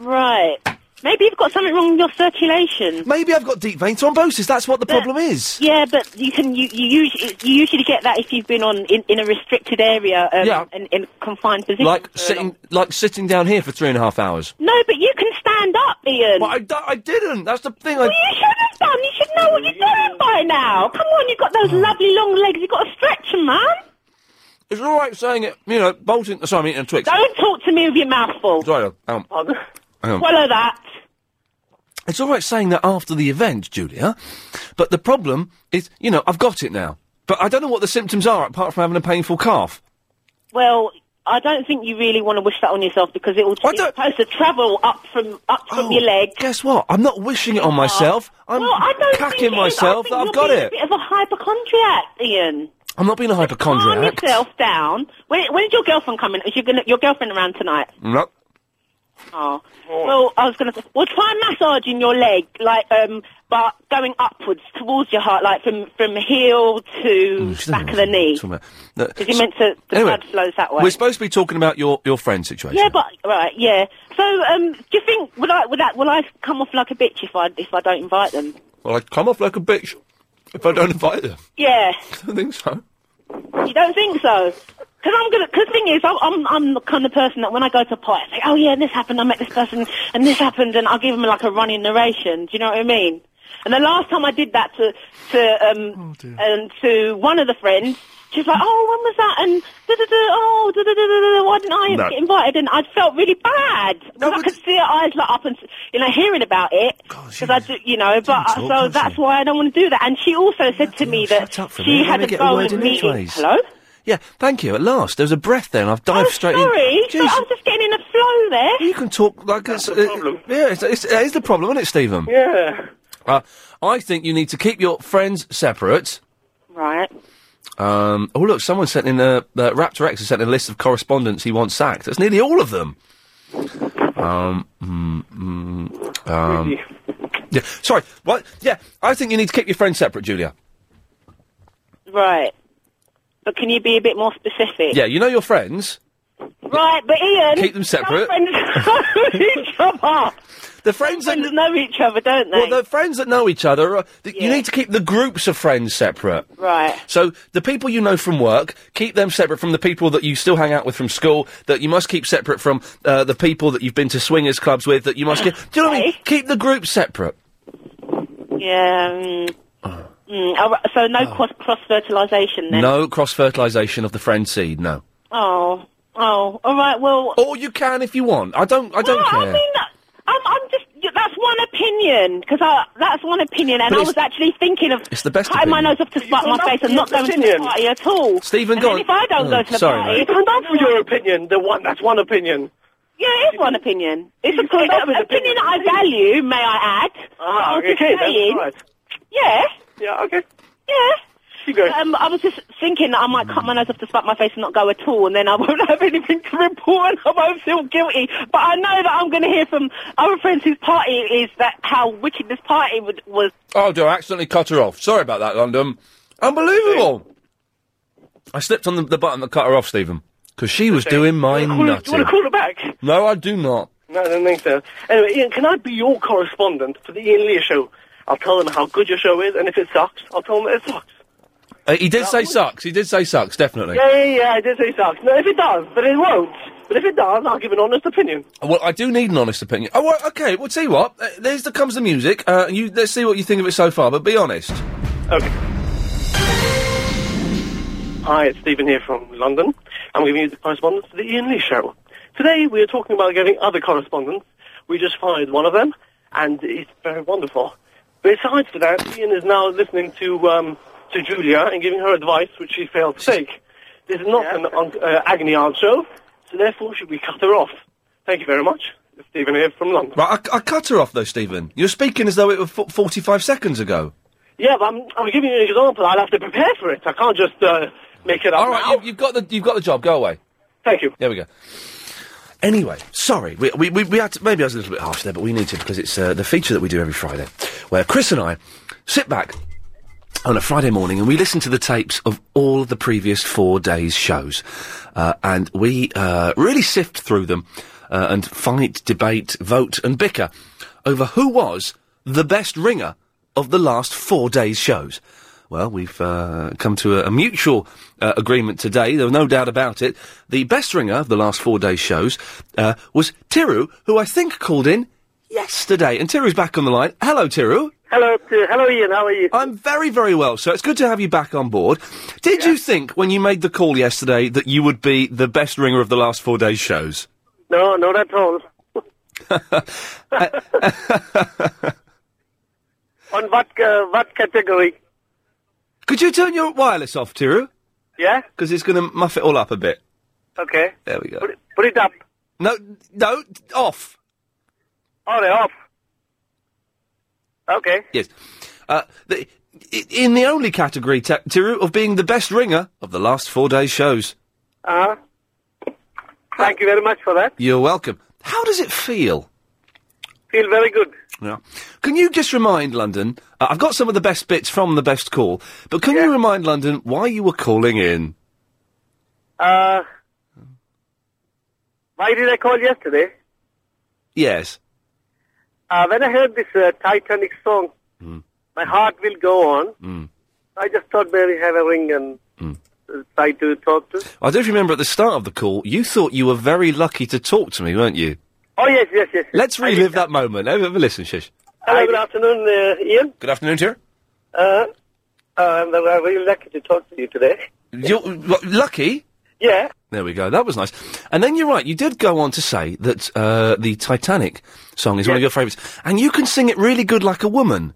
Right. Maybe you've got something wrong with your circulation.
Maybe I've got deep vein thrombosis. That's what the problem is.
Yeah, but you can you, you usually you usually get that if you've been on in, in a restricted area um,
Yeah.
and in a confined position.
Like sitting, like sitting down here for three and a half hours.
No, but you can stand up, Ian.
But I, d- I didn't. That's the thing.
Well,
I...
you should have done. You should know what you're doing by now. Come on, you've got those lovely long legs. You've got to stretch 'em, man.
It's all right saying it. You know, bolting. Sorry, I'm eating a Twix.
Don't talk to me with your mouth full.
Sorry, um, hang on.
Follow that.
It's all right saying that after the event, Julia, but the problem is, you know, I've got it now. But I don't know what the symptoms are apart from having a painful calf.
Well, I don't think you really want to wish that on yourself because it will. It's supposed to travel up from up from
Oh.
your leg.
Guess what? I'm not wishing it on myself. I'm
well, I don't think it
cacking
is.
myself
I think
that I've
you're
got
being
it.
A bit of a hypochondriac, Ian.
I'm not being a
Calm
hypochondriac.
yourself down. When, when is your girlfriend coming? Is your, gonna, your girlfriend around tonight?
No.
Oh. Well, I was going to. Well, try massaging your leg, like, um, but going upwards towards your heart, like from from heel to
Mm,
back of the knee.
Talking about- No,
Because you're meant to. The
Anyway,
blood flows that way.
We're supposed to be talking about your, your friend situation.
Yeah, but right, yeah. So, um, do you think would I would that will I come off like a bitch if I if I don't invite them?
Well, I come off like a bitch if I don't invite them.
Yeah,
I think so.
you don't think so? Because I'm gonna. Because thing is, I'm, I'm I'm the kind of person that when I go to a party, I say, oh yeah, and this happened. I met this person, and this happened, and I'll give them like a running narration. Do you know what I mean? And the last time I did that to to um and to one of the friends. She was like, oh, when was that? And da da da, oh, da da da da da, why didn't I
No.
get invited? And I felt really bad. 'Cause I could see her eyes light up and, s- you know, hearing about it. Because I, do, you know, but
talk,
so that's why I don't want to do that. And she also said to me that
up for a
she
minute. Let
had a
me get a
go
word
and
in
meeting.
edgeways.
Hello? Oh,
Yeah, thank you. At last, there was a breath there, and I've dived straight
Sorry,
in.
so I was just getting in a flow there.
You can talk like it's, uh, yeah, it's, it's, it is the problem, isn't it, Stephen?
Yeah.
Uh, I think you need to keep your friends separate.
Right.
Um, oh look, someone sent in a uh, Raptor X has sent in a list of correspondence he wants sacked. That's nearly all of them. Um, mm, mm, um, yeah. Sorry. What? Yeah. I think you need to keep your friends separate, Julia.
Right. But can you be a bit more specific?
Yeah. You know your friends.
Right, but Ian.
Keep them separate.
Some friends know each other.
The friends
that know each other, don't they?
Well, the friends that know each other, are, th- you need to keep the groups of friends separate.
Right.
So the people you know from work, keep them separate from the people that you still hang out with from school. That you must keep separate from uh, the people that you've been to swingers clubs with. That you must keep. Do you know what I mean? Keep the group separate.
Yeah. Um, mm, all right, so no cross cross fertilisation then.
Oh. No cross fertilisation of the friend seed. No.
Oh. Oh. All right. Well.
Or you can if you want. I don't. I don't
well,
care.
I mean, I'm, I'm just. y- That's one opinion because that's one opinion, and
But
I
it's-
was actually thinking of
it's the best
cutting my
opinion.
nose off to spite my
got
face and
nothing
not going to
opinion.
the party at all.
Stephen,
and
go
then
on.
if I don't
Oh,
go to the
sorry,
party,
mate.
it's
That's your opinion. The one. That's one opinion.
Yeah, it is one opinion. It's a, it's
that
an
was
opinion that I value, may I add.
Ah,
I was just
okay, that's
saying.
right.
Yeah.
Yeah. Okay.
Yeah.
You go.
Um, I was just thinking that I might cut my nose off to spite my face and not go at all, and then I won't have anything to report and I won't feel guilty. But I know that I'm going to hear from other friends whose party it is that how wicked this party would, was.
Oh, do I accidentally cut her off? Sorry about that, London. Unbelievable. I slipped on the, the button that cut her off, Stephen, because she was doing my
Do you want to
nutting.
call it back?
No, I do not.
No, I don't think so. Anyway, Ian, can I be your correspondent for the Ian Lee show? I'll tell them how good your show is, and if it sucks, I'll tell them that it sucks.
Uh, he did say sucks. He did say sucks, definitely.
Yeah, yeah, yeah, I did say sucks. No, if it does, but it won't. But if it does, I'll give an honest opinion.
Well, I do need an honest opinion. Oh, well, okay. Well, see what? Uh, there's the comes the music. Uh, you let's see what you think of it so far. But be honest.
Okay. Hi, it's Stephen here from London. I'm giving you the correspondence to the Ian Lee show. Today we are talking about getting other correspondents. We just fired one of them, and it's very wonderful. Besides for that, Ian is now listening to um, to Julia and giving her advice, which she failed to take. This is not an un- uh, agony aunt show, so therefore should we cut her off? Thank you very much. It's Stephen here from London.
Right, I, I cut her off though, Stephen. You're speaking as though it were f- 45 seconds ago.
Yeah, but I'm, I'm giving you an example. I'll have to prepare for it. I can't just uh, make it up
All right,
now.
you, you've got the you've got the job. Go away.
Thank you.
There we go. Anyway, sorry, we, we, we, we had to, maybe I was a little bit harsh there, but we need to because it's uh, the feature that we do every Friday, where Chris and I sit back on a Friday morning and we listen to the tapes of all of the previous four days' shows, uh, and we uh, really sift through them uh, and fight, debate, vote, and bicker over who was the best ringer of the last four days' shows. Well, we've uh, come to a, a mutual uh, agreement today. There was no doubt about it. The best ringer of the last four days' shows uh, was Tiru, who I think called in yesterday. And Tiru's back on the line. Hello, Tiru.
Hello, Tiru. hello, Ian. How are you?
I'm very, very well, sir. It's good to have you back on board. Did you think when you made the call yesterday that you would be the best ringer of the last four days' shows?
No, not at all. On what uh, what category?
Could you turn your wireless off, Tiru?
Yeah.
Because it's going to muff it all up a bit.
Okay.
There we go.
Put it up.
No, no, off.
Oh, they're off. Okay.
Yes. Uh, the, i- in the only category, Ta- Tiru, of being the best ringer of the last four days' shows.
Uh, thank you very much for that.
You're welcome. How does it feel?
Feel very good.
Yeah. Can you just remind London? Uh, I've got some of the best bits from the best call, but can you remind London why you were calling in?
Uh, why did I call yesterday?
Yes.
Uh, when I heard this uh, Titanic song,
Hmm.
my heart will go on.
Mm.
I just thought maybe have a ring and
Hmm.
uh, try to talk to.
I don't remember at the start of the call, you thought you were very lucky to talk to me, weren't you?
Oh yes, yes, yes.
Let's relive that moment. Have, have a listen, Shish.
Hello, good afternoon, uh, Ian.
Good afternoon, dear.
Uh, I'm uh, really lucky to talk to you today.
You're what, lucky.
Yeah.
There we go. That was nice. And then you're right. You did go on to say that uh, the Titanic song is one of your favourites, and you can sing it really good like a woman.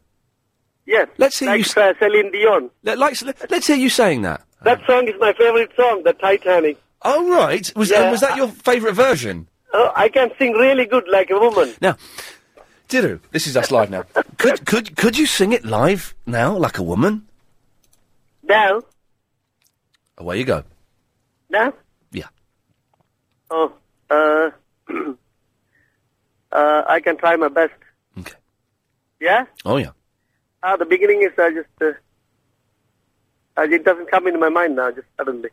Yes.
Let's hear you.
Like uh, Celine Dion.
Let, like, let, us hear you saying that.
That song is my favorite song, The Titanic.
Oh right. Was and
Yeah,
was that your favourite version?
Oh, I can sing really good like a woman.
Now, Diru, this is us live now. could could could you sing it live now like a woman?
Now,
Away you go.
now.
Yeah.
Oh, uh, uh, I can try my best.
Okay.
Yeah.
Oh yeah.
Ah, the beginning is uh, just. Uh, uh, it doesn't come into my mind now, just suddenly.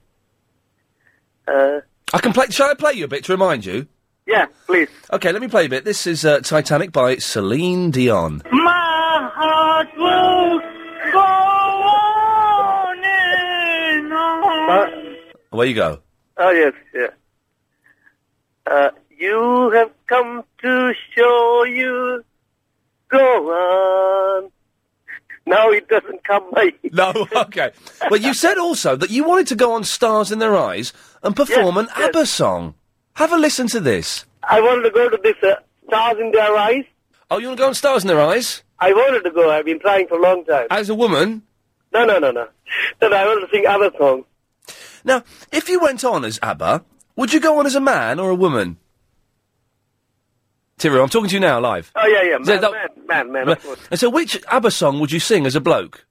Uh,
I can play. Shall I play you a bit to remind you?
Yeah, please.
Okay, let me play a bit. This is uh, Titanic by Celine Dion.
My heart will go on and on.
Away you go.
Oh yes, yeah. Uh, you have come to show you. Go on. Now it doesn't come by.
No, okay. Well, you said also that you wanted to go on Stars in Their Eyes and perform an ABBA song. Have a listen to this.
I wanted to go to this uh, Stars in Their Eyes. Uh,
Oh, you want to go on Stars in Their Eyes?
I wanted to go. I've been trying for a long time.
As a woman?
No, no, no, no. No, no I wanted to sing other songs.
Now, if you went on as ABBA, would you go on as a man or a woman? Tiru, I'm talking to you now, live.
Oh yeah, yeah. Man,
Yeah, that-
man, man, man, of course.
And so, which ABBA song would you sing as a bloke?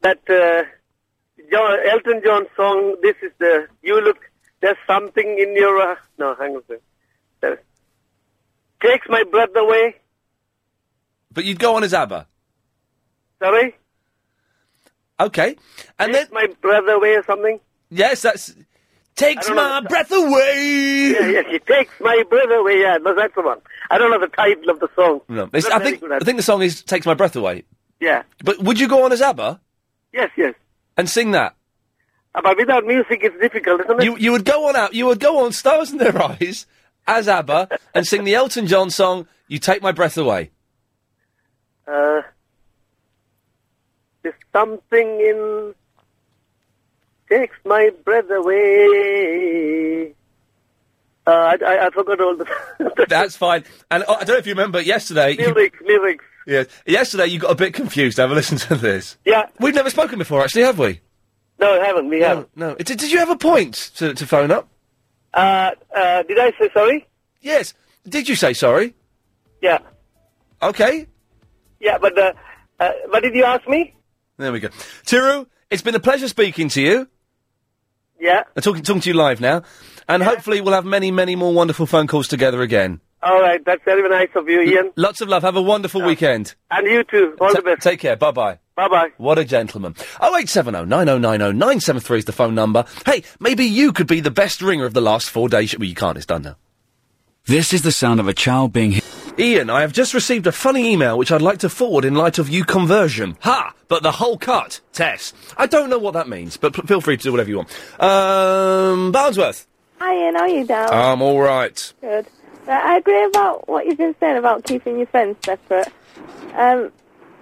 That uh, John, Elton John song. This is the. You look. There's something in your. Uh, no, hang on a second. There- Takes my breath away.
But you'd go on as ABBA.
Sorry.
Okay. And
Takes my breath away or something.
Yes, that's. Takes
I don't
my
know.
breath away.
Yeah, yes, it takes my breath away. Yeah, no, that's the one. I don't know the title of the song.
No, it's-
Not
I
very
think
good
I
at-
think the song is "Takes My Breath Away."
Yeah.
But would you go on as ABBA
Yes, yes.
and sing that?
Uh, But without music, it's difficult, isn't it?
You you would go on out. You would go on "Stars in Their Eyes" as ABBA and sing the Elton John song "You Take My Breath Away."
Uh, there's something in takes my breath away. Uh, I, I, I forgot all the
That's fine. And oh, I don't know if you remember yesterday. You,
lyrics. lyrics.
yes, yesterday you got a bit confused. Have a listen to this.
Yeah.
We've never spoken before, actually, have we?
No, I haven't. We haven't.
No. Did, did you have a point to, to phone up?
Uh, uh, did I say sorry?
Yes. Did you say sorry?
Yeah.
Okay.
Yeah, but uh, uh, what did you ask me?
There we go. Tiru, it's been a pleasure speaking to you.
Yeah.
I'm talking, talking to you live now. And hopefully we'll have many, many more wonderful phone calls together again.
All right. That's very nice of you, Ian.
Lots of love. Have a wonderful weekend.
And you too. All the best.
Take care. Bye bye.
Bye bye.
What a gentleman. 0870 9090 973 is the phone number. Hey, maybe you could be the best ringer of the last four days. Well, you can't. It's done now.
This is the sound of a child being hit.
Ian, I have just received a funny email which I'd like to forward in light of you conversion. Ha! But the whole cut, Tess. I don't know what that means, but p- feel free to do whatever you want. Um, Barnsworth.
Hi, Ian. How are you, Dal?
I'm all right.
Good. Uh, I agree about what you've been saying about keeping your friends separate. Um,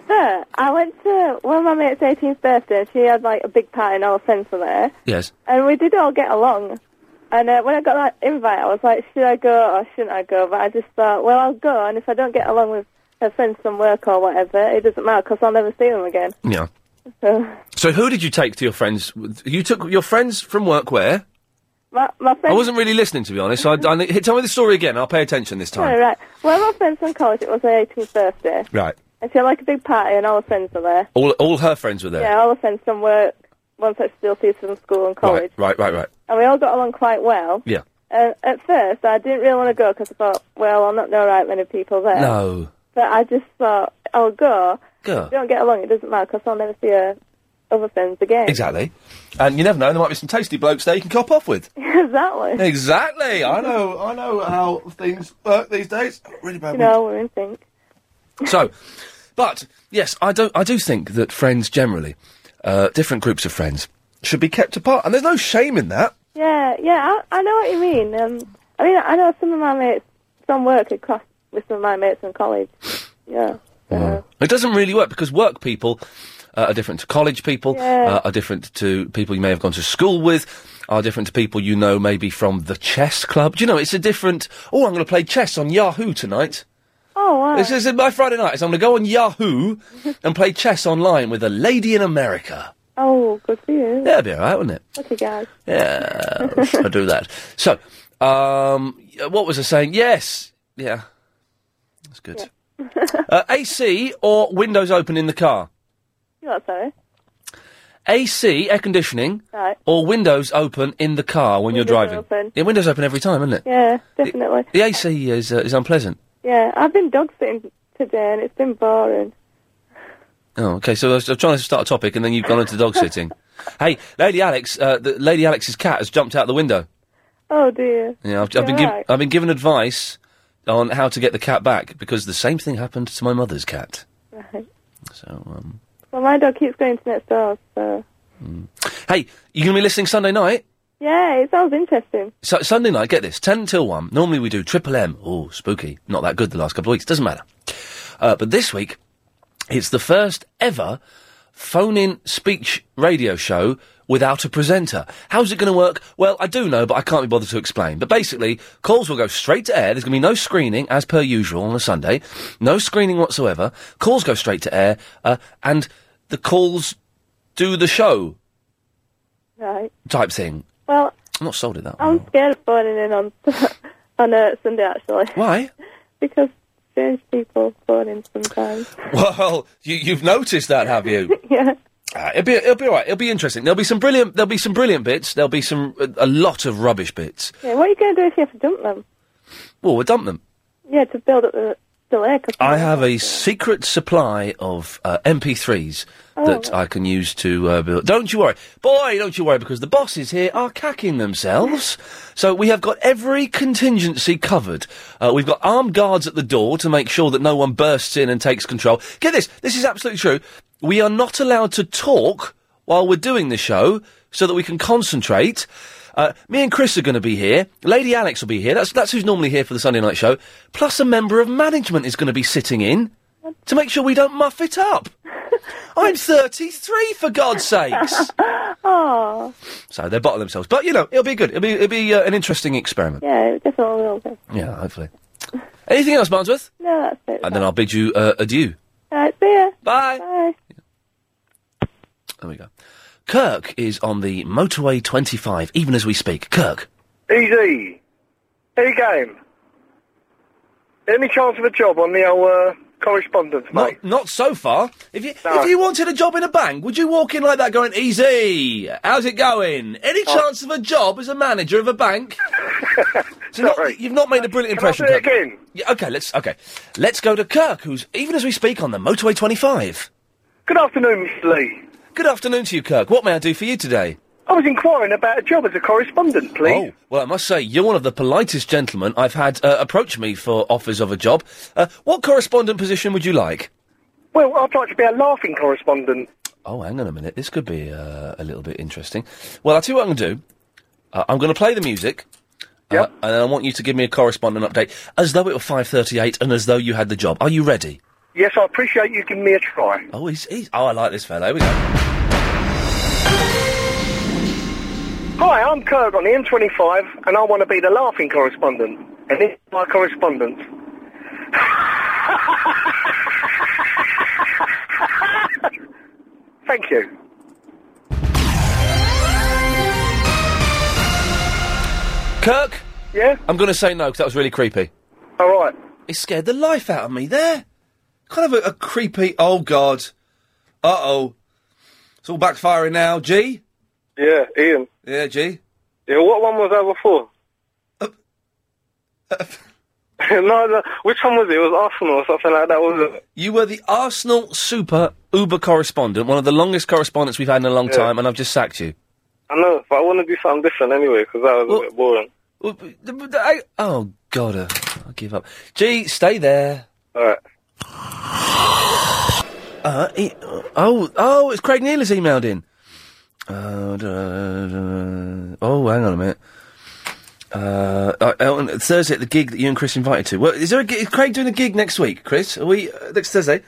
but I went to one of my mates' 18th birthday. She had like a big party, and all her friends were there,
Yes.
and we did all get along. And uh, when I got that invite, I was like, should I go or shouldn't I go? But I just thought, well, I'll go, and if I don't get along with her friends from work or whatever, it doesn't matter because I'll never see them again.
Yeah.
So
So who did you take to your friends? with- You took your friends from work where?
my my friends.
I wasn't really listening, to be honest. So I, I, need- tell me the story again. I'll pay attention this
Right,
time.
right. One of my friends from college, it was her 18th birthday.
Right.
And she had like a big party and all her friends were there.
All, all her friends were there.
Yeah, all her friends from work, ones that she still sees from school and college.
Right, right, right, right.
And we all got along quite well.
Yeah.
Uh, at first, I didn't really want to go because I thought, well, I'll not know right many people there.
No.
But I just thought, I'll go.
Go.
If we don't get along, it doesn't matter because I'll never see her other friends again.
Exactly. And you never know, there might be some tasty blokes there you can cop off with.
exactly.
Exactly. I know. Oh, I know how things work these days. Really bad.
You
one.
know, we're in sync.
So, but yes, I do. I do think that friends generally, uh, different groups of friends, should be kept apart, and there's no shame in that.
Yeah, yeah, I, I know what you mean. Um, I mean, I know some of my mates from work had crossed with some of my mates from college. Yeah.
It doesn't really work because work people uh, are different to college people,
Yeah.
uh, are different to people you may have gone to school with, are different to people you know maybe from the chess club. Do you know it's a different? Oh, I'm going to play chess on Yahoo tonight.
Oh, wow.
This is my Friday night. So I'm going to go on Yahoo and play chess online with a lady in America.
Oh, good for you.
That'd be all right, wouldn't it?
Okay, guys.
Yeah, I do that. So, um, y- what was I saying? Yes, yeah, that's good. uh, AC or windows open in the car?
You what, sorry?
AC air conditioning
Right.
or windows open in the car when
Windows
you're driving?
open.
Yeah, windows open every time, isn't it?
Yeah, definitely.
The AC is uh, is unpleasant.
Yeah, I've been dog sitting today and it's been boring.
Oh, okay. So I was, I was trying to start a topic, and then you've gone into dog sitting. hey, Lady Alex, uh, the, Lady Alex's cat has jumped out the window.
Oh, dear.
Yeah, I've, I've been
You're
giv
right.
I've been given advice on how to get the cat back because the same thing happened to my mother's cat.
Right.
So, um,
Well, my dog keeps going to next door, so.
hey, you gonna be listening Sunday night?
Yeah, it sounds interesting.
So Sunday night, get this, ten till one. Normally we do triple M. Oh, spooky. Not that good the last couple of weeks. Doesn't matter. Uh, but this week, it's the first ever phone-in speech radio show without a presenter. How's it going to work? Well, I do know, but I can't be bothered to explain. But basically, calls will go straight to air. There's going to be no screening, as per usual on a Sunday. No screening whatsoever. Calls go straight to air, uh, and the calls do the show
Right.
type thing.
Well,
I'm not sold at that.
I'm scared of phoning in on on a Sunday, actually.
Why?
because strange people phone in sometimes.
Well, you, you've noticed that, have you?
yeah.
Uh, it'll be it'll be all right. It'll be interesting. There'll be some brilliant there'll be some brilliant bits. There'll be some a, a lot of rubbish bits.
Yeah, what are you going to do if you have to dump them?
Well, we'll dump them.
Yeah, to build up the delay. 'cause-
I have a secret supply of uh, MP3s
Oh.
that I can use to uh, build. Don't you worry, boy. Don't you worry because the bosses here are cacking themselves. so we have got every contingency covered. Uh, we've got armed guards at the door to make sure that no one bursts in and takes control. Get this. This is absolutely true. We are not allowed to talk while we're doing the show so that we can concentrate. Uh, me and Chris are going to be here. Lady Alex will be here. That's, that's who's normally here for the Sunday night show. Plus, a member of management is going to be sitting in to make sure we don't muff it up. I'm 33, for God's sakes.
uh,
Oh,
so they're bottle themselves. But, you know, it'll be good. It'll be, it'll be uh, an interesting experiment.
yeah, it definitely will be.
Yeah, hopefully. Anything else, Barnsworth?
No, that's it.
And then I'll bid you uh, adieu.
Right, see ya.
Bye.
Bye.
There we go. Kirk is on the motorway 25, even as we speak. Kirk.
Easy. Hey, game. Any chance of a job on the old uh, correspondence, mate?
Not, not so far. If you
No.
if you wanted a job in a bank, would you walk in like that, going easy? How's it going? Any
Oh.
chance of a job as a manager of a bank? so not, you've not made a brilliant
Can I
impression.
do it
Kirk. Yeah, okay, let's okay, let's go to Kirk, who's even as we speak on the motorway twenty five.
Good afternoon, Mr. Lee.
Good afternoon to you, Kirk. What may I do for you today?
I was inquiring about a job as a correspondent, please.
Oh, well, I must say, you're one of the politest gentlemen I've had uh, approach me for offers of a job. Uh, what correspondent position would you like?
Well, I'd like to be a laughing correspondent.
Oh, hang on a minute. This could be uh, a little bit interesting. Well, I'll tell you what I'm going to do. Uh, I'm going to play the music. Yep. and I want you to give me a correspondent update as though it were 5.38 and as though you had the job. Are you ready?
Yes, I appreciate you giving me a try.
Oh, he's... he's oh, I like this fellow. Here we go.
Hi, I'm Kirk on the M25, and I want to be the laughing correspondent. And this is my correspondence. Thank you.
Kirk?
Yeah?
I'm going to say no because that was really creepy.
All right.
It scared the life out of me there. Kind of a, a creepy... Oh, God. Uh-oh. It's all backfiring now. G?
Yeah, Ian.
Yeah, G?
Yeah, what one was that before?
Uh,
no, no, which one was it? It was Arsenal or something like that, wasn't it?
You were the Arsenal Super Uber correspondent, one of the longest correspondents we've had in a long
Yeah.
time, and I've just sacked you.
I know, but I want to do something different anyway because that was a bit boring.
I, oh God, uh, I give up. Gee, stay there.
All right.
Uh, he, oh, oh, it's Craig Neal has emailed in. Uh, da- da- oh, hang on a minute. Uh, uh, Elton, Thursday at the gig that you and Chris invited to. Well, is there a gi- is Craig doing a gig next week? Chris, are we uh, next Thursday?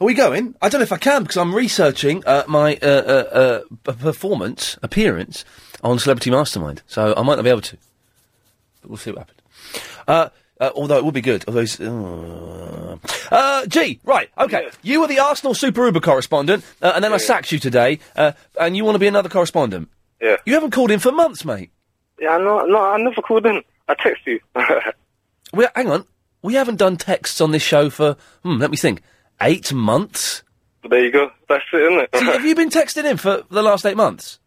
Are we going? I don't know if I can because I'm researching uh, my uh, uh, uh, p- performance appearance on Celebrity Mastermind, so I might not be able to. But we'll see what happens. Uh, uh, although it would be good. Although, it's- uh, uh, G, right, okay. You were the Arsenal Super Uber correspondent, uh, and then I sacked you today, uh, and you want to be another correspondent.
Yeah.
You haven't called in for months, mate.
Yeah, no, no, I never called in. I text you.
We hang on. We haven't done texts on this show for hmm, let me think, eight months.
there you go. That's it, isn't it?
See, have you been texting in for the last eight months?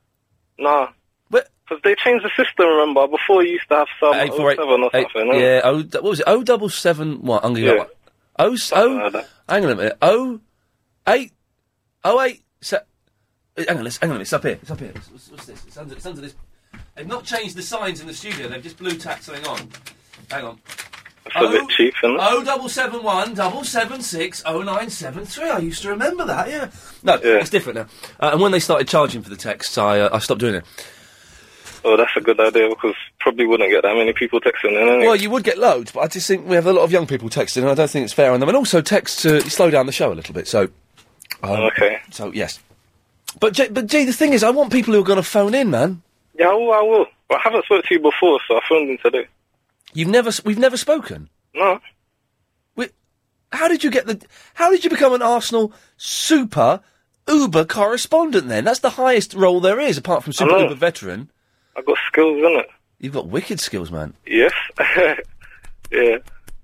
Nah. Because they changed the system, remember? Before you used to have some
Eight four eight-
07 or
eight-
something. innit?
yeah. Oh, what was it? O double seven. What? I'm gonna
Yeah.
go. What? O Oh, s- O. Hang on a minute. O eight. O eight. Se- uh, hang on. Let's, hang on a minute. It's up here. It's up here. It's- What's, what's this? It's under, it's under this. They've not changed the signs in the studio. They've just blue tacked something on. Hang on.
It's a bit cheap, isn't it?
O double seven one double seven six O nine seven three. I used to remember that. Yeah. No, it's different now. Uh, and when they started charging for the texts, I uh, I stopped doing it.
Oh, that's a good idea because probably wouldn't get that many people texting in, innit?
Well, you would get loads, but I just think we have a lot of young people texting, and I don't think it's fair on them. And also, texts uh, slow down the show a little bit. So, um,
okay.
So yes, but J- but gee, the thing is, I want people who are going to phone in, man.
Yeah, I will, I will. But I haven't spoken to you before, so I phoned in today.
You've never s- we've never spoken.
No.
We, how did you get the? How did you become an Arsenal super Uber correspondent? Then that's the highest role there is, apart from super
know.
Uber veteran.
I got skills, innit?
You've got wicked skills, man.
Yes. yeah.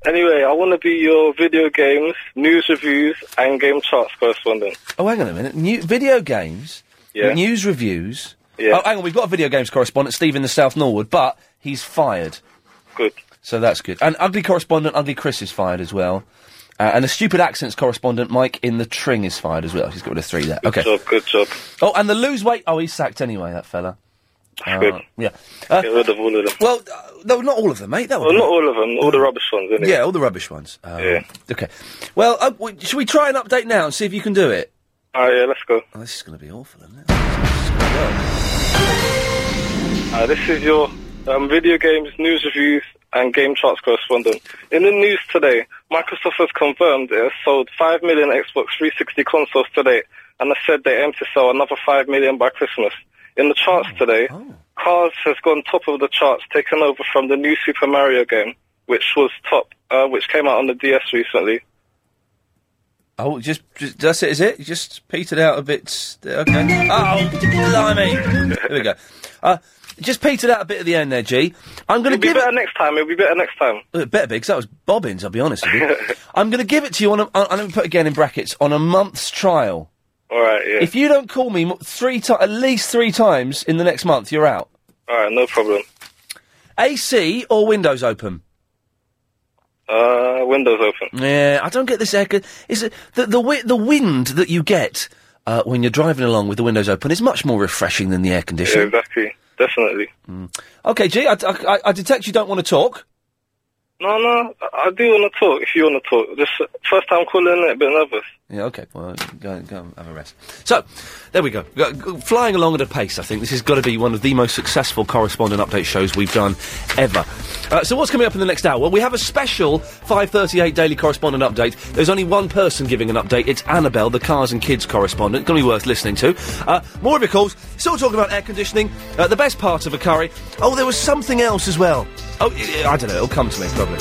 Anyway, I want to be your video games, news reviews, and game charts correspondent.
Oh, hang on a minute. New video games,
Yeah.
news reviews.
Yeah.
Oh, hang on. We've got a video games correspondent, Steve in the South Norwood, but he's fired.
Good.
So that's good. And ugly correspondent, ugly Chris is fired as well. Uh, and the stupid accents correspondent, Mike in the Tring, is fired as well. He's got rid of three there. Okay.
Good job, good job.
Oh, and the lose weight. Oh, he's sacked anyway. That fella. Uh,
Good.
Yeah. Uh,
Get rid of all of them.
Well, uh, no, not all of them, mate. That
Well,
would-
not all of them, all the rubbish ones, innit?
Yeah, all the rubbish ones. Um,
Yeah.
Okay. Well, uh, w- should we try an update now and see if you can do it?
Oh, yeah, let's go.
Oh, this is going to be awful, isn't it?
Uh, this is your um, video games news reviews and game charts correspondent. In the news today, Microsoft has confirmed it has sold 5 million Xbox 360 consoles today and has said they aim to sell another 5 million by Christmas. In the charts today, Cars has gone top of the charts, taken over from the new Super Mario game, which was top, uh, which came out on the DS recently.
Oh, just, just that's it, is it? You Just petered out a bit. Okay. Oh, blimey! there we go. Uh, just petered out a bit at the end there, G. I'm going to give it
next time. It'll be better next time.
It better be because that was bobbins. I'll be honest with you. I'm going to give it to you on. A, I'm going to put again in brackets on a month's trial.
All right, yeah.
If you don't call me mo- three ti at least three times in the next month, you're out.
All right, no problem.
AC or windows open?
Uh, windows open.
Yeah, I don't get this echo. Is it the the, wi- the wind that you get uh, when you're driving along with the windows open is much more refreshing than the air
Yeah,
conditioning.
exactly. Definitely.
Okay, G, I, I, I detect you don't want to talk.
No, no, I I do want to talk. If you want to talk, just uh, first time calling, a bit nervous.
Yeah, okay. Well, go, go and have a rest. So, there we go. Go- go- Flying along at a pace, I think. This has got to be one of the most successful correspondent update shows we've done ever. Uh, so, what's coming up in the next hour? Well, we have a special 538 daily correspondent update. There's only one person giving an update. It's Annabelle, the cars and kids correspondent. Going to be worth listening to. Uh, more of your calls. Still talking about air conditioning. Uh, the best part of a curry. Oh, there was something else as well. Oh, I I don't know. It'll come to me, probably.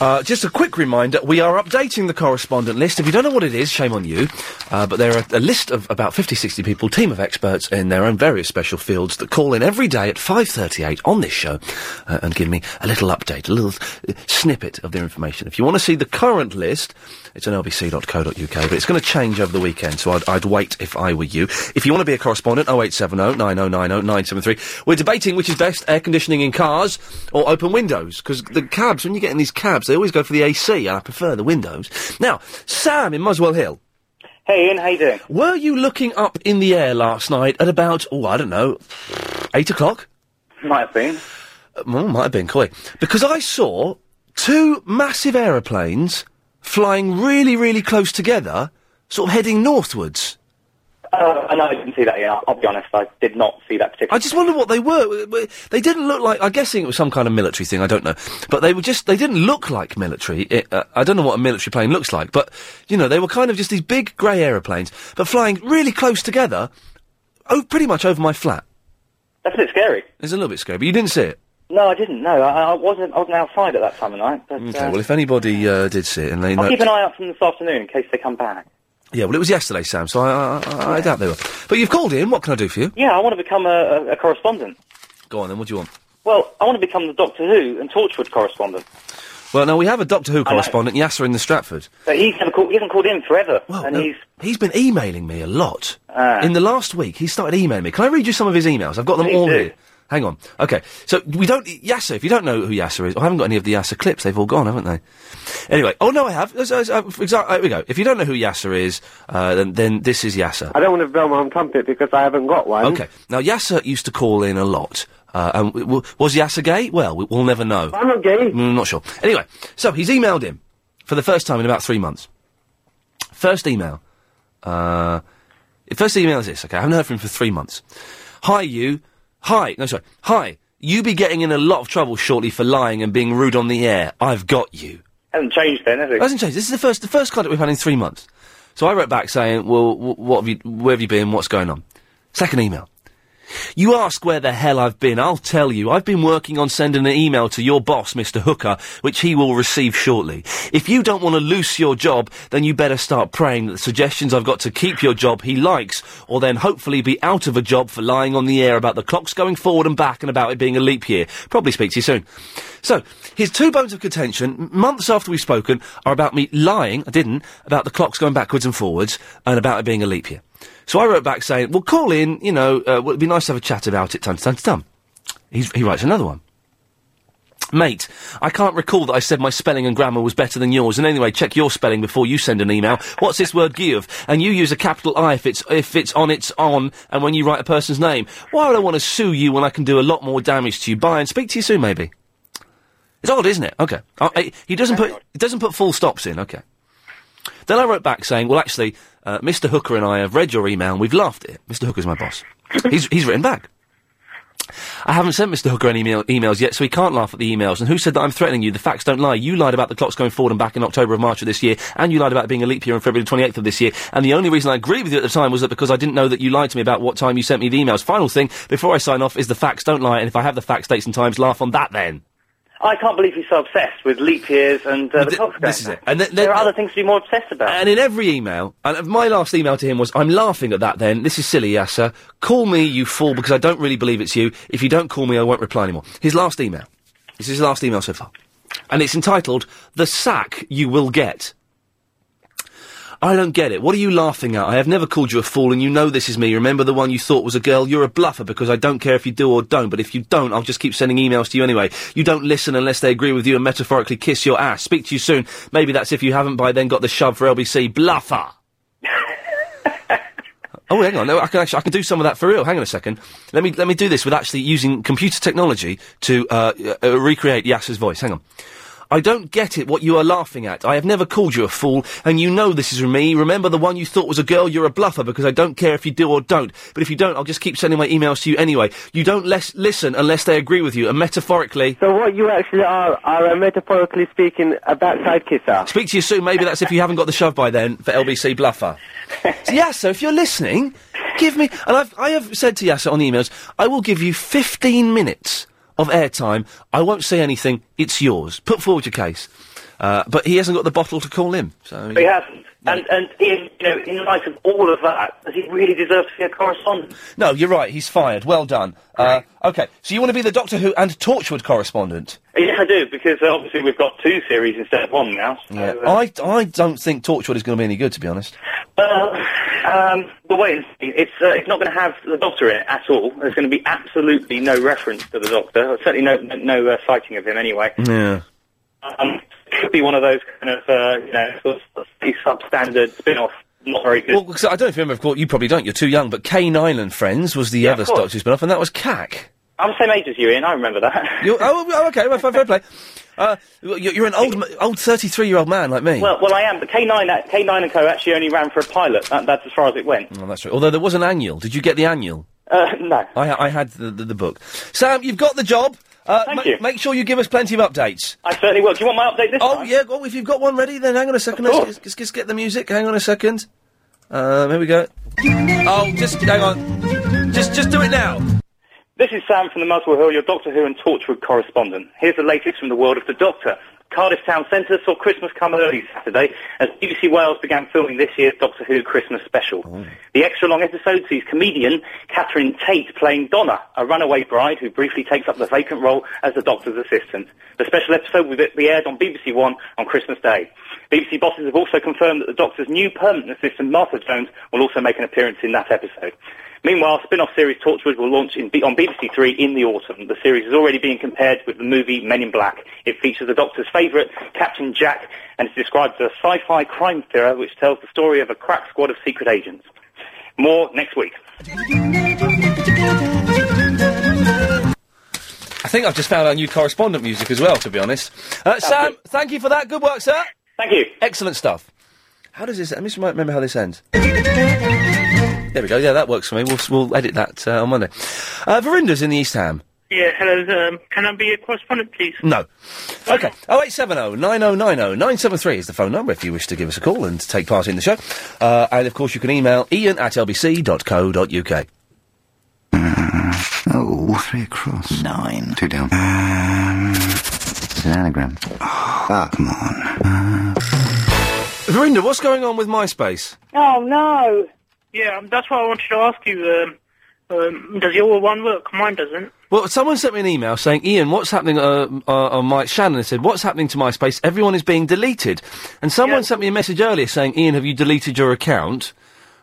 Uh, just a quick reminder, we are updating the correspondent list. If you don't know what it is, shame on you. Uh, but there are a list of about 50, 60 people, team of experts in their own various special fields that call in every day at 5.38 on this show uh, and give me a little update, a little uh, snippet of their information. If you want to see the current list, it's on lbc.co.uk, but it's going to change over the weekend, so I'd, I'd wait if I were you. If you want to be a correspondent, 0870 9090 973. We're debating which is best, air conditioning in cars or open windows, because the cabs, when you get in these cabs, they always go for the AC, and I prefer the windows. Now, Sam in Muswell Hill.
Hey Ian, how you doing?
Were you looking up in the air last night at about, oh, I don't know, eight o'clock?
Might have been.
Uh, Well, might have been quite. Because I saw two massive aeroplanes flying really, really close together, sort of heading northwards.
Uh, I know I didn't see that yet. I'll- I'll be honest, I did not see that particular.
I just wonder what they were. W- w- They didn't look like. I'm guessing it was some kind of military thing. I don't know, but they were just. They didn't look like military. It, uh, I don't know what a military plane looks like, but you know, they were kind of just these big grey aeroplanes, but flying really close together, oh, pretty much over my flat.
That's a bit scary.
It's a little bit scary, but you didn't see it.
No, I didn't. No, I, I wasn't. I wasn't outside at that time of night. But,
Okay.
uh,
Well, if anybody uh, did see it, and they
I'll
know,
keep an eye out for them this afternoon in case they come back.
yeah. Well, it was yesterday, Sam. So I, I, I, I doubt they were. But you've called in. What can I do for you?
Yeah, I want to become a, a, a correspondent.
Go on then. What do you want?
Well, I want to become the Doctor Who and Torchwood correspondent.
Well, no, we have a Doctor Who correspondent, Yasser in the Stratford.
But he's never called. He hasn't called in forever, and
No,
he's
he's Ah. been emailing me a lot. In the last week, he started emailing me. Can I read you some of his emails? I've got them
Please
all
do.
here. Hang on. Okay, so we don't Yasser. If you don't know who Yasser is, I haven't got any of the Yasser clips. They've all gone, haven't they? Anyway, oh no, I have. Exactly. uh, Here we go. If you don't know who Yasser is, uh, then then this is Yasser.
I don't want to blow my own trumpet because I haven't got one.
Okay. Now Yasser used to call in a lot. Uh, and w- w- was Yasser gay? Well, we- we'll never know.
I'm not gay.
Mm, not sure. Anyway, so he's emailed him for the first time in about three months. First email. Uh, first email is this, okay? I haven't heard from him for three months. Hi, you. Hi. No, sorry. Hi. You be getting in a lot of trouble shortly for lying and being rude on the air. I've got you.
hasn't changed then, has he?
It hasn't changed. This is the first the first contact we've had in three months. So I wrote back saying, "Well, wh- what have you? Where have you been? What's going on?" Second email. You ask where the hell I've been. I'll tell you. I've been working on sending an email to your boss, Mr. Hooker, which he will receive shortly. If you don't want to lose your job, then you better start praying that the suggestions I've got to keep your job he likes, or then hopefully be out of a job for lying on the air about the clocks going forward and back and about it being a leap year. Probably speak to you soon. So, his two bones of contention, m- months after we've spoken, are about me lying, I didn't, about the clocks going backwards and forwards, and about it being a leap year. So I wrote back saying, well, call in, you know, uh, well, it'd be nice to have a chat about it time to time to time. He's, he writes another one. Mate, I can't recall that I said my spelling and grammar was better than yours. And anyway, check your spelling before you send an email. What's this word give? And you use a capital I if it's if it's on it's on. And when you write a person's name, why would I want to sue you when I can do a lot more damage to you? Bye and speak to you soon, maybe. It's odd, isn't it? Okay, Uh, I- he doesn't put he doesn't put full stops in. Okay. Then I wrote back saying, "Well, actually, uh, Mr. Hooker and I have read your email and we've laughed at it. Mr. Hooker's my boss. he's he's written back. I haven't sent Mr. Hooker any email- emails yet, so he can't laugh at the emails. And who said that I'm threatening you? The facts don't lie. You lied about the clocks going forward and back in October of March of this year, and you lied about it being a leap year on February 28th of this year. And the only reason I agreed with you at the time was that because I didn't know that you lied to me about what time you sent me the emails. Final thing, before I sign off, is the facts don't lie. And if I have the facts, dates, and times, laugh on that then.
I can't believe he's so obsessed with leap years and uh, the clocks going
This is it.
back.
And th-
There are other things to be more obsessed about.
And in every email, and my last email to him was, I'm laughing at that then. This is silly, Yasser. Call me, you fool, because I don't really believe it's you. If you don't call me, I won't reply anymore. His last email. This is his last email so far. And it's entitled, The Sack You Will Get. I don't get it. What are you laughing at? I have never called you a fool, and you know this is me. Remember the one you thought was a girl? You're a bluffer because I don't care if you do or don't, but if you don't, I'll just keep sending emails to you anyway. You don't listen unless they agree with you and metaphorically kiss your ass. Speak to you soon. Maybe that's if you haven't by then got the shove for LBC. Bluffer! Oh, hang on. No, I can actually I can do some of that for real. Hang on a second. Let me let me do this with actually using computer technology to uh, uh, recreate Yasser's voice. Hang on. I don't get it what you are laughing at. I have never called you a fool, and you know this is me. Remember the one you thought was a girl? You're a bluffer because I don't care if you do or don't. But if you don't, I'll just keep sending my emails to you anyway. You don't les- listen unless they agree with you, and metaphorically.
So what you actually are
uh,
are a metaphorically speaking a backside kisser.
Speak to you soon. Maybe that's if you haven't got the shove by then for LBC Bluffer. so, Yasser, if you're listening, give me. And I've, I have said to Yasser on the emails, I will give you 15 minutes of airtime. I won't say anything. It's yours. Put forward your case. Uh, but he hasn't got the bottle to call him, so...
Oh,
He hasn't. And, and in, you know, in light of all of that, does he really deserve to be a correspondent?
No, you're right, he's fired. Well done. Uh, okay, so you want to be the Doctor Who and Torchwood correspondent?
Yes, I do, because uh, obviously we've got two series instead of one now.
Yeah. I, I don't think Torchwood is going to be any good, to be honest.
Well, um, the way it's, it's, uh, it's not going to have the Doctor in it at all. There's going to be absolutely no reference to the Doctor, certainly no, no, no uh, sighting of him anyway.
Yeah.
Um, could be one of those kind of, uh, you know, sort of substandard spin-off, not very good.
Well, 'cause I don't know if you remember, of course, you probably don't, you're too young, but Kane Island Friends was the other
of course.
Doctor Who spin-off, and that was CAC.
I'm the same age as you, Ian, I remember that.
You're, oh, oh, okay, well, fair, fair play. Uh, you're, you're an old, ma- old 33-year-old man like me.
Well, well, I am, but K9, a- K9 and Co actually only ran for a pilot. That, that's as far as it went.
Oh, that's right. Although there was an annual. Did you get the annual?
Uh, no.
I, I had the, the, the book. Sam, you've got the job. Uh,
Thank
ma-
you.
Make sure you give us plenty of updates.
I certainly will. Do you want my update this
oh,
time?
yeah. Well, if you've got one ready, then hang on a second.
Of
Let's,
course.
let's- let's get the music. Hang on a second. Um, here we go. Oh, just hang on. Just, just do it now.
This is Sam from the Muswell Hill, your Doctor Who and Torchwood correspondent. Here's the latest from the world of the Doctor. Cardiff Town Centre saw Christmas come early Saturday as BBC Wales began filming this year's Doctor Who Christmas special. The extra-long episode sees comedian Catherine Tate playing Donna, a runaway bride who briefly takes up the vacant role as the Doctor's assistant. The special episode will be aired on BBC One on Christmas Day. BBC bosses have also confirmed that the Doctor's new permanent assistant, Martha Jones, will also make an appearance in that episode. Meanwhile, spin-off series Torchwood will launch in, B- on BBC Three in the autumn. The series is already being compared with the movie Men in Black. It features the Doctor's favourite, Captain Jack, and is described as a sci-fi crime thriller which tells the story of a crack squad of secret agents. More next week.
I think I've just found our new correspondent music as well, to be honest. Uh, Sam, thank you for that. Good work, sir.
Thank you.
Excellent stuff. How does this... Let me just remi- remember how this ends. There we go. Yeah, that works for me. We'll, we'll edit that uh, on Monday. Uh, Verinda's in the East Ham.
Yeah, hello. Um, can I be a correspondent, please?
No. Okay. oh, 0870 9090 973 is the phone number if you wish to give us a call and take part in the show. Uh, and of course, you can email ian at lbc.co.uk.
Oh, three across. Nine. Two down. Um, it's an anagram. ah, come on.
Verinda, what's going on with MySpace?
Oh no. Yeah, um, that's what I wanted to ask you. Um, um, does your one work? Mine doesn't.
Well, someone sent me an email saying, Ian, what's happening uh, uh, on my... Shannon said, what's happening to MySpace? Everyone is being deleted. And someone sent me a message earlier saying, Ian, have you deleted your account?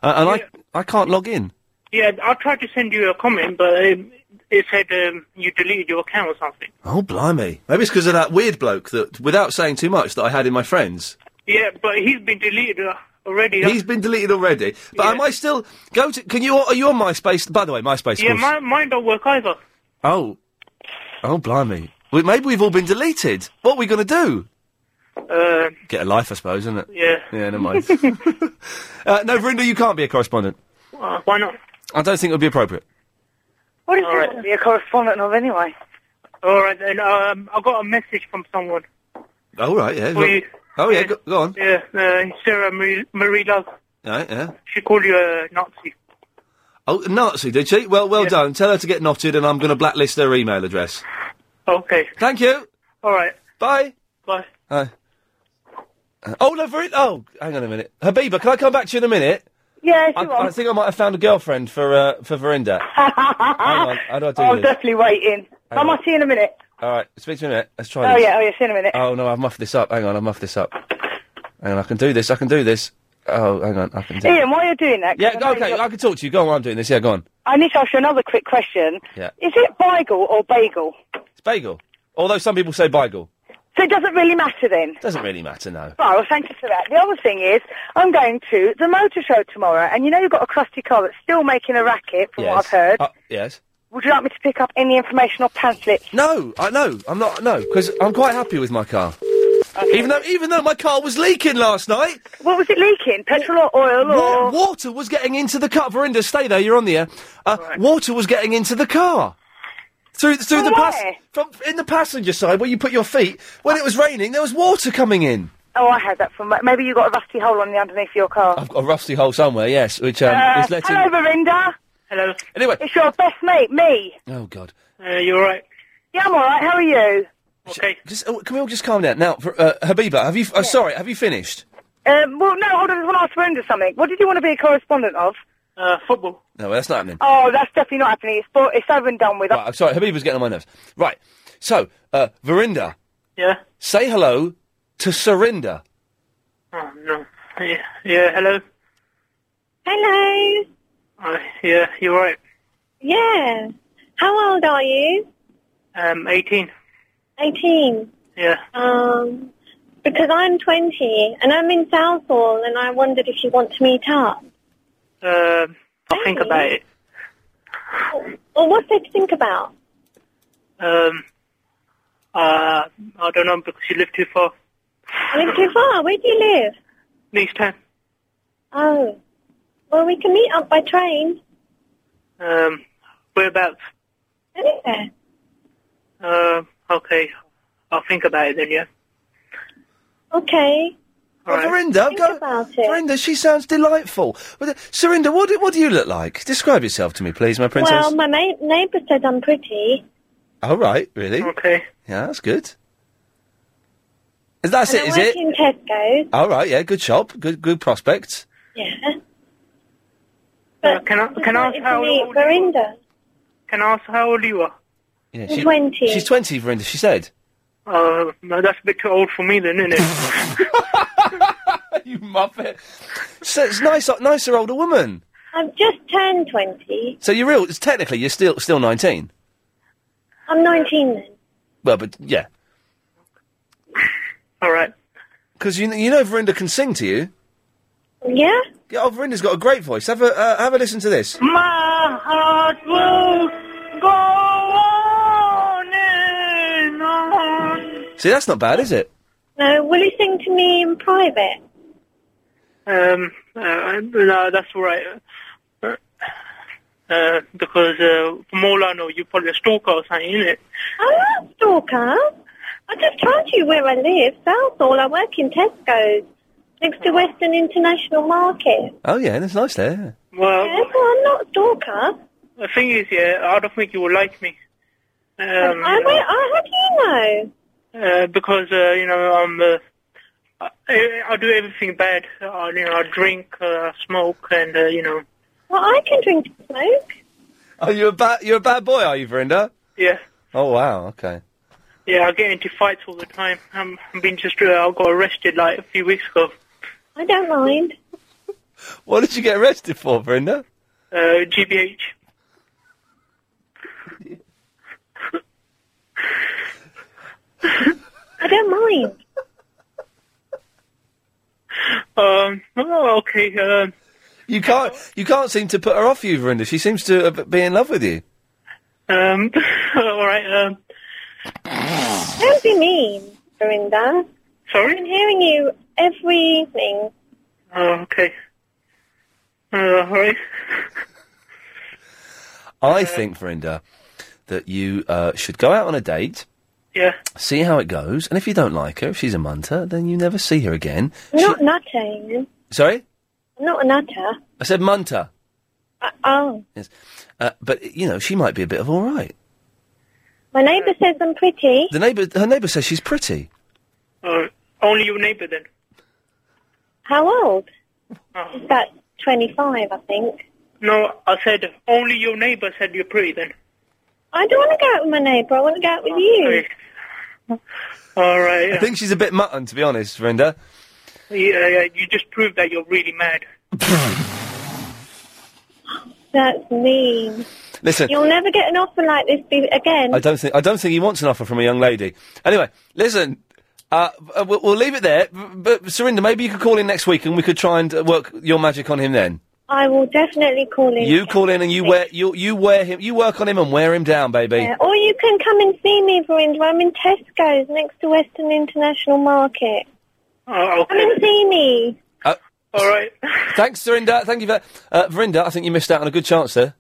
Uh, and I, I can't log in.
Yeah, I tried to send you a comment, but um, it said um, you deleted your account or something.
Oh, blimey. Maybe it's because of that weird bloke that, without saying too much, that I had in my friends.
Yeah, but he's been deleted uh, already.
He's been deleted already. But am I still... Go to... Can you... Are you on MySpace? By the way, MySpace...
yeah,
was-
my, mine don't work either.
Oh. Oh, blimey. We, maybe we've all been deleted. What are we going to do?
Uh,
Get a life, I suppose, isn't it?
yeah.
Yeah, never mind. uh, no, Verinda, you can't be a correspondent.
Uh, why not?
I don't think it would be appropriate.
What is it to be a correspondent of anyway? All right, then. Um, I got a message from someone.
All right, yeah.
Well, you-
Oh, yeah, go, go on.
Yeah, uh, Sarah Marie, Marie Love.
All right, yeah.
She called you a Nazi.
Oh, Nazi, did she? Well, well done. Tell her to get knotted, and I'm going to blacklist her email address.
Okay.
Thank you.
All right.
Bye.
Bye.
Hi. Uh, oh, no, Verinda... Oh, hang on a minute. Habiba, can I come back to you in a minute?
Yeah, if
I,
you want.
I think I might have found a girlfriend for uh, for Verinda. Hang on, how do I do
I'm
this?
Oh, definitely waiting.
Hang
I
on.
might see you in a minute.
All right, speak to me in a minute. Let's try
Oh
this.
yeah, oh yeah, see you in a minute.
Oh no, I've muffed this up. Hang on, I've muffed this up. Hang on, I can do this. I can do this. Oh, hang on, I can do.
Ian, while you're doing that, 'cause
yeah,
I
go-
know
okay,
you're-
I can talk to you. Go on, I'm doing this. Yeah, go on.
I need to ask you another quick question.
Yeah,
Is it Beagle or Bagel?
it's bagel. Although some people say bagel,
So it doesn't really matter then.
doesn't really matter. No.
Oh, well, thank you for that. The other thing is, I'm going to the motor show tomorrow, and you know you've got a crusty car that's still making a racket, from what I've heard.
Uh, yes.
Would you like me to pick up any information or pamphlets?
No, I no, I'm not. No, because I'm quite happy with my car. Even though, even though my car was leaking last night.
What was it leaking? Petrol or oil
or water was getting into the car? Verinda, stay there. You're on the air. Uh, Water was getting into the car. Through through
From
the pas-
where?
from in the passenger side where you put your feet. When it was raining, there was water coming in.
Oh, I had that from maybe you got a rusty hole on the underneath of your car.
I've got a rusty hole somewhere, yes, which um,
Uh,
is letting.
hello, Verinda.
Hello.
Anyway,
it's your best mate, me.
Oh God.
Uh, you all right?
Yeah, I'm all right. How are you?
Okay. Just, oh, can we all just calm down now? For, uh, Habiba, have you? F- uh, sorry, have you finished?
Um, well, no, hold on. I want to ask Brenda something. What did you want to be a correspondent of?
Uh, football.
No, that's not happening.
Oh, that's definitely not happening. It's, for, it's over and done with.
Right, I'm sorry, Habiba's getting on my nerves. Right. So, uh, Verinda,
Yeah.
say hello to Surinder.
Oh no. Yeah. Yeah. Hello.
Hello.
Uh, yeah. You're right.
Yeah. How old are you?
Um, 18.
18.
Yeah.
Um, because I'm 20 and I'm in Southall and I wondered if you want to meet up.
Um, I'll think about it.
Well, what's there to think about?
Um, uh, I don't know because you live too far.
I live too far. Where do you live?
Next time.
Oh. Well, we can meet up by train.
Um, whereabouts?
Anywhere.
Uh, okay. I'll think about it then. Yeah.
Okay.
Well, Oh, Verinda, go, Verinda, she sounds delightful. Well, th- Surinder, what do, what do you look like? Describe yourself to me, please, my princess.
Well, my ma- neighbour said I'm pretty.
All right, really?
Okay.
Yeah, that's good. Is that
and
it?
I
Is
work
it?
in Tesco's.
All right, yeah, good shop, good good prospects.
Yeah. But
Uh, can I can I ask how old?
Verinda.
Can I ask how old you are?
Yeah,
I'm 20.
She's twenty, Verinda. She said.
Uh, no, that's a bit too old for me then, isn't it?
you muppet. So it's nice, nicer older woman.
I've just turned 20.
So you're real. It's technically you're still still nineteen.
I'm 19 then.
Well, but yeah.
All right.
Because you kn- you know Verinda can sing to you.
Yeah.
Yeah, oh, Verinda's got a great voice. Have a uh, have a listen to this.
My heart will go on and on.
See, that's not bad, is it?
No, will you sing to me in private?
Um, uh, no, that's all right. Uh, Uh, because uh, from all I know, you're probably a stalker or something, innit?
I'm not a stalker. I just told you where I live, Southall. I work in Tesco's, next to Western International Market.
Oh yeah, that's nice there.
Well,
Yeah, so I'm not a stalker.
the thing is, yeah, I don't think you will like me. Um,
I, where, I, how do you know?
uh, because uh, you know I'm. Uh, I, I do everything bad. I, you know, I drink, uh, smoke, and uh, you know,
Well, I can drink and smoke.
Oh, you're a bad you're a bad boy, are you, Verinda?
yeah,
Oh wow, okay.
yeah. I get into fights all the time. I'm, I'm being just. Uh, I got arrested like a few weeks ago.
I don't mind.
What did you get arrested for, Verinda?
Uh, GBH.
I don't mind.
Um. Oh, okay. Um.
You can't you can't seem to put her off you, Verinda. She seems to uh, b- be in love with you.
Um. all right. Um.
Don't be mean, Verinda.
Sorry?
I've been hearing you every evening.
Oh, okay. Uh, all right.
I
uh,
think, Verinda, that you uh, should go out on a date,
Yeah.
see how it goes, and if you don't like her, if she's a munter, then you never see her again.
I'm not nutting.
Sorry,
I'm not a nutter.
I said munter.
Uh, oh,
Yes, uh, but you know she might be a bit of all right.
my neighbour says I'm pretty.
The neighbour, her neighbour says she's pretty.
Uh, only your neighbour then.
How old? She's about 25, I think.
No, I said only your neighbour said you're pretty then.
I don't want to go out with my neighbour. I want to go out with you.
All right.
I think she's a bit mutton, to be honest, Verinda.
Yeah, yeah, you just proved that you're really mad.
That's mean.
Listen,
You'll never get an offer like this be- again.
I don't think I don't think he wants an offer from a young lady. Anyway, listen. Uh, uh, we'll, we'll leave it there. b- But Surinder, maybe you could call in next week and we could try and uh, work your magic on him then.
I will definitely call in.
You call in and you wear you you wear him you work on him and wear him down, baby.
Yeah, Or you can come and see me, Verinda. I'm in Tesco's next to Western International Market.
Oh, okay.
Come and see me.
Uh,
All right.
Thanks, Verinda. Thank you for uh, Verinda. I think you missed out on a good chance there.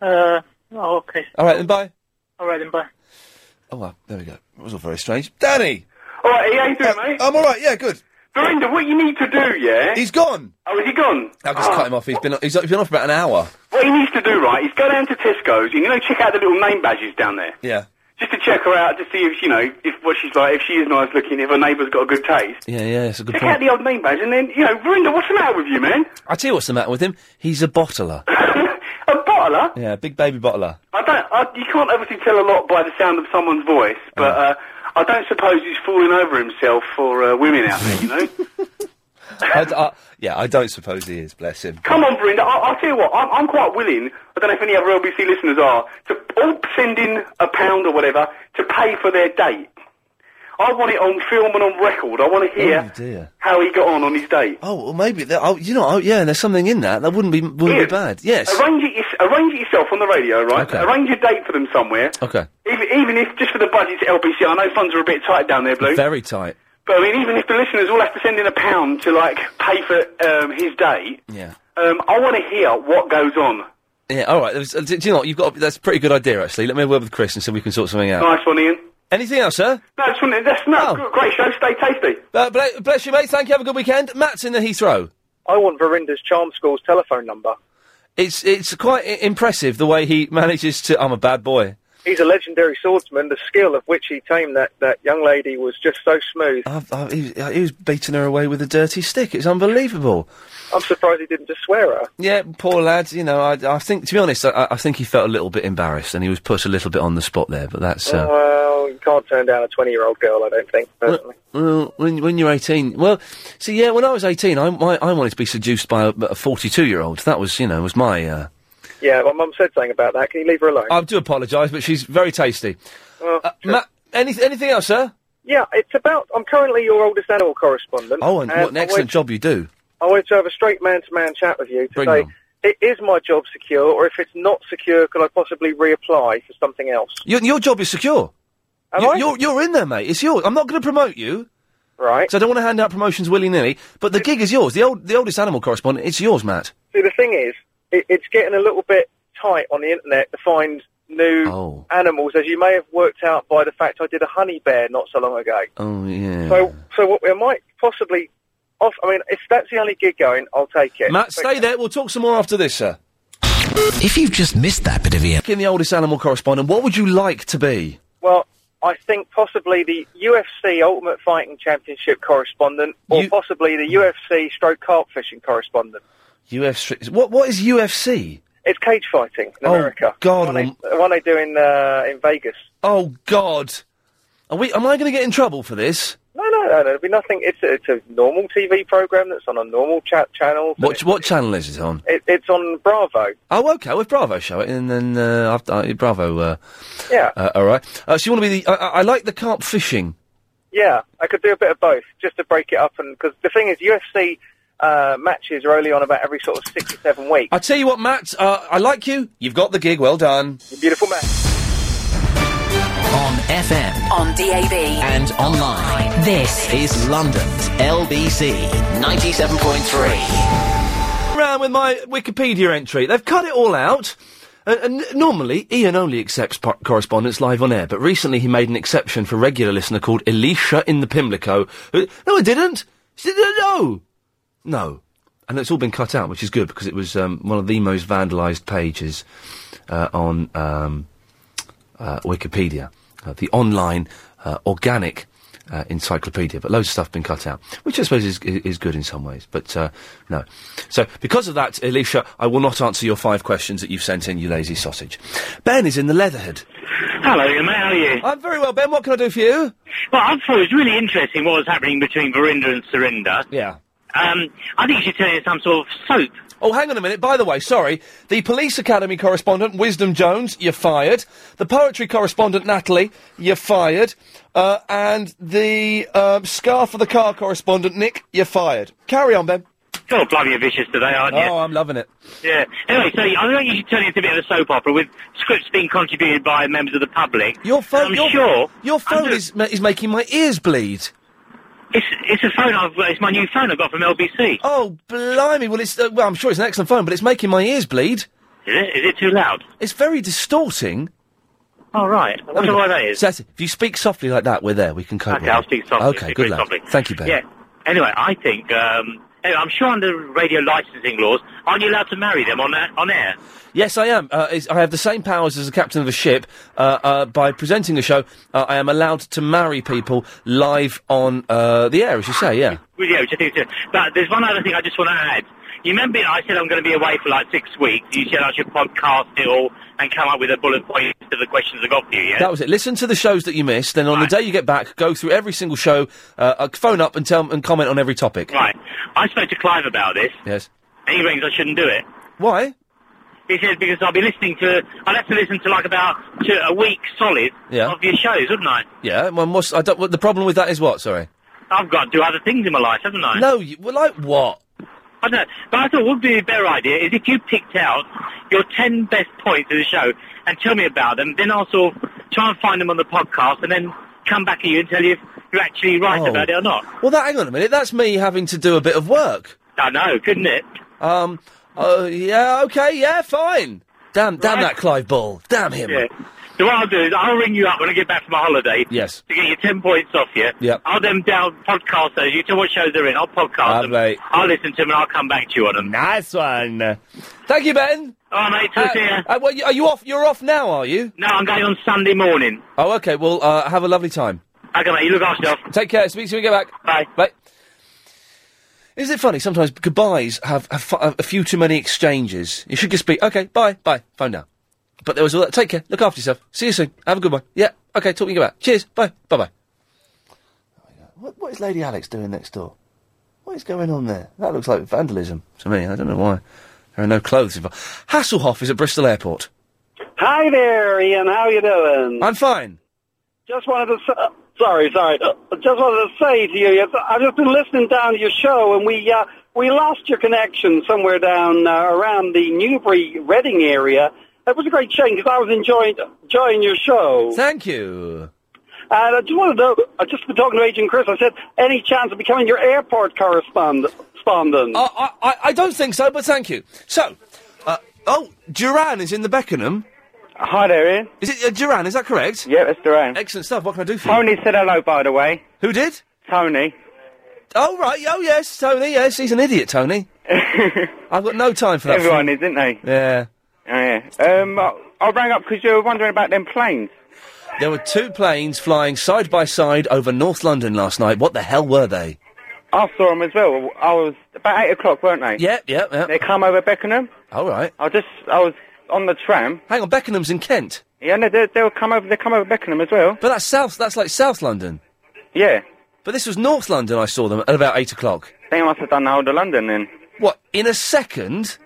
Uh, oh, okay.
All right, then bye.
All right, then bye.
Oh well, there we go. It was all very strange. Danny,
All right, how you doing, mate?
I'm all right. Yeah, good.
Verinda, what you need to do, yeah?
He's gone.
Oh, is he gone?
I just cut him off. He's been he's, he's been off for about an hour.
What he needs to do, right, is go down to Tesco's and you know check out the little name badges down there.
Yeah.
Just to check her out, to see if you know if what she's like, if she is nice looking, if her neighbour's got a good taste.
Yeah, yeah, it's a good
Check
point.
out the old name badge, and then you know, Verinda, what's the matter with you, man?
I tell you what's the matter with him. He's a bottler.
A bottler?
Yeah, big baby bottler.
I don't. I, you can't obviously tell a lot by the sound of someone's voice, but uh, I don't suppose he's falling over himself for uh, women out there, you know.
I d I yeah, I don't suppose he is. Bless him.
Come on, Verinda. I, I'll tell you what. I'm, I'm quite willing. I don't know if any other LBC listeners are to all send in a pound or whatever to pay for their date. I want it on film and on record. I want to hear
Oh dear.
how he got on on his date.
Oh, well, maybe. there- Oh, you know. Oh, yeah. There's something in that. That wouldn't be wouldn't
Ian,
be bad. Yes.
Arrange it, yours- arrange it yourself on the radio, right?
Okay.
Arrange a date for them somewhere.
Okay.
Even, even if, just for the budget to LBC, I know funds are a bit tight down there, Blue.
Very tight.
But I mean, even if the listeners all have to send in a pound to, like, pay for um, his date,
Yeah.
um, I want to hear what goes on.
Yeah. All right. there's- uh, Do do you know what? You've got. That's a pretty good idea, actually. Let me have a word with Chris and see if we can sort something out.
Nice one, Ian.
Anything else, sir?
No, just wanted, that's
Oh.
no, gr- great show. Stay tasty.
Uh, bla- bless you, mate. Thank you. Have a good weekend. Matt's in the Heathrow.
I want Verinda's Charm School's telephone number.
It's it's quite i- impressive the way he manages to. I'm a bad boy.
He's a legendary swordsman, the skill of which he tamed that, that young lady was just so smooth.
i i he, was- he was beating her away with a dirty stick. It's unbelievable.
I'm surprised he didn't just swear at her.
Yeah, poor lad. You know, I, I think to be honest, I- I, I think he felt a little bit embarrassed and he was put a little bit on the spot there. But that's uh,
Well, you can't turn down a 20 year old girl, I don't think, personally.
Well, when, when you're 18, well, see, yeah, when I was 18, I, I, I wanted to be seduced by a- a 42 year old. That was, you know, was my. Uh,
Yeah, my mum said something about that. Can you leave her alone?
I do apologise, but she's very tasty.
Well,
Uh, Ma- any, anything else, sir?
Oh, yeah, it's about. I'm currently your oldest animal correspondent. Um,
Oh, and what an
I
excellent
wanted-
job you do.
I wanted to have a straight man to man chat with you to
Bring
say,
them.
i- is my job secure, or if it's not secure, could I possibly reapply for something else?
Your, your job is secure.
Am
you,
I?
You're, you're in there, mate. It's yours. I'm not going to promote you.
Right.
Because I don't want to hand out promotions willy nilly, but the gig is yours. The, old, the oldest animal correspondent, it's yours, Matt.
See, the thing is, it, it's getting a little bit tight on the internet to find new
Oh.
animals, as you may have worked out by the fact I did a honey bear not so long ago.
Oh, yeah.
So, so what we might possibly off. I mean, if that's the only gig going, I'll take it.
Matt, stay there. We'll talk some more after this, sir. If you've just missed that bit of Ian. In the oldest animal correspondent, what would you like to be?
Well, I think possibly the UFC Ultimate Fighting Championship correspondent, or possibly the UFC stroke carp fishing correspondent.
UFC. What, what is UFC?
It's cage fighting in
Oh,
America.
God,
The one
I'm-
they, the one they do in uh, in Vegas.
Oh, God. Are we, am I going to get in trouble for this?
No, no, no, no. It'll be nothing. It's a, it's a normal TV program that's on a normal chat channel.
What, what channel is it on?
It, it's on Bravo.
Oh, okay. With Bravo show it, and then uh, I've, uh, Bravo. Uh,
Yeah.
Uh, all right. Uh, so you want to be the? I, I I like the carp fishing.
Yeah, I could do a bit of both just to break it up, and because the thing is, UFC uh, matches are only on about every sort of six or seven weeks.
I tell you what, Matt. Uh, I like you. You've got the gig. Well done.
You're beautiful, Matt.
On FM, on DAB, and online. This is London's LBC 97.3.
Around with my Wikipedia entry. They've cut it all out. Uh, And, and normally, Ian only accepts po- correspondence live on air, but recently he made an exception for a regular listener called Elisha in the Pimlico. Who, no, I didn't. She didn't know. No. And it's all been cut out, which is good because it was um, one of the most vandalised pages uh, on um, uh, Wikipedia, uh, the online uh, organic uh, encyclopedia. But loads of stuff been cut out, which I suppose is, is, is good in some ways. But uh, no. So because of that, Alicia, I will not answer your five questions that you've sent in, you lazy sausage. Ben is in the Leatherhead.
Hello, Ian, mate, how are you?
I'm very well, Ben. What can I do for you?
Well, I thought it was really interesting what was happening between Verinda and Surinder.
Yeah.
Um, I think she turned into some sort of soap.
Oh, hang on a minute. By the way, sorry. The police academy correspondent, Wisdom Jones, you're fired. The poetry correspondent, Natalie, you're fired. Uh, and the um, scar for the car correspondent, Nick, you're fired. Carry on, Ben.
You're bloody vicious today, aren't you?
Oh, I'm loving it.
Yeah. Anyway, so I think you should turn it into a bit of a soap opera with scripts being contributed by members of the public.
Your phone,
I'm
your,
sure.
your phone is ma- is making my ears bleed.
It's it's a phone I've got. It's my new phone I've got from LBC.
Oh, blimey! Well, it's uh, well, I'm sure it's an excellent phone, but it's making my ears bleed.
Is it? Is it too loud?
It's very distorting.
All right. I wonder why that is.
That's it. If you speak softly like that, we're there. We can cope.
Okay,
with
I'll
it.
speak softly,
Okay,
speak
good
very
lad.
softly.
Thank you, Ben.
Yeah. Anyway, I think um,
Anyway, I'm sure under radio licensing laws, aren't you allowed to marry them on a- on air?
Yes, I am. Uh, is, I have the same powers as the captain of a ship. Uh, uh, by presenting a show, uh, I am allowed to marry people live on uh, the air, as you say. Yeah.
Well, yeah, which I think. is- But there's one other thing I just want to add. You remember I said I'm going to be away for like six weeks. You said I should podcast it all and come up with a bullet point to the questions I got for you. Yeah.
That was it. Listen to the shows that you missed. Then on the day you get back, go through every single show. Uh, uh, phone up and tell and comment on every topic.
Right. I spoke to Clive about this,
Yes.
and he reckons I shouldn't do it.
Why?
He said because I'll be listening to. I'd have to listen to like about to a week solid
Yeah.
of your shows, wouldn't I?
Yeah. One must. I don't. What, the problem with that is what? Sorry.
I've got to do other things in my life, haven't I?
No. You, well, like what?
I don't know. But I thought what would be a better idea is if you picked out your 10 best points of the show and tell me about them, then I'll sort of try and find them on the podcast and then come back at you and tell you if you're actually right about it or not.
Well, that, hang on a minute. That's me having to do a bit of work.
I know, couldn't it?
Um. Oh yeah. Okay. Yeah. Fine. Damn. Damn that Clive Ball. Damn him.
Yeah. So what I'll do is I'll ring you up when I get back from my holiday.
Yes.
To get your 10 points off you.
Yep.
I'll then down podcast those. You tell what shows they're in. I'll podcast them.
Lovely.
I'll listen to them and I'll come back to you on them.
Nice one. Thank you, Ben.
Oh, mate, take care.
Uh, well, you- are you off? You're off now, are you?
No, I'm going on Sunday morning.
Oh, okay. Well, uh, have a lovely time.
Okay, mate, you look after yourself.
Take care. Speak to you when you get back.
Bye.
Bye. Isn't it funny? Sometimes goodbyes have, have, fu- have a few too many exchanges. You should just be, okay, bye, bye, phone down. But there was all that. Take care. Look after yourself. See you soon. Have a good one. Yeah. Okay. Talk to you about. Cheers. Bye. Bye bye. What, what is Lady Alex doing next door? What is going on there? That looks like vandalism to me. I don't know why. There are no clothes involved. Hasselhoff is at Bristol Airport.
Hi there, Ian. How you doing?
I'm fine.
Just wanted to. s sorry, sorry. I Just wanted to say to you, yes, I've just been listening down to your show, and we uh, we lost your connection somewhere down uh, around the Newbury Reading area. That was a great shame because I was enjoying enjoying your show.
Thank you.
And I just wanted to know. I just been talking to Agent Chris. I said, any chance of becoming your airport correspondent? Correspondent?
I, I, I don't think so, but thank you. So, uh, oh, Duran is in the Beckenham.
Hi there, Ian.
Is it uh, Duran? Is that correct?
Yeah, that's Duran.
Excellent stuff. What can I do for you?
Tony said hello, by the way.
Who did?
Tony.
Oh right, oh yes, Tony. Yes, he's an idiot, Tony. I've got no time for that.
Everyone
fool.
is, isn't they?
Yeah.
Oh, yeah. Um, I, I rang up because you were wondering about them planes.
There were two planes flying side by side over North London last night. What the hell were they?
I saw them as well. I was about eight o'clock, weren't they?
Yep, yep, yep.
They come over Beckenham.
All right.
I just, I was on the tram.
Hang on, Beckenham's in Kent.
Yeah, no, they, they'll come over. They come over Beckenham as well.
But that's south. That's like South London.
Yeah.
But this was North London. I saw them at about eight o'clock.
They must have done the whole of London then.
What in a second?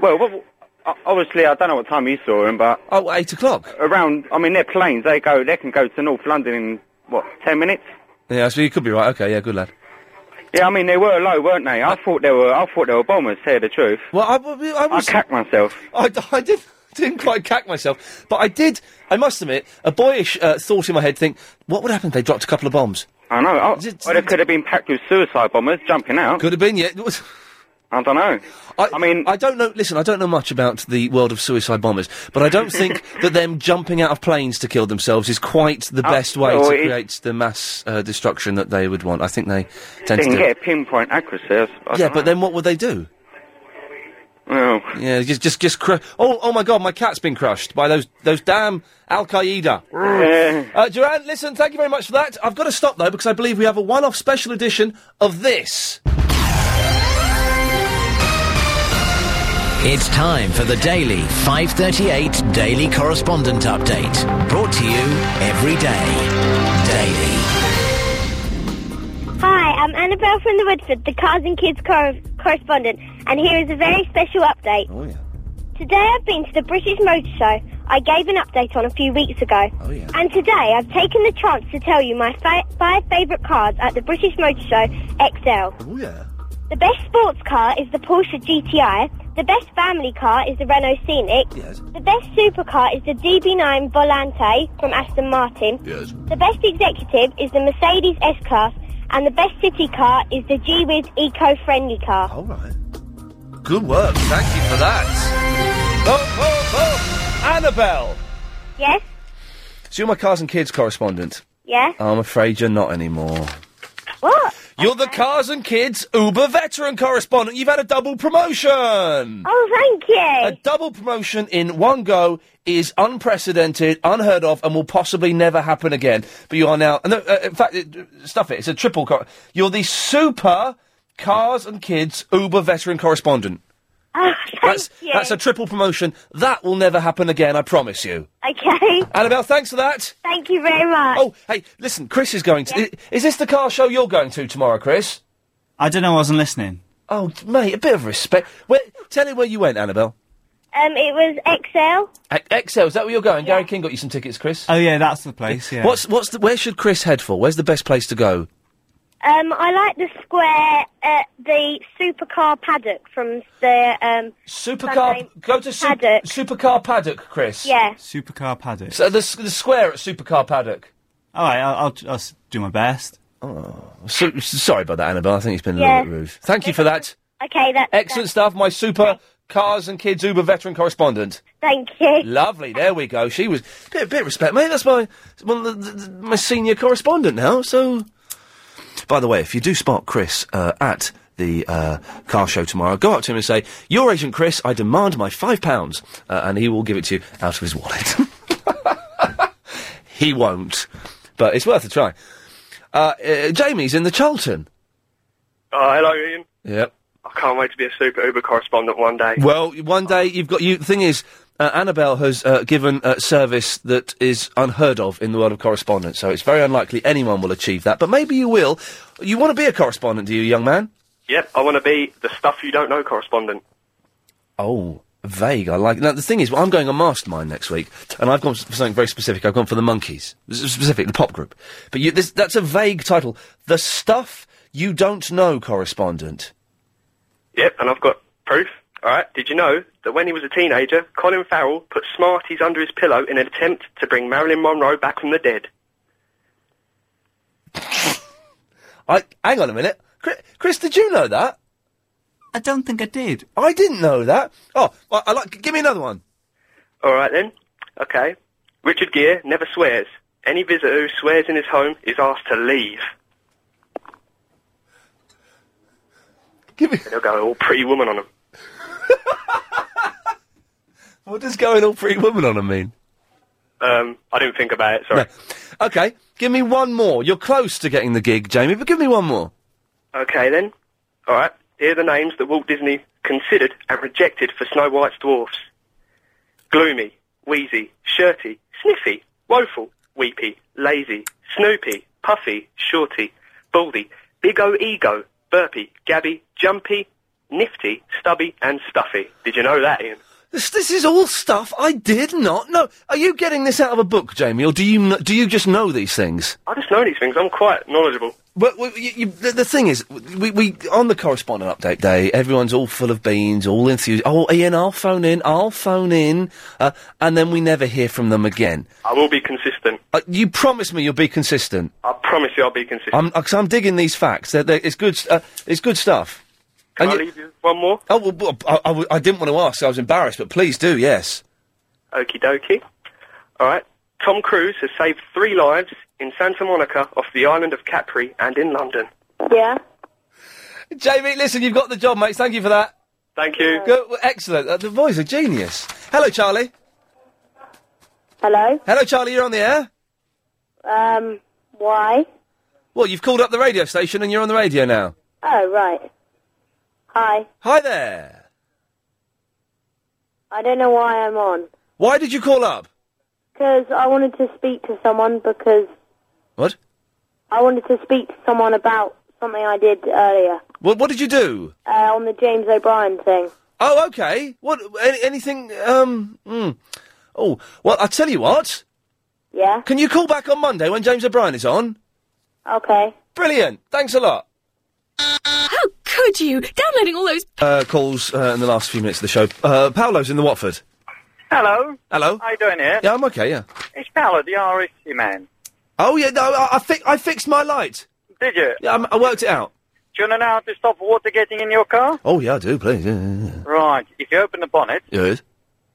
Well, well o- obviously I don't know what time you saw them, but
oh, eight o'clock.
Around, I mean, they're planes. They go, they can go to North London in what ten minutes.
Yeah, so you could be right. Okay, yeah, good lad.
Yeah, I mean they were low, weren't they? I thought they were. I thought they were bombers. to Tell you the truth.
Well, I, I was.
I cacked myself.
I, I did, didn't quite cack myself, but I did, I must admit, a boyish uh, thought in my head think, what would happen if they dropped a couple of bombs?
I know. I, well, they could have been packed with suicide bombers jumping out.
Could have been, yeah.
I don't know.
I, mean, I don't know. Listen, I don't know much about the world of suicide bombers, but I don't think that them jumping out of planes to kill themselves is quite the
Uh,
best way
well,
to
it-
create the mass uh, destruction that they would want. I think they tend to
Didn't
do.
get pinpoint accuracy. I s- I
yeah,
don't
but then what would they do?
Well,
yeah, just just just cru- oh oh my god, my cat's been crushed by those those damn Al Qaeda. Uh, Duran, listen, thank you very much for that. I've got to stop though because I believe we have a one-off special edition of this.
It's time for the daily 538 Daily Correspondent Update. Brought to you every day.
Hi, I'm Annabelle from the Woodford, the Cars and Kids cor- correspondent, and here is a very special update.
Oh, yeah.
Today I've been to the British Motor Show. I gave an update on a few weeks ago.
Oh, yeah.
And today I've taken the chance to tell you my fi- five favourite cars at the British Motor Show XL.
Oh, yeah.
The best sports car is the Porsche GTI. The best family car is the Renault Scenic.
Yes.
The best supercar is the DB9 Volante from Aston Martin.
Yes.
The best executive is the Mercedes S-Class. And the best city car is the G-Wiz eco-friendly car.
All right. Good work. Thank you for that. Oh oh oh, Annabelle.
Yes?
So you're my cars and kids correspondent.
Yeah?
I'm afraid you're not anymore.
What?
You're the Cars and Kids Uber veteran correspondent. You've had a double promotion.
Oh, thank you.
A double promotion in one go is unprecedented, unheard of, and will possibly never happen again. But you are now, no, uh, in fact, it, stuff it. It's a triple. Cor- You're the super Cars and Kids Uber veteran correspondent.
Oh, thank
That's
you.
that's a triple promotion. That will never happen again. I promise you.
okay.
Annabelle, thanks for that.
Thank you very much.
Oh, hey, listen, Chris is going to. i- Is, this the car show you're going to tomorrow, Chris?
I don't know. I wasn't listening.
Oh, mate, a bit of respect. Where, tell him where you went, Annabelle.
Um, it was XL.
A- XL, is that where you're going? Gary King got you some tickets, Chris.
Oh yeah, that's the place. Yeah.
What's what's the, where should Chris head for? Where's the best place to go?
Um, I like the square at the supercar paddock from the um.
Supercar.
Sunday-
Go to sup- Supercar Paddock, Chris.
Yeah.
Supercar paddock.
So the s- the square at Supercar Paddock.
All right, I'll, I'll, I'll s- do my best.
Oh, so, sorry about that, Annabelle. I think it's been a
Yeah.
little bit rude. Thank you for that.
Okay, that's
Excellent stuff. My super cars and kids Uber veteran correspondent.
Thank you.
Lovely. There we go. She was bit bit of respect, mate. That's my one of the, the- my senior correspondent now. So, by the way, if you do spot Chris uh, at the uh, car show tomorrow, go up to him and say, "Your agent Chris, I demand my five pounds," uh, and he will give it to you out of his wallet. he won't, but it's worth a try. Uh, uh, Jamie's in the Charlton.
Oh, hello, Ian.
Yep.
I can't wait to be a super Uber correspondent one day.
Well, one day you've got you. The thing is, uh, Annabelle has uh, given uh, service that is unheard of in the world of correspondence, so it's very unlikely anyone will achieve that. But maybe you will. You want to be a correspondent, do you, young man?
Yep, I want to be the stuff you don't know correspondent.
Oh, vague. I like. Now the thing is, well, I'm going on Mastermind next week, and I've gone for something very specific. I've gone for the Monkeys, S- specific the pop group. But you, this, that's a vague title. The stuff you don't know, correspondent.
Yep, and I've got proof. All right, did you know that when he was a teenager, Colin Farrell put Smarties under his pillow in an attempt to bring Marilyn Monroe back from the dead?
I hang on a minute, Chris. Chris did you know that? I don't think I did. I didn't know that. Oh, I, I like. Give me another one.
All right then. Okay. Richard Gere never swears. Any visitor who swears in his home is asked to leave.
Give me.
They'll go all pretty woman on him.
What does going all free woman on him mean?
Um, I didn't think about it. Sorry.
Okay, give me one more. You're close to getting the gig, Jamie, but give me one more.
Okay then. All right. Here are the names that Walt Disney considered and rejected for Snow White's dwarfs: Gloomy, Wheezy, Shirty, Sniffy, Woeful, Weepy, Lazy, Snoopy, Puffy, Shorty, Baldy, Big O Ego, Burpy, Gabby, Jumpy, Nifty, Stubby, and Stuffy. Did you know that, Ian?
This, this is all stuff I did not know. Are you getting this out of a book, Jamie, or do you kn- do you just know these things?
I just know these things. I'm quite knowledgeable.
But well, you, you, the, the thing is, we, we on the correspondent update day, everyone's all full of beans, all enthused. Oh, Ian, I'll phone in, I'll phone in, uh, and then we never hear from them again.
I will be consistent.
Uh, you promise me you'll be consistent.
I promise you, I'll be consistent.
I'm, uh, 'cause I'm digging these facts. They're, they're, it's good. s- Uh, it's good stuff.
Can I
you-
leave you with one more?
Oh, well, well, I, I w- I didn't want to ask. I was embarrassed, but please do. Yes.
Okie dokie. All right. Tom Cruise has saved three lives in Santa Monica, off the island of Capri, and in London.
Yeah.
Jamie, listen, you've got the job, mate. Thank you for that.
Thank you.
Go, well, excellent. Uh, the boy's a genius. Hello, Charlie.
Hello.
Hello, Charlie. You're on the air.
Um. Why?
Well, you've called up the radio station and you're on the radio now.
Oh right. Hi.
Hi there.
I don't know why I'm on.
Why did you call up?
Because I wanted to speak to someone because.
What?
I wanted to speak to someone about something I did earlier
What, what did you do?
uh, on the James O'Brien thing.
Oh, okay. What? Any, anything? Um. mm. Oh, well, I tell you what.
Yeah.
Can you call back on Monday when James O'Brien is on?
Okay.
Brilliant. Thanks a lot.
How could you? Downloading all those.
Uh, calls uh, in the last few minutes of the show. Uh, Paolo's in the Watford.
Hello.
Hello.
How you doing here?
Yeah, I'm okay. Yeah.
It's Paolo, the RSC man.
Oh yeah, no, I, I, fi- I fixed my light.
Did you?
Yeah, I'm, I worked it out.
Do you know how to stop water getting in your car?
Oh yeah, I do. Please. Yeah, yeah, yeah.
Right. If you open the bonnet
Yes.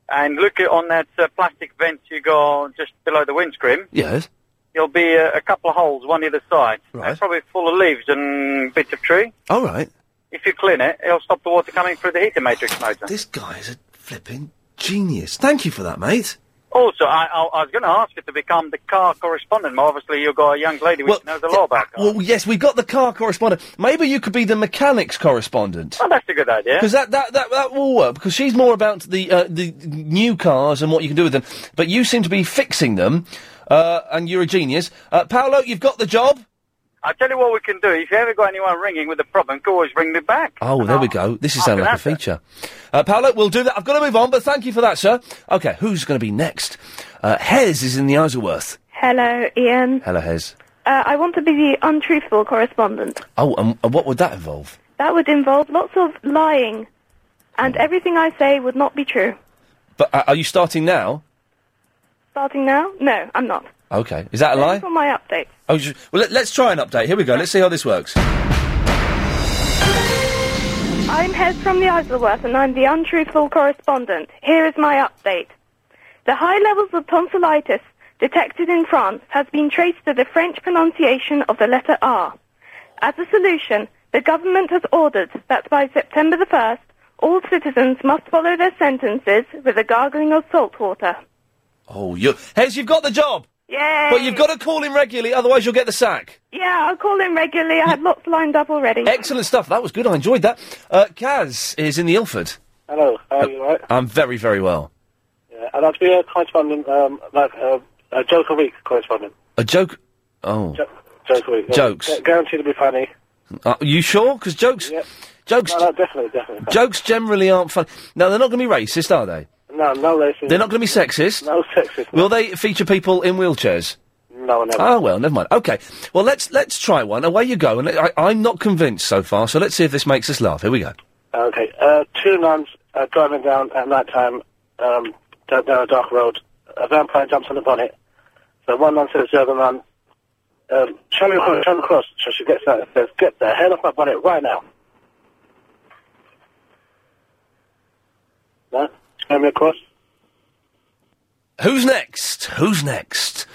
and look at- on that uh, plastic vent you got just below the windscreen,
Yes.
There'll be a, a couple of holes, one either side.
Right.
They're probably full of leaves and bits of tree.
All right.
If you clean it, it'll stop the water coming through the heater matrix motor.
This guy is a flipping genius. Thank you for that, mate.
Also, I, I, I was going to ask you to become the car correspondent. Well, obviously, you've got a young lady which knows the law about cars.
Well, yes, we've got the car correspondent. Maybe you could be the mechanics correspondent.
Oh, that's a good idea.
Because that, that, that, that will work, because she's more about the, uh, the new cars and what you can do with them. But you seem to be fixing them, uh, and you're a genius. Uh, Paolo, you've got the job?
I tell you what we can do. If you ever got anyone ringing with a problem, can always ring me back.
Oh, there we go. This is sounding like a
that's it.
feature. Uh, Paolo, we'll do that. I've got to move on, but thank you for that, sir. Okay, who's going to be next? Uh, Hez is in the Isleworth.
Hello, Ian.
Hello, Hez.
Uh, I want to be the untruthful correspondent.
Oh, and, and what would that involve?
That would involve lots of lying, and everything I say would not be true.
But uh, are you starting now?
Starting now? No, I'm not.
Okay. Is that a lie?
For my update.
Oh, sh- well, let, let's try an update. Here we go. Let's see how this works.
I'm Hez from the Isleworth, and I'm the untruthful correspondent. Here is my update. The high levels of tonsillitis detected in France has been traced to the French pronunciation of the letter R. As a solution, the government has ordered that by September the 1st, all citizens must follow their sentences with a gargling of salt water.
Oh, you. Hez, you've got the job!
Yay!
But you've got to call him regularly, otherwise you'll get the sack.
Yeah, I'll call him regularly. I had lots lined up already.
Excellent stuff. That was good. I enjoyed that. Uh, Kaz is in the Ilford. Uh,
Hello, how are you all right?
I'm very, very well.
Yeah, and I'd be a correspondent, um, like uh, a joke a week correspondent.
A joke. Oh.
Jo- joke a week. yeah.
Jokes.
Gu- guaranteed to be funny.
Uh, you sure? Because jokes.
Yep.
Jokes.
No, no, definitely, definitely.
Jokes generally aren't fun. Now, they're not going to be racist, are they?
No, no racism.
They're not going to be sexist.
No sexist.
Will they feature people in wheelchairs?
No, never.
Oh well, never mind. Okay, well let's let's try one. Away you go. And I, I'm not convinced so far, so let's see if this makes us laugh. Here we go.
Okay, uh, two nuns uh, driving down at night time um, down, down a dark road. A vampire jumps on the bonnet. So one nun says to the other nun, um, show me across, show me across. So she gets out and says, get the hell off my bonnet right now. No? Show me across.
Who's next? Who's next?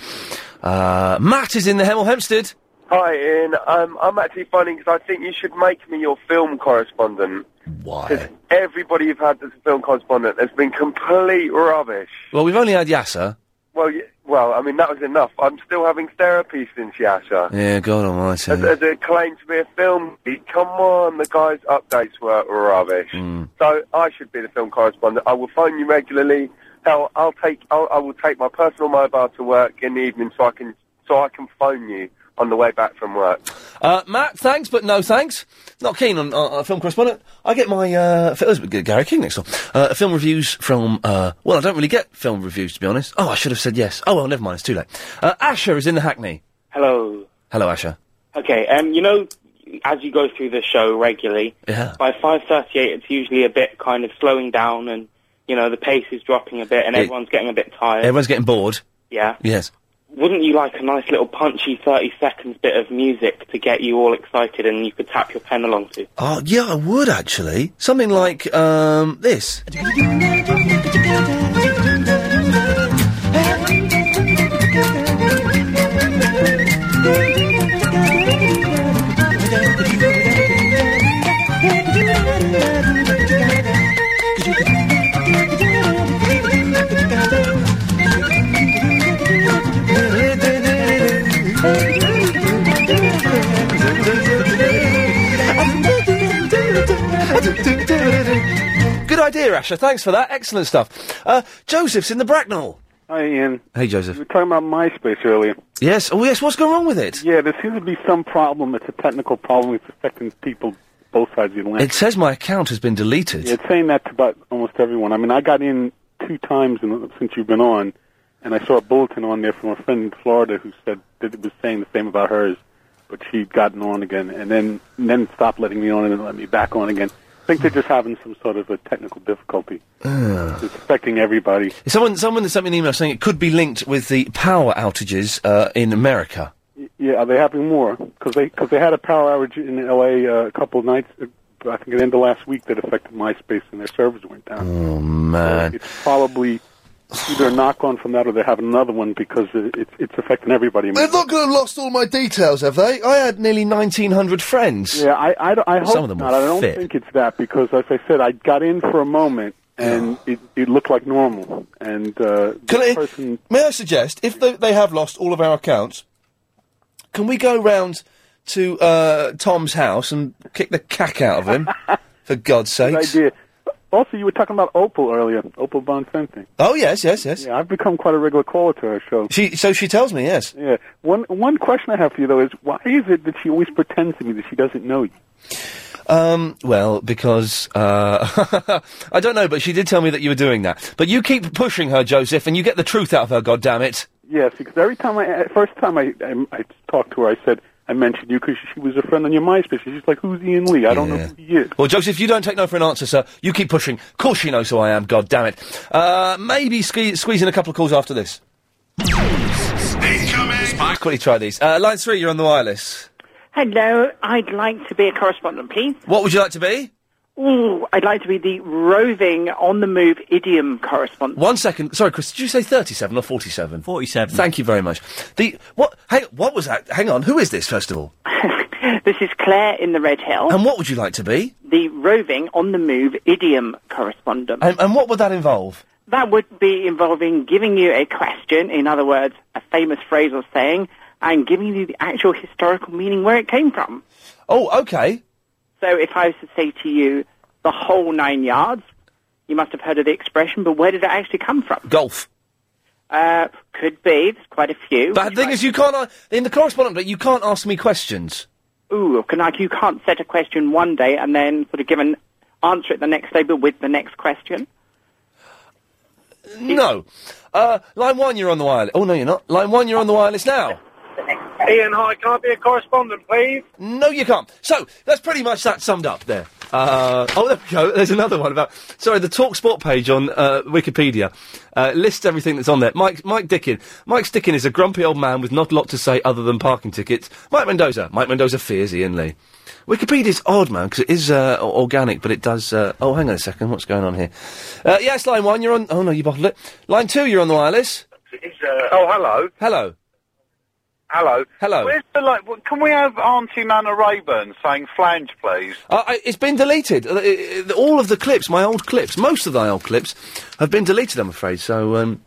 Uh, Matt is in the Hemel Hempstead.
Hi, Ian. Um, I'm actually phoning because I think you should make me your film correspondent.
Why?
Everybody you've had as a film correspondent has been complete rubbish.
Well, we've only had Yasser.
Well, y well, I mean that was enough. I'm still having therapy since Yasha.
Yeah, God Almighty.
As, as it claims to be a film, come on, the guy's updates were rubbish.
Hmm.
So I should be the film correspondent. I will phone you regularly. Hell, I'll take I'll, I will take my personal mobile to work in the evening so I can so I can phone you on the way back from work.
Uh, Matt, thanks, but no thanks. Not keen on uh, a film correspondent. I get my uh, fi- let's get Gary King next time. Uh, film reviews from uh, well, I don't really get film reviews to be honest. Oh, I should have said yes. Oh well, never mind. It's too late. Uh, Asher is in the Hackney.
Hello.
Hello, Asher.
Okay, um, you know, as you go through the show regularly,
Yeah.
by 5.38 it's usually a bit kind of slowing down and, you know, the pace is dropping a bit and
It-
everyone's getting a bit tired.
Everyone's getting bored.
yeah.
Yes.
Wouldn't you like a nice little punchy 30 seconds bit of music to get you all excited and you could tap your pen along to?
Oh yeah, I would actually. Something like um, this. Good idea, Asher. Thanks for that. Excellent stuff. Uh, Joseph's in the Bracknell.
Hi, Ian.
Hey, Joseph.
You were talking about MySpace earlier.
Yes. Oh, yes. What's going wrong with it?
Yeah, there seems to be some problem. It's a technical problem. It's affecting people both sides of the Atlantic.
It says my account has been deleted.
Yeah, it's saying that to about almost everyone. I mean, I got in two times in, since you've been on, and I saw a bulletin on there from a friend in Florida who said that it was saying the same about hers, but she'd gotten on again, and then and then stopped letting me on and then let me back on again. I think they're just having some sort of a technical difficulty.
Ugh.
It's affecting everybody.
Ah. Someone, someone sent me an email saying it could be linked with the power outages uh, in America.
Yeah, are they having more? Because they cause they had a power outage in L.A. Uh, a couple of nights. uh, I think at the end of last week that affected MySpace and their servers went down.
Oh man!
It's probably either a knock on from that or they have another one because it, it's it's affecting everybody.
They're not going to have lost all my details, have they? I had nearly 1,900 friends.
Yeah, I, I, I hope
Some of them
not.
were
I don't
fit.
think it's that because, as I said, I got in for a moment and it, it looked like normal. And uh,
Can I, may I suggest, if they, they have lost all of our accounts, can we go round to uh, Tom's house and kick the cack out of him? for God's sake.
good idea. Also, you were talking about Opal earlier, Opal Von Fenton.
Oh yes, yes, yes.
Yeah, I've become quite a regular caller to her show.
She, so she tells me, yes.
Yeah. One one question I have for you though is why is it that she always pretends to me that she doesn't know you?
Um, well, because uh, I don't know, but she did tell me that you were doing that. But you keep pushing her, Joseph, and you get the truth out of her. God damn it!
Yes, because every time I first time I I, I talked to her, I said I mentioned you because she was a friend on your MySpace. She's just like, who's Ian Lee? I don't know who he is.
Well, Joseph, you don't take no for an answer, sir. You keep pushing. Of course, she knows who I am. God damn it! Uh, maybe sque- squeeze in a couple of calls after this. Let's quickly try these. Uh, line three, you're on the wireless.
Hello, I'd like to be a correspondent, please.
What would you like to be?
Ooh, I'd like to be the roving, on the move idiom correspondent.
One second. Sorry, Chris. Did you say thirty-seven or forty-seven? Forty-seven. Thank you very much. The what? Hey, what was that? Hang on. Who is this? First of all,
This is Claire in the Red Hill,
and what would you like to be?
the roving, on the move idiom correspondent.
And, and what would that involve?
That would be involving giving you a question, in other words, a famous phrase or saying, and giving you the actual historical meaning where it came from.
Oh, okay.
So if I was to say to you, the whole nine yards, you must have heard of the expression, but where did it actually come from?
Golf.
Uh, could be. There's quite a few.
Bad thing is you can't uh, in the correspondent, but you can't ask me questions.
Ooh, can I, you can't set a question one day and then sort of give an answer it the next day, but with the next question.
No. Uh, line one, you're on the wireless. Oh no, you're not. Line one, you're on the wireless now.
Ian, hi, can I be a correspondent, please?
No, you can't. So that's pretty much that summed up there. Uh, oh, there we go. There's another one about. Sorry, the Talk Sport page on uh, Wikipedia uh, lists everything that's on there. Mike Mike Dickin. Mike Dickin is a grumpy old man with not a lot to say other than parking tickets. Mike Mendoza. Mike Mendoza fears Ian Lee. Wikipedia's odd, man, because it is uh, o- organic, but it does. Uh, oh, hang on a second. What's going on here? Uh, yes, line one, you're on. Oh no, you bottled it. Line two, you're on the wireless.
oh, hello.
uh, Hello.
Hello.
Hello.
Where's the, like, w- can we have Auntie Nana Rayburn saying flange, please?
Uh, I, it's been deleted. Uh, i- i- all of the clips, my old clips, most of the old clips, have been deleted. I'm afraid. So, um,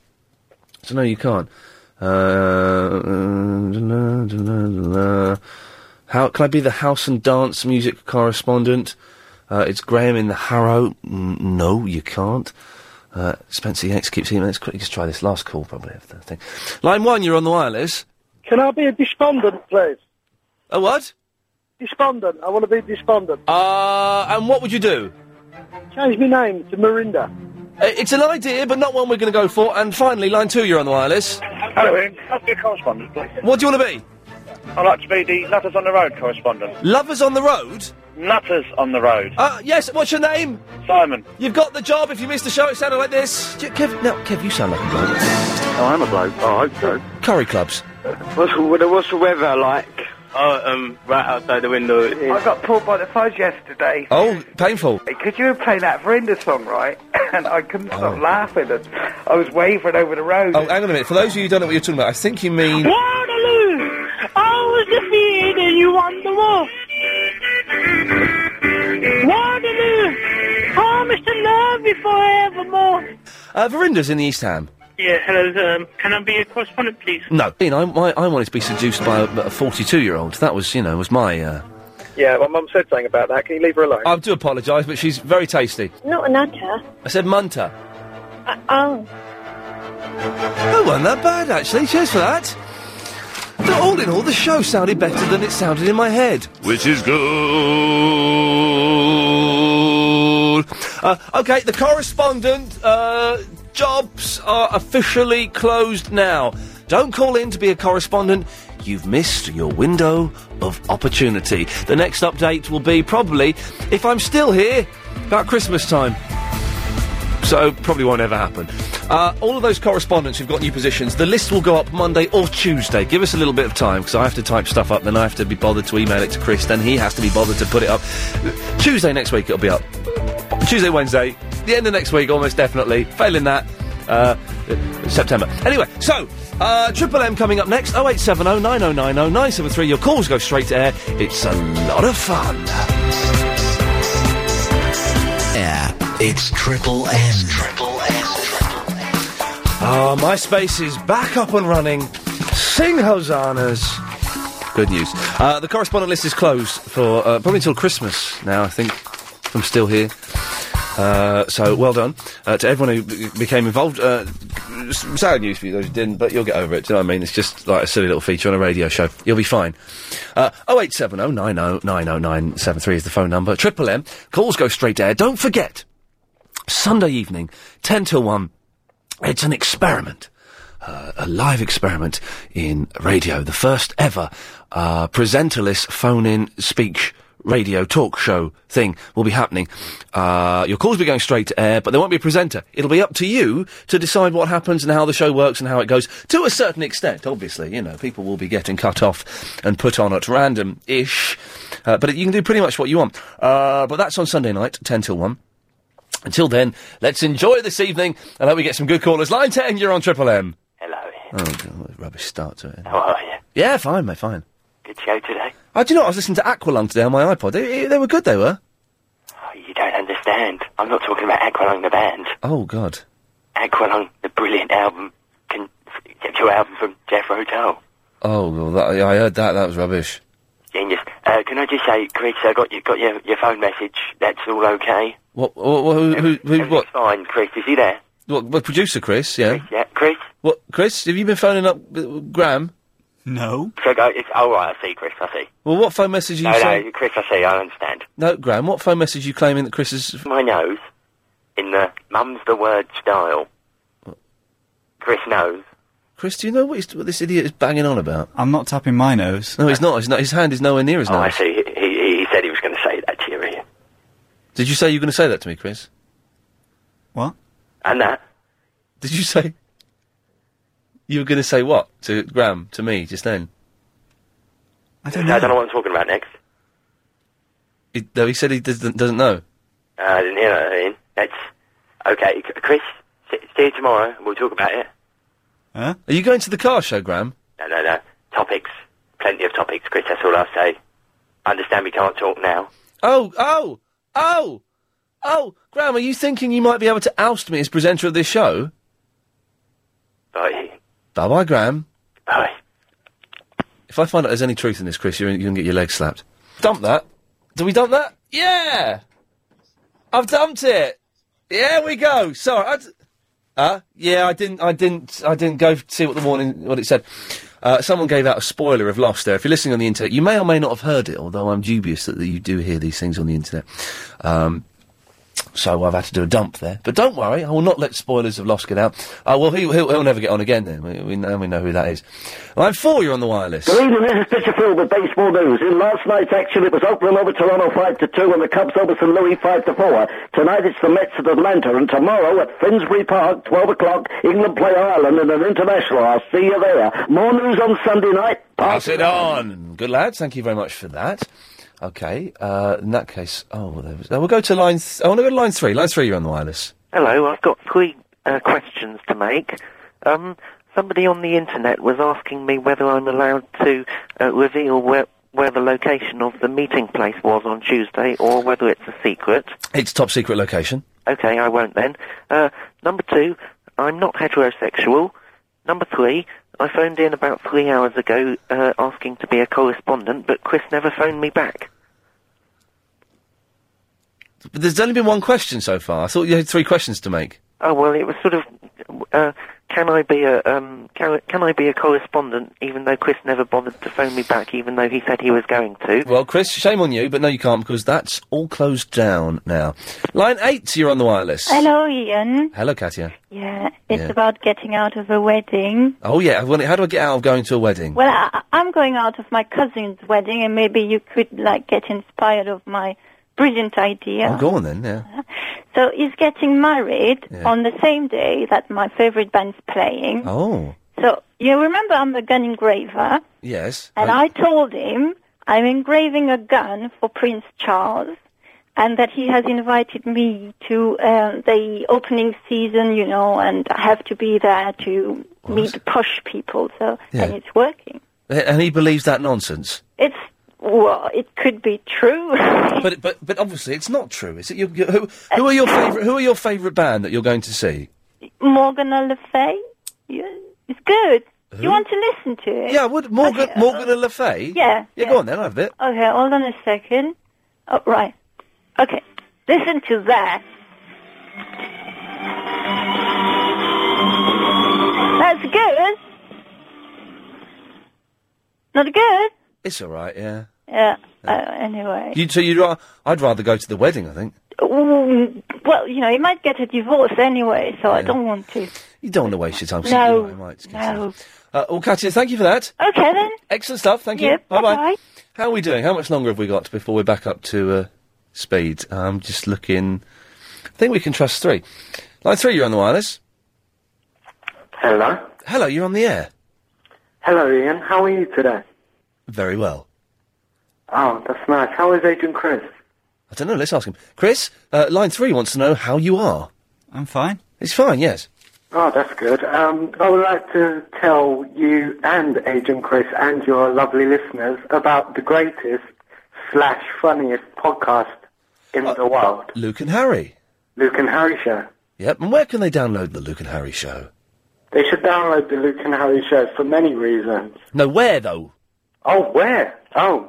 so no, you can't. Uh, uh, how can I be the house and dance music correspondent? Uh, it's Graham in the Harrow. Mm, No, you can't. Uh, Spencer Yates keeps emailing. Let's quickly just try this last call, probably. if the thing. Line one, you're on the wireless.
Can I be a despondent, please?
A what?
Despondent. I want to be despondent.
Uh, and what would you do?
Change my name to Marinda.
Uh, It's an idea, but not one we're going to go for. And finally, line two, you're on the wireless.
Hello, Ian. Can I be a correspondent, please?
What do you want to be?
I'd like to be the Nutters on the Road correspondent.
Lovers on the road?
Nutters on the Road.
Uh, yes, what's your name?
Simon.
You've got the job. If you missed the show, it sounded like this. Do you- Kev, no, Kev, you sound like a bloke.
Oh, I'm a bloke. Oh, I hope so.
Curry clubs.
What's, what's the weather like? Oh, um, right outside the window. I got pulled by the fuzz yesterday.
Oh, painful.
Could you play that Verinda song, right? And I couldn't stop laughing, and I was wavering over the road.
Oh, hang on a minute. For those of you who don't know what you're talking about, I think you mean.
Waterloo!
I was defeated and you won the war. Waterloo! Promise to love you forevermore.
Uh, Verinda's in the East Ham.
Yeah, hello. Um, can I be a correspondent, please?
No, Ian, I, I, I wanted to be seduced by a- a 42 year old. That was, you know, was my. Uh...
Yeah, my mum said something about that. Can you leave her alone?
I do apologise, but she's very tasty.
Not an utter.
I said Munter.
Uh, oh.
That wasn't that bad, actually. Cheers for that. But all in all, the show sounded better than it sounded in my head. Which is good. Uh, okay, the correspondent uh, jobs are officially closed now. Don't call in to be a correspondent. You've missed your window of opportunity. The next update will be probably, if I'm still here, about Christmas time. So probably won't ever happen. Uh, all of those correspondents who've got new positions, the list will go up Monday or Tuesday. Give us a little bit of time because I have to type stuff up, then I have to be bothered to email it to Chris, then he has to be bothered to put it up. Tuesday next week it'll be up. Tuesday, Wednesday, the end of next week almost definitely. Failing that, uh, uh, September. Anyway, so uh, Triple M coming up next 0870 9090 973. Your calls go straight to air. It's a lot of fun.
Yeah, it's Triple M. Triple M.
Ah, MySpace is back up and running. Sing hosannas. Good news. Uh, the correspondent list is closed for uh, probably until Christmas now, I think. if I'm still here. Uh, so well done uh, to everyone who b- became involved. Uh, s- sad news for you those who didn't, but you'll get over it. Do you know what I mean? It's just like a silly little feature on a radio show. You'll be fine. Uh, 0870 90 973 is the phone number. Triple M. Calls go straight to air. Don't forget, Sunday evening, 10 till 1. It's an experiment, uh, a live experiment in radio, the first ever uh, presenterless phone-in speech radio talk show thing will be happening. Uh, your calls will be going straight to air, but there won't be a presenter. It'll be up to you to decide what happens and how the show works and how it goes to a certain extent, obviously. You know, people will be getting cut off and put on at random-ish, uh, but you can do pretty much what you want. Uh, but that's on Sunday night, 10 till 1. Until then, let's enjoy this evening and hope we get some good callers. Line 10, you're on Triple M.
Hello.
Oh, God, what a rubbish start to it.
How are you?
Yeah, fine, mate, fine.
Good show today.
I do you know, what? I was listening to Aqualung today on my iPod. They, they were good, they were.
Oh, You don't understand. I'm not talking about Aqualung the band.
Oh, God.
Aqualung, the brilliant album, con- conceptual album from Jeff Rotel.
Oh, well, that, yeah, I heard that. That was rubbish.
Genius. Uh, can I just say, Chris, I got you got your, your phone message. That's all okay.
What, what, what who, who, who, what?
Fine, Chris. Is he there?
What, what, producer Chris, yeah?
Yeah, Chris.
What, Chris, have you been phoning up uh, Graham? No.
So go. It's all right. I see, Chris. I see.
Well, what phone message are you
no,
saying?
no, Chris. I see. I understand.
No, Graham, what phone message are you claiming that Chris is...
My nose in the mum's the word style. Chris knows.
Chris, do you know what, he's, what this idiot is banging on about?
I'm not tapping my nose.
No, he's not. He's not. His hand is nowhere near his
Oh, I
nose.
see. He, he, he said he was going to say that to you. Ian.
Did you say you were going to say that to me, Chris?
And that.
Did you say you were going to say what to Graham to me just then?
I
don't know. I don't know what I'm talking about next.
He, no, he said he doesn't, doesn't know.
Uh, I didn't hear that. Ian. That's okay, C- Chris. See, see you tomorrow. We'll talk about it.
Huh? Are you going to the car show, Graham?
No, no, no. Topics. Plenty of topics, Chris. That's all I'll say. Understand we can't talk now.
Oh, oh, oh, oh, Graham, are you thinking you might be able to oust me as presenter of this show?
Bye.
Bye bye, Graham.
Bye.
If I find out there's any truth in this, Chris, you're, you can get your legs slapped. Dump that. Do we dump that? Yeah! I've dumped it! Yeah, we go! Sorry, I. D- uh, yeah, I didn't, I didn't, I didn't go f- see what the warning, what it said. Uh, someone gave out a spoiler of Lost there. If you're listening on the internet, you may or may not have heard it, although I'm dubious that, that you do hear these things on the internet. Um, so I've had to do a dump there. But don't worry, I will not let spoilers of Lost get out. Oh, well, he, he'll, he'll never get on again then. We, we, know, we know who that is. Line four, you're on the wireless.
Good evening, this is Pitcher Phil with Baseball News. In last night's action, it was Oakland over Toronto 5 to 2 and the Cubs over St. Louis 5 to 4. Tonight it's the Mets at Atlanta and tomorrow at Finsbury Park, 12 o'clock, England play Ireland in an international. I'll see you there. More news on Sunday night.
Pass it on. Good lads, thank you very much for that. Okay, uh, in that case, oh, well, there was, oh, we'll go to line. Th- I want to go to line three. Line three, you're on the wireless.
Hello, I've got three uh, questions to make. Um, somebody on the internet was asking me whether I'm allowed to uh, reveal where, where the location of the meeting place was on Tuesday or whether it's a secret.
It's top secret location.
Okay, I won't then. Uh, number two, I'm not heterosexual. Number three, I phoned in about three hours ago uh, asking to be a correspondent, but Chris never phoned me back.
But there's only been one question so far. I thought you had three questions to make.
Oh well, it was sort of, uh, can I be a um, can, can I be a correspondent? Even though Chris never bothered to phone me back, even though he said he was going to.
Well, Chris, shame on you, but no, you can't because that's all closed down now. Line eight, you're on the wireless.
Hello, Ian.
Hello, Katia.
Yeah, it's
Yeah.
about getting out of a wedding.
Oh yeah, I want- how do I get out of going to a wedding?
Well, I, I'm going out of my cousin's wedding, and maybe you could like get inspired of my brilliant idea.
Oh, go on then. Yeah.
So he's getting married
Yeah.
on the same day that my favorite band's playing.
Oh
So you remember I'm a gun engraver,
yes.
and I told him I'm engraving a gun for Prince Charles, and that he has invited me to um, the opening season, you know, and I have to be there to meet posh people. So
Yeah.
and it's working.
And he believes that nonsense.
It's well, it could be true.
but but but obviously it's not true, is it? You, you, who who are your favorite who are your favorite band that you're going to see?
Morgan Le Fay, yeah, it's good. You want to listen to it?
Yeah, would Morgan Morgan and Le Fay?
Yeah,
Yeah, go on then, I'll have it.
Okay, hold on a second. Oh, right. Okay, listen to that. That's good. Not good.
It's all right, yeah.
Yeah. Uh, anyway.
You so you'd ra- I'd rather go to the wedding, I think.
Mm, well, you know, you might get a divorce anyway, so I don't want to.
You don't want to waste your time. so
No.
you might- might-
No.
Uh, well, Katya, thank you for that.
Okay then.
Excellent stuff. Thank you.
Yeah,
Bye-bye.
bye-bye.
How are we doing? How much longer have we got before we're back up to uh, speed? I'm just looking. I think we can trust three. Line three, you're on the wireless.
Hello.
Hello, you're on the air.
Hello, Ian. How are you today?
Very well.
Oh, that's nice. How is Agent Chris?
I don't know. Let's ask him. Chris, uh, line three wants to know how you are.
I'm fine.
It's fine. Yes.
Oh, that's good. Um, I would like to tell you and Agent Chris and your lovely listeners about the greatest slash funniest podcast in
Uh,
the world,
Luke and Harry.
Luke and Harry Show.
Yep. And where can they download the Luke and Harry show?
They should download the Luke and Harry Show for many reasons.
No, where though?
Oh, where? Oh,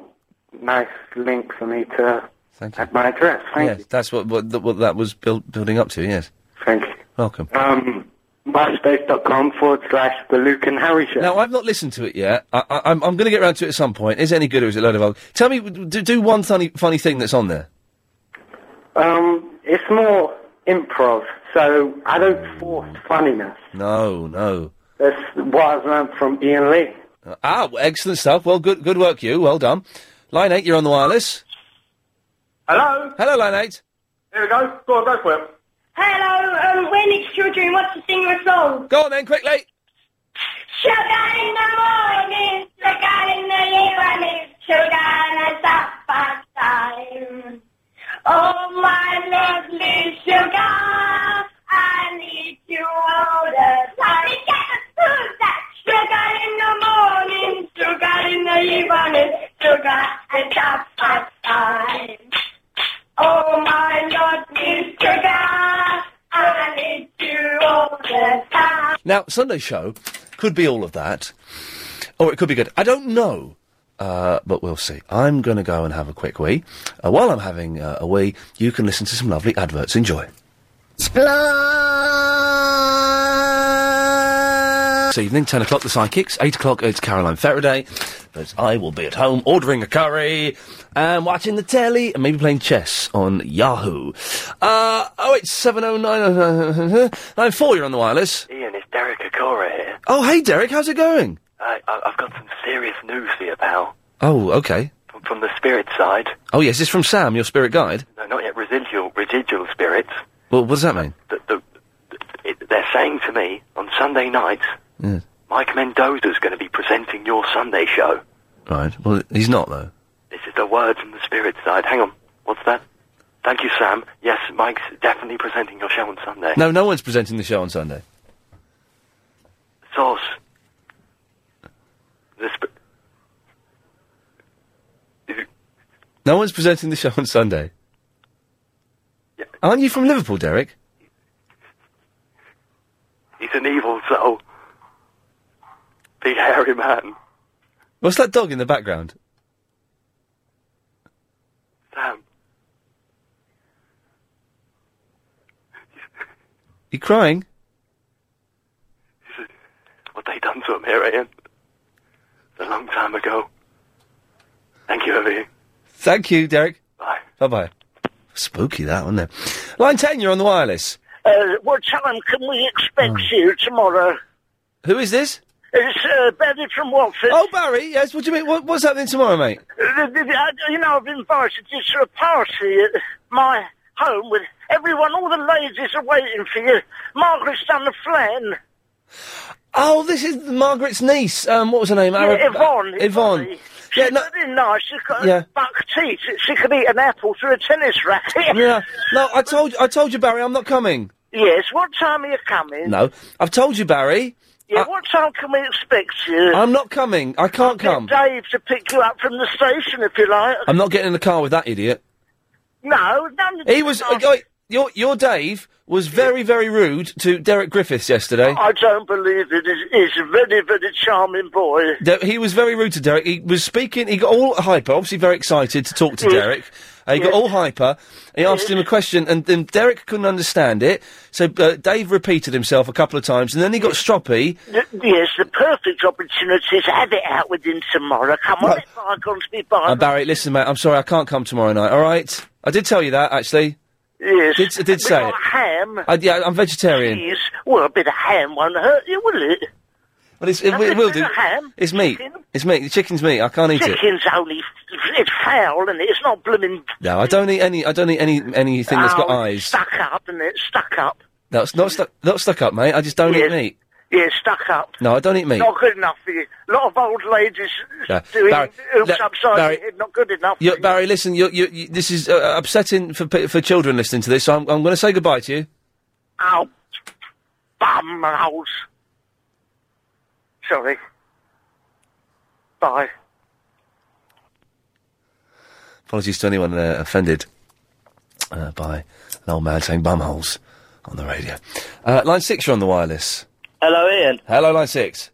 nice link for me to
Thank
add my address. Thank
yes, that's what what, th- what that was build, building up to. Yes.
Thank you.
Welcome.
Um, myspace.com forward slash the Luke and Harry Show.
Now I've not listened to it yet. I, I, I'm, I'm going to get around to it at some point. Is it any good or is it a load of old? Tell me, do, do one funny funny thing that's on there.
Um, it's more improv, so I don't force funniness.
No, no.
That's what I've learned from Ian Lee.
Uh, Ah, well, excellent stuff. Well, good good work, you. Well done. Line eight, you're on the wireless.
Hello?
Hello, line eight.
Here we go. Go on, go for it. Hello, um, when it's children, what's the singer a song?
Go on then, quickly.
Sugar in the morning, sugar in the evening, sugar and a supper time. Oh, my lovely sugar, I need you all the time. It gets through that sugar in the morning, sugar in the evening, sugar and supper time. Oh, my lovely sugar, I need you all the time.
Now Sunday show could be all of that, or it could be good. I don't know. Uh, but we'll see. I'm going to go and have a quick wee. Uh, while I'm having uh, a wee, you can listen to some lovely adverts. Enjoy. This evening, 10 o'clock, the psychics. 8 o'clock, it's Caroline Faraday. But I will be at home ordering a curry and watching the telly and maybe playing chess on Yahoo. Uh, oh, it's 709 four. you're on the wireless.
Ian, it's Derek Akora here.
Oh, hey, Derek, how's it going?
I, I, I've got some serious news for you, pal.
Oh, okay.
From, from the spirit side.
Oh, yes, it's from Sam, your spirit guide.
No, not yet. Residual, residual spirits.
Well, what does that mean?
The, the, it, they're saying to me on Sunday night,
Yeah.
Mike Mendoza's going to be presenting your Sunday show.
Right. Well, he's not, though.
This is the word from the spirit side. Hang on. What's that? Thank you, Sam. Yes, Mike's definitely presenting your show on Sunday.
No, no one's presenting the show on Sunday.
Source. The sp-
No one's presenting the show on Sunday. Aren't you from Liverpool, Derek?
He's an evil soul. Big hairy man.
What's that dog in the background?
Sam.
You crying?
What they done to him here, Ian? A long time ago. Thank you, Evie.
Thank you, Derek. Bye. Bye bye. Spooky that, wasn't it? Line 10, you're on the wireless.
Uh, what time can we expect you tomorrow?
Oh. Who is this?
It's uh, Barry from Watford.
Oh, Barry, yes. What do you mean? What, what's happening tomorrow, mate?
Uh, th- th- I- You know, I've invited you to a party at my home with everyone. All the ladies are waiting for you. Margaret's done the flan.
Oh, this is Margaret's niece. Um, what was her name?
Yeah,
Arab- Uh,
Yvonne.
Yvonne.
She's very nice. She's got
Yeah.
a buck teeth. She could eat an apple through a tennis racket.
Yeah. No, I told I told you, Barry, I'm not coming.
Yes. What time are you coming?
No, I've told you, Barry.
Yeah. what time can we expect you?
I'm not coming. I can't
Get
come.
Dave to pick you up from the station if you like.
I'm not getting in the car with that idiot.
No, no.
He was uh, oh, your your Dave was very very rude to Derek Griffiths yesterday.
I don't believe it. He's, he's a very, very charming boy.
De- he was very rude to Derek. He was speaking. He got all hyper, obviously very excited to talk to
Yes.
Derek. Uh, he got
Yes.
all hyper. He asked him a question, and then Derek couldn't understand it. So uh, Dave repeated himself a couple of times, and then he got stroppy. Uh,
Th- Yes, the perfect opportunity to have it out with him tomorrow. Come on, let bygones be
Uh,
bygones.
Barry, listen, mate. I'm sorry, I can't come tomorrow night. All right, I did tell you that actually.
Yes,
did, I did
We
say
got
it.
ham.
I, yeah, I'm vegetarian.
Cheese. Well, a bit of ham won't hurt you, will it?
Well, it's, it,
Nothing
it will
but
do.
ham,
It's meat.
chicken.
It's meat. The chicken's meat. I can't eat it.
Chicken's only it's foul and it's not blooming
No, I don't eat any. I don't eat any anything that's got
Oh,
eyes.
stuck up and it's stuck up.
That's not stuck. Not stuck up, mate. I just don't eat
Yes.
meat.
Yeah, it's stuck up.
No, I don't eat meat.
Not good enough for you. A lot of old ladies
No.
doing
Barry,
hoops
no,
upside
Barry.
your head. Not good enough.
You, Barry, listen. You, you, you, this is uh, upsetting for pe- for children listening to this. So I'm, I'm going to say goodbye to you.
Ow. Bum holes. Sorry. Bye.
Apologies to anyone uh, offended uh, by an old man saying bumholes on the radio. Uh, line six, you're on the wireless.
Hello, Ian.
Hello, line six.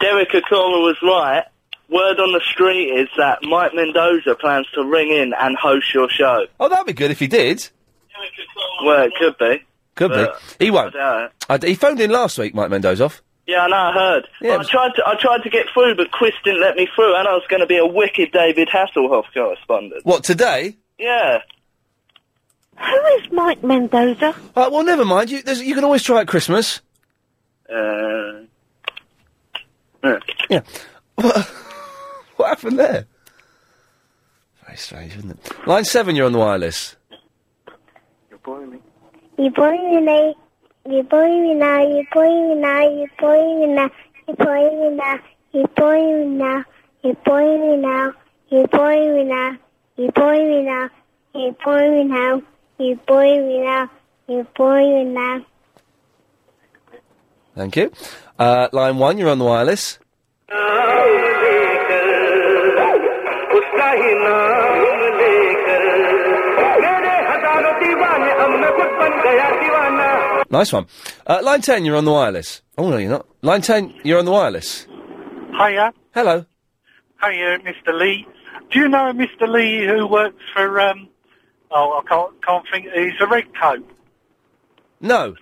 Derek Akora was right. Word on the street is that Mike Mendoza plans to ring in and host your show.
Oh, that'd be good if he did.
Well, it could be.
Could
Uh,
be.
But
He won't.
I doubt it.
I d he phoned in last week, Mike Mendozoff.
Yeah, I know. I heard. I tried to. I tried to get through, but Chris didn't let me through, and I was going to be a wicked David Hasselhoff correspondent.
What today?
Yeah.
Who is Mike Mendoza? Uh, well, never mind. You, there's- you can always try at Christmas.
Uh,
Yeah. What, what happened there? Very strange, isn't it? Line seven, you're on the wireless.
You boring now, you boring now, you boring now, you boring now, you boring now, you boring now, you boring now, you boring now, you boring now, you boring now, you boring now, you boring now.
Thank you. Uh, line one, you're on the wireless. Nice one. Uh, line ten, you're on the wireless. Oh no, you're not. Line ten, you're on the wireless.
Hiya.
Hello.
Hiya, Mr. Lee. Do you know Mr. Lee who works for, um, oh, I can't, can't think, he's a red coat.
No.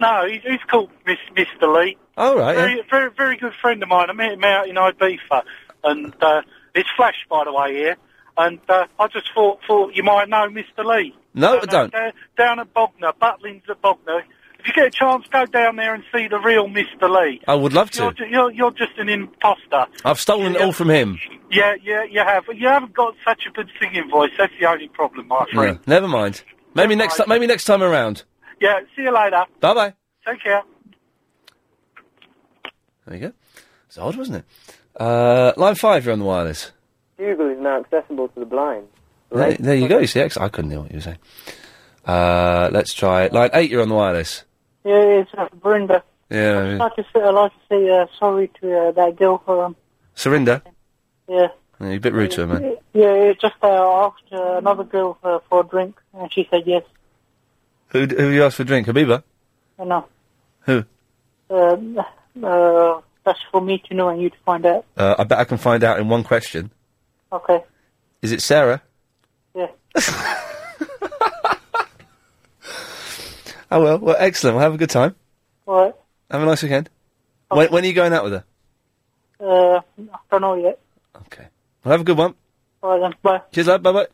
No, he, he's called Miss, Mr. Lee.
All right. yeah.
Very, very, very good friend of mine. I met him out in Ibiza, and uh, it's Flash, by the way, here. And uh, I just thought, thought you might know Mr. Lee.
No, I
Down-
don't.
Down, down at Bognor, Butlins at Bognor. If you get a chance, go down there and see the real Mr. Lee.
I would love to.
You're, ju- you're, you're just an imposter.
I've stolen it all from him.
Yeah, yeah, you have. You haven't got such a good singing voice. That's the only problem, my
Yeah,
friend.
never mind. Maybe next. Ti- maybe next time around.
Yeah, see you later.
Bye bye.
Take care.
There you go. It's odd, wasn't it? Uh, line five, you're on the wireless.
Google is now accessible to the blind.
There, there you go. You see, ex- I couldn't hear what you were saying. Uh, let's try it. Line eight, you're on the wireless.
Yeah, it's uh, Brenda.
Yeah.
I'd
yeah.
like to say, I'd like to say uh, sorry to uh, that girl for, um,
Surinder.
yeah.
Yeah, you're a bit rude to her, man.
Yeah, it's just uh, I asked uh, another girl for, for a drink, and she said yes.
Who, d- who you asked for a drink? Habiba?
And no.
Who?
Um, uh, that's for me to know and you to find out.
Uh, I bet I can find out in one question.
Okay,
Is it Sarah?
yeah.
Oh, well. Well, excellent. Well, have a good time.
All right.
Have a nice weekend. When, when are you going out with her?
Uh, I don't know yet.
Well, have a good one.
All right, then. Bye.
Cheers, lad. Bye bye.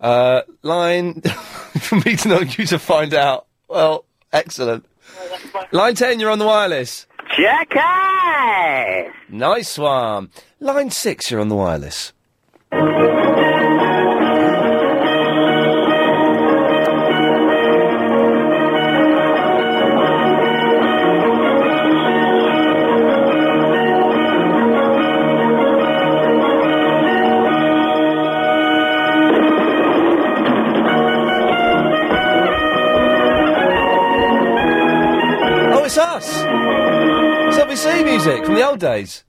Uh, line for me to know you to find out. Well, excellent. Line 10, you're on the wireless.
Jackass!
Nice one. Line 6, you're on the wireless. Oh, old days.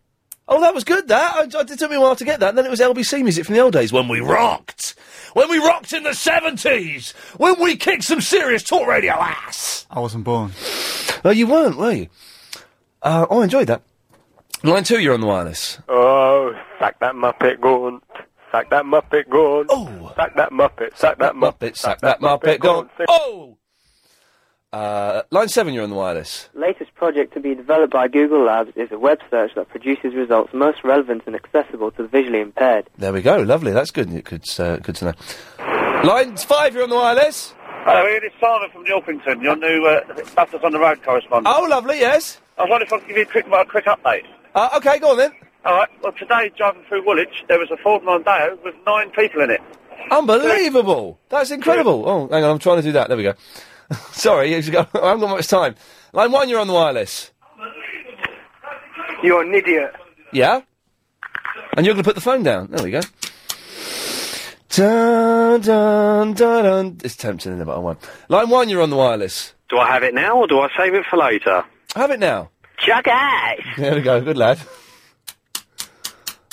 Oh, that was good. That I, I- it took me a while to get that. And then it was LBC music from the old days when we rocked, when we rocked in the seventies, when we kicked some serious talk radio ass.
I wasn't born.
Oh, you weren't, were you? Uh, I enjoyed that. Line two, you're on the wireless.
Oh, sack that Muppet gone. Sack that Muppet gone.
Oh.
Sack that Muppet. Sack that Muppet.
Sack that Muppet gone. Oh. Uh, line seven, you're on the wireless.
Latest project to be developed by Google Labs is a web search that produces results most relevant and accessible to the visually impaired.
There we go. Lovely. That's good. Good, uh, good to know. Line five, you're on the wireless.
Hello, Ian. It's Simon from Nilpington, your new uh, Buses on the Road correspondent.
Oh, lovely, yes.
I was wondering if I could give you a quick, a quick update.
Uh, okay, go on then.
All right. Well, today, driving through Woolwich, there was a Ford Mondeo with nine people in it.
Unbelievable. That's incredible. Oh, hang on. I'm trying to do that. There we go. Sorry, you've got- I haven't got much time. Line one, you're on the wireless.
You're an idiot.
Yeah? And you're going to put the phone down. There we go. Dun, dun, dun, dun. It's tempting, isn't it? But I won't. Line one, you're on the wireless.
Do I have it now or do I save it for later?
Have it now.
Chuck ass!
There we go. Good lad.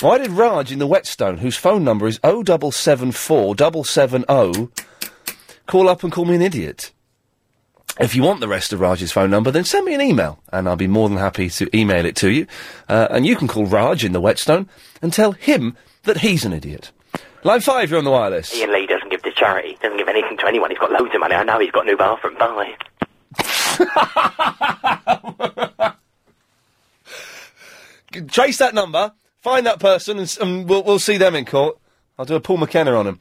Why did Raj in the Whetstone, whose phone number is 0774 770, oh, call up and call me an idiot? If you want the rest of Raj's phone number, then send me an email, and I'll be more than happy to email it to you. Uh, and you can call Raj in the Whetstone and tell him that he's an idiot. Line 5, you're on the wireless.
Ian Lee doesn't give to charity, doesn't give anything to anyone. He's got loads of money. I know he's got a new bathroom. Bye.
G- Trace that number, find that person, and, s- and we'll, we'll see them in court. I'll do a Paul McKenna on him.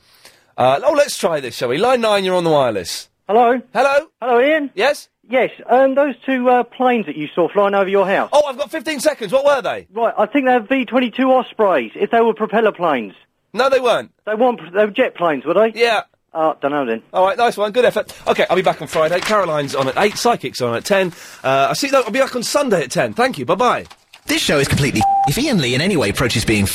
Uh, oh, let's try this, shall we? Line 9, you're on the wireless.
Hello.
Hello.
Hello, Ian.
Yes.
Yes. Um, those two uh, planes that you saw flying over your house.
Oh, I've got 15 seconds. What were they?
Right. I think they're V-22 Ospreys. If they were propeller planes.
No, they weren't.
They weren't. They were jet planes, were they?
Yeah.
Uh, don't know then.
All right, nice one. Good effort. Okay, I'll be back on Friday. Caroline's on at 8, Psychic's on at 10. Uh, I see, no, I'll be back on Sunday at 10. Thank you. Bye bye.
This show is completely. If Ian Lee in any way approaches being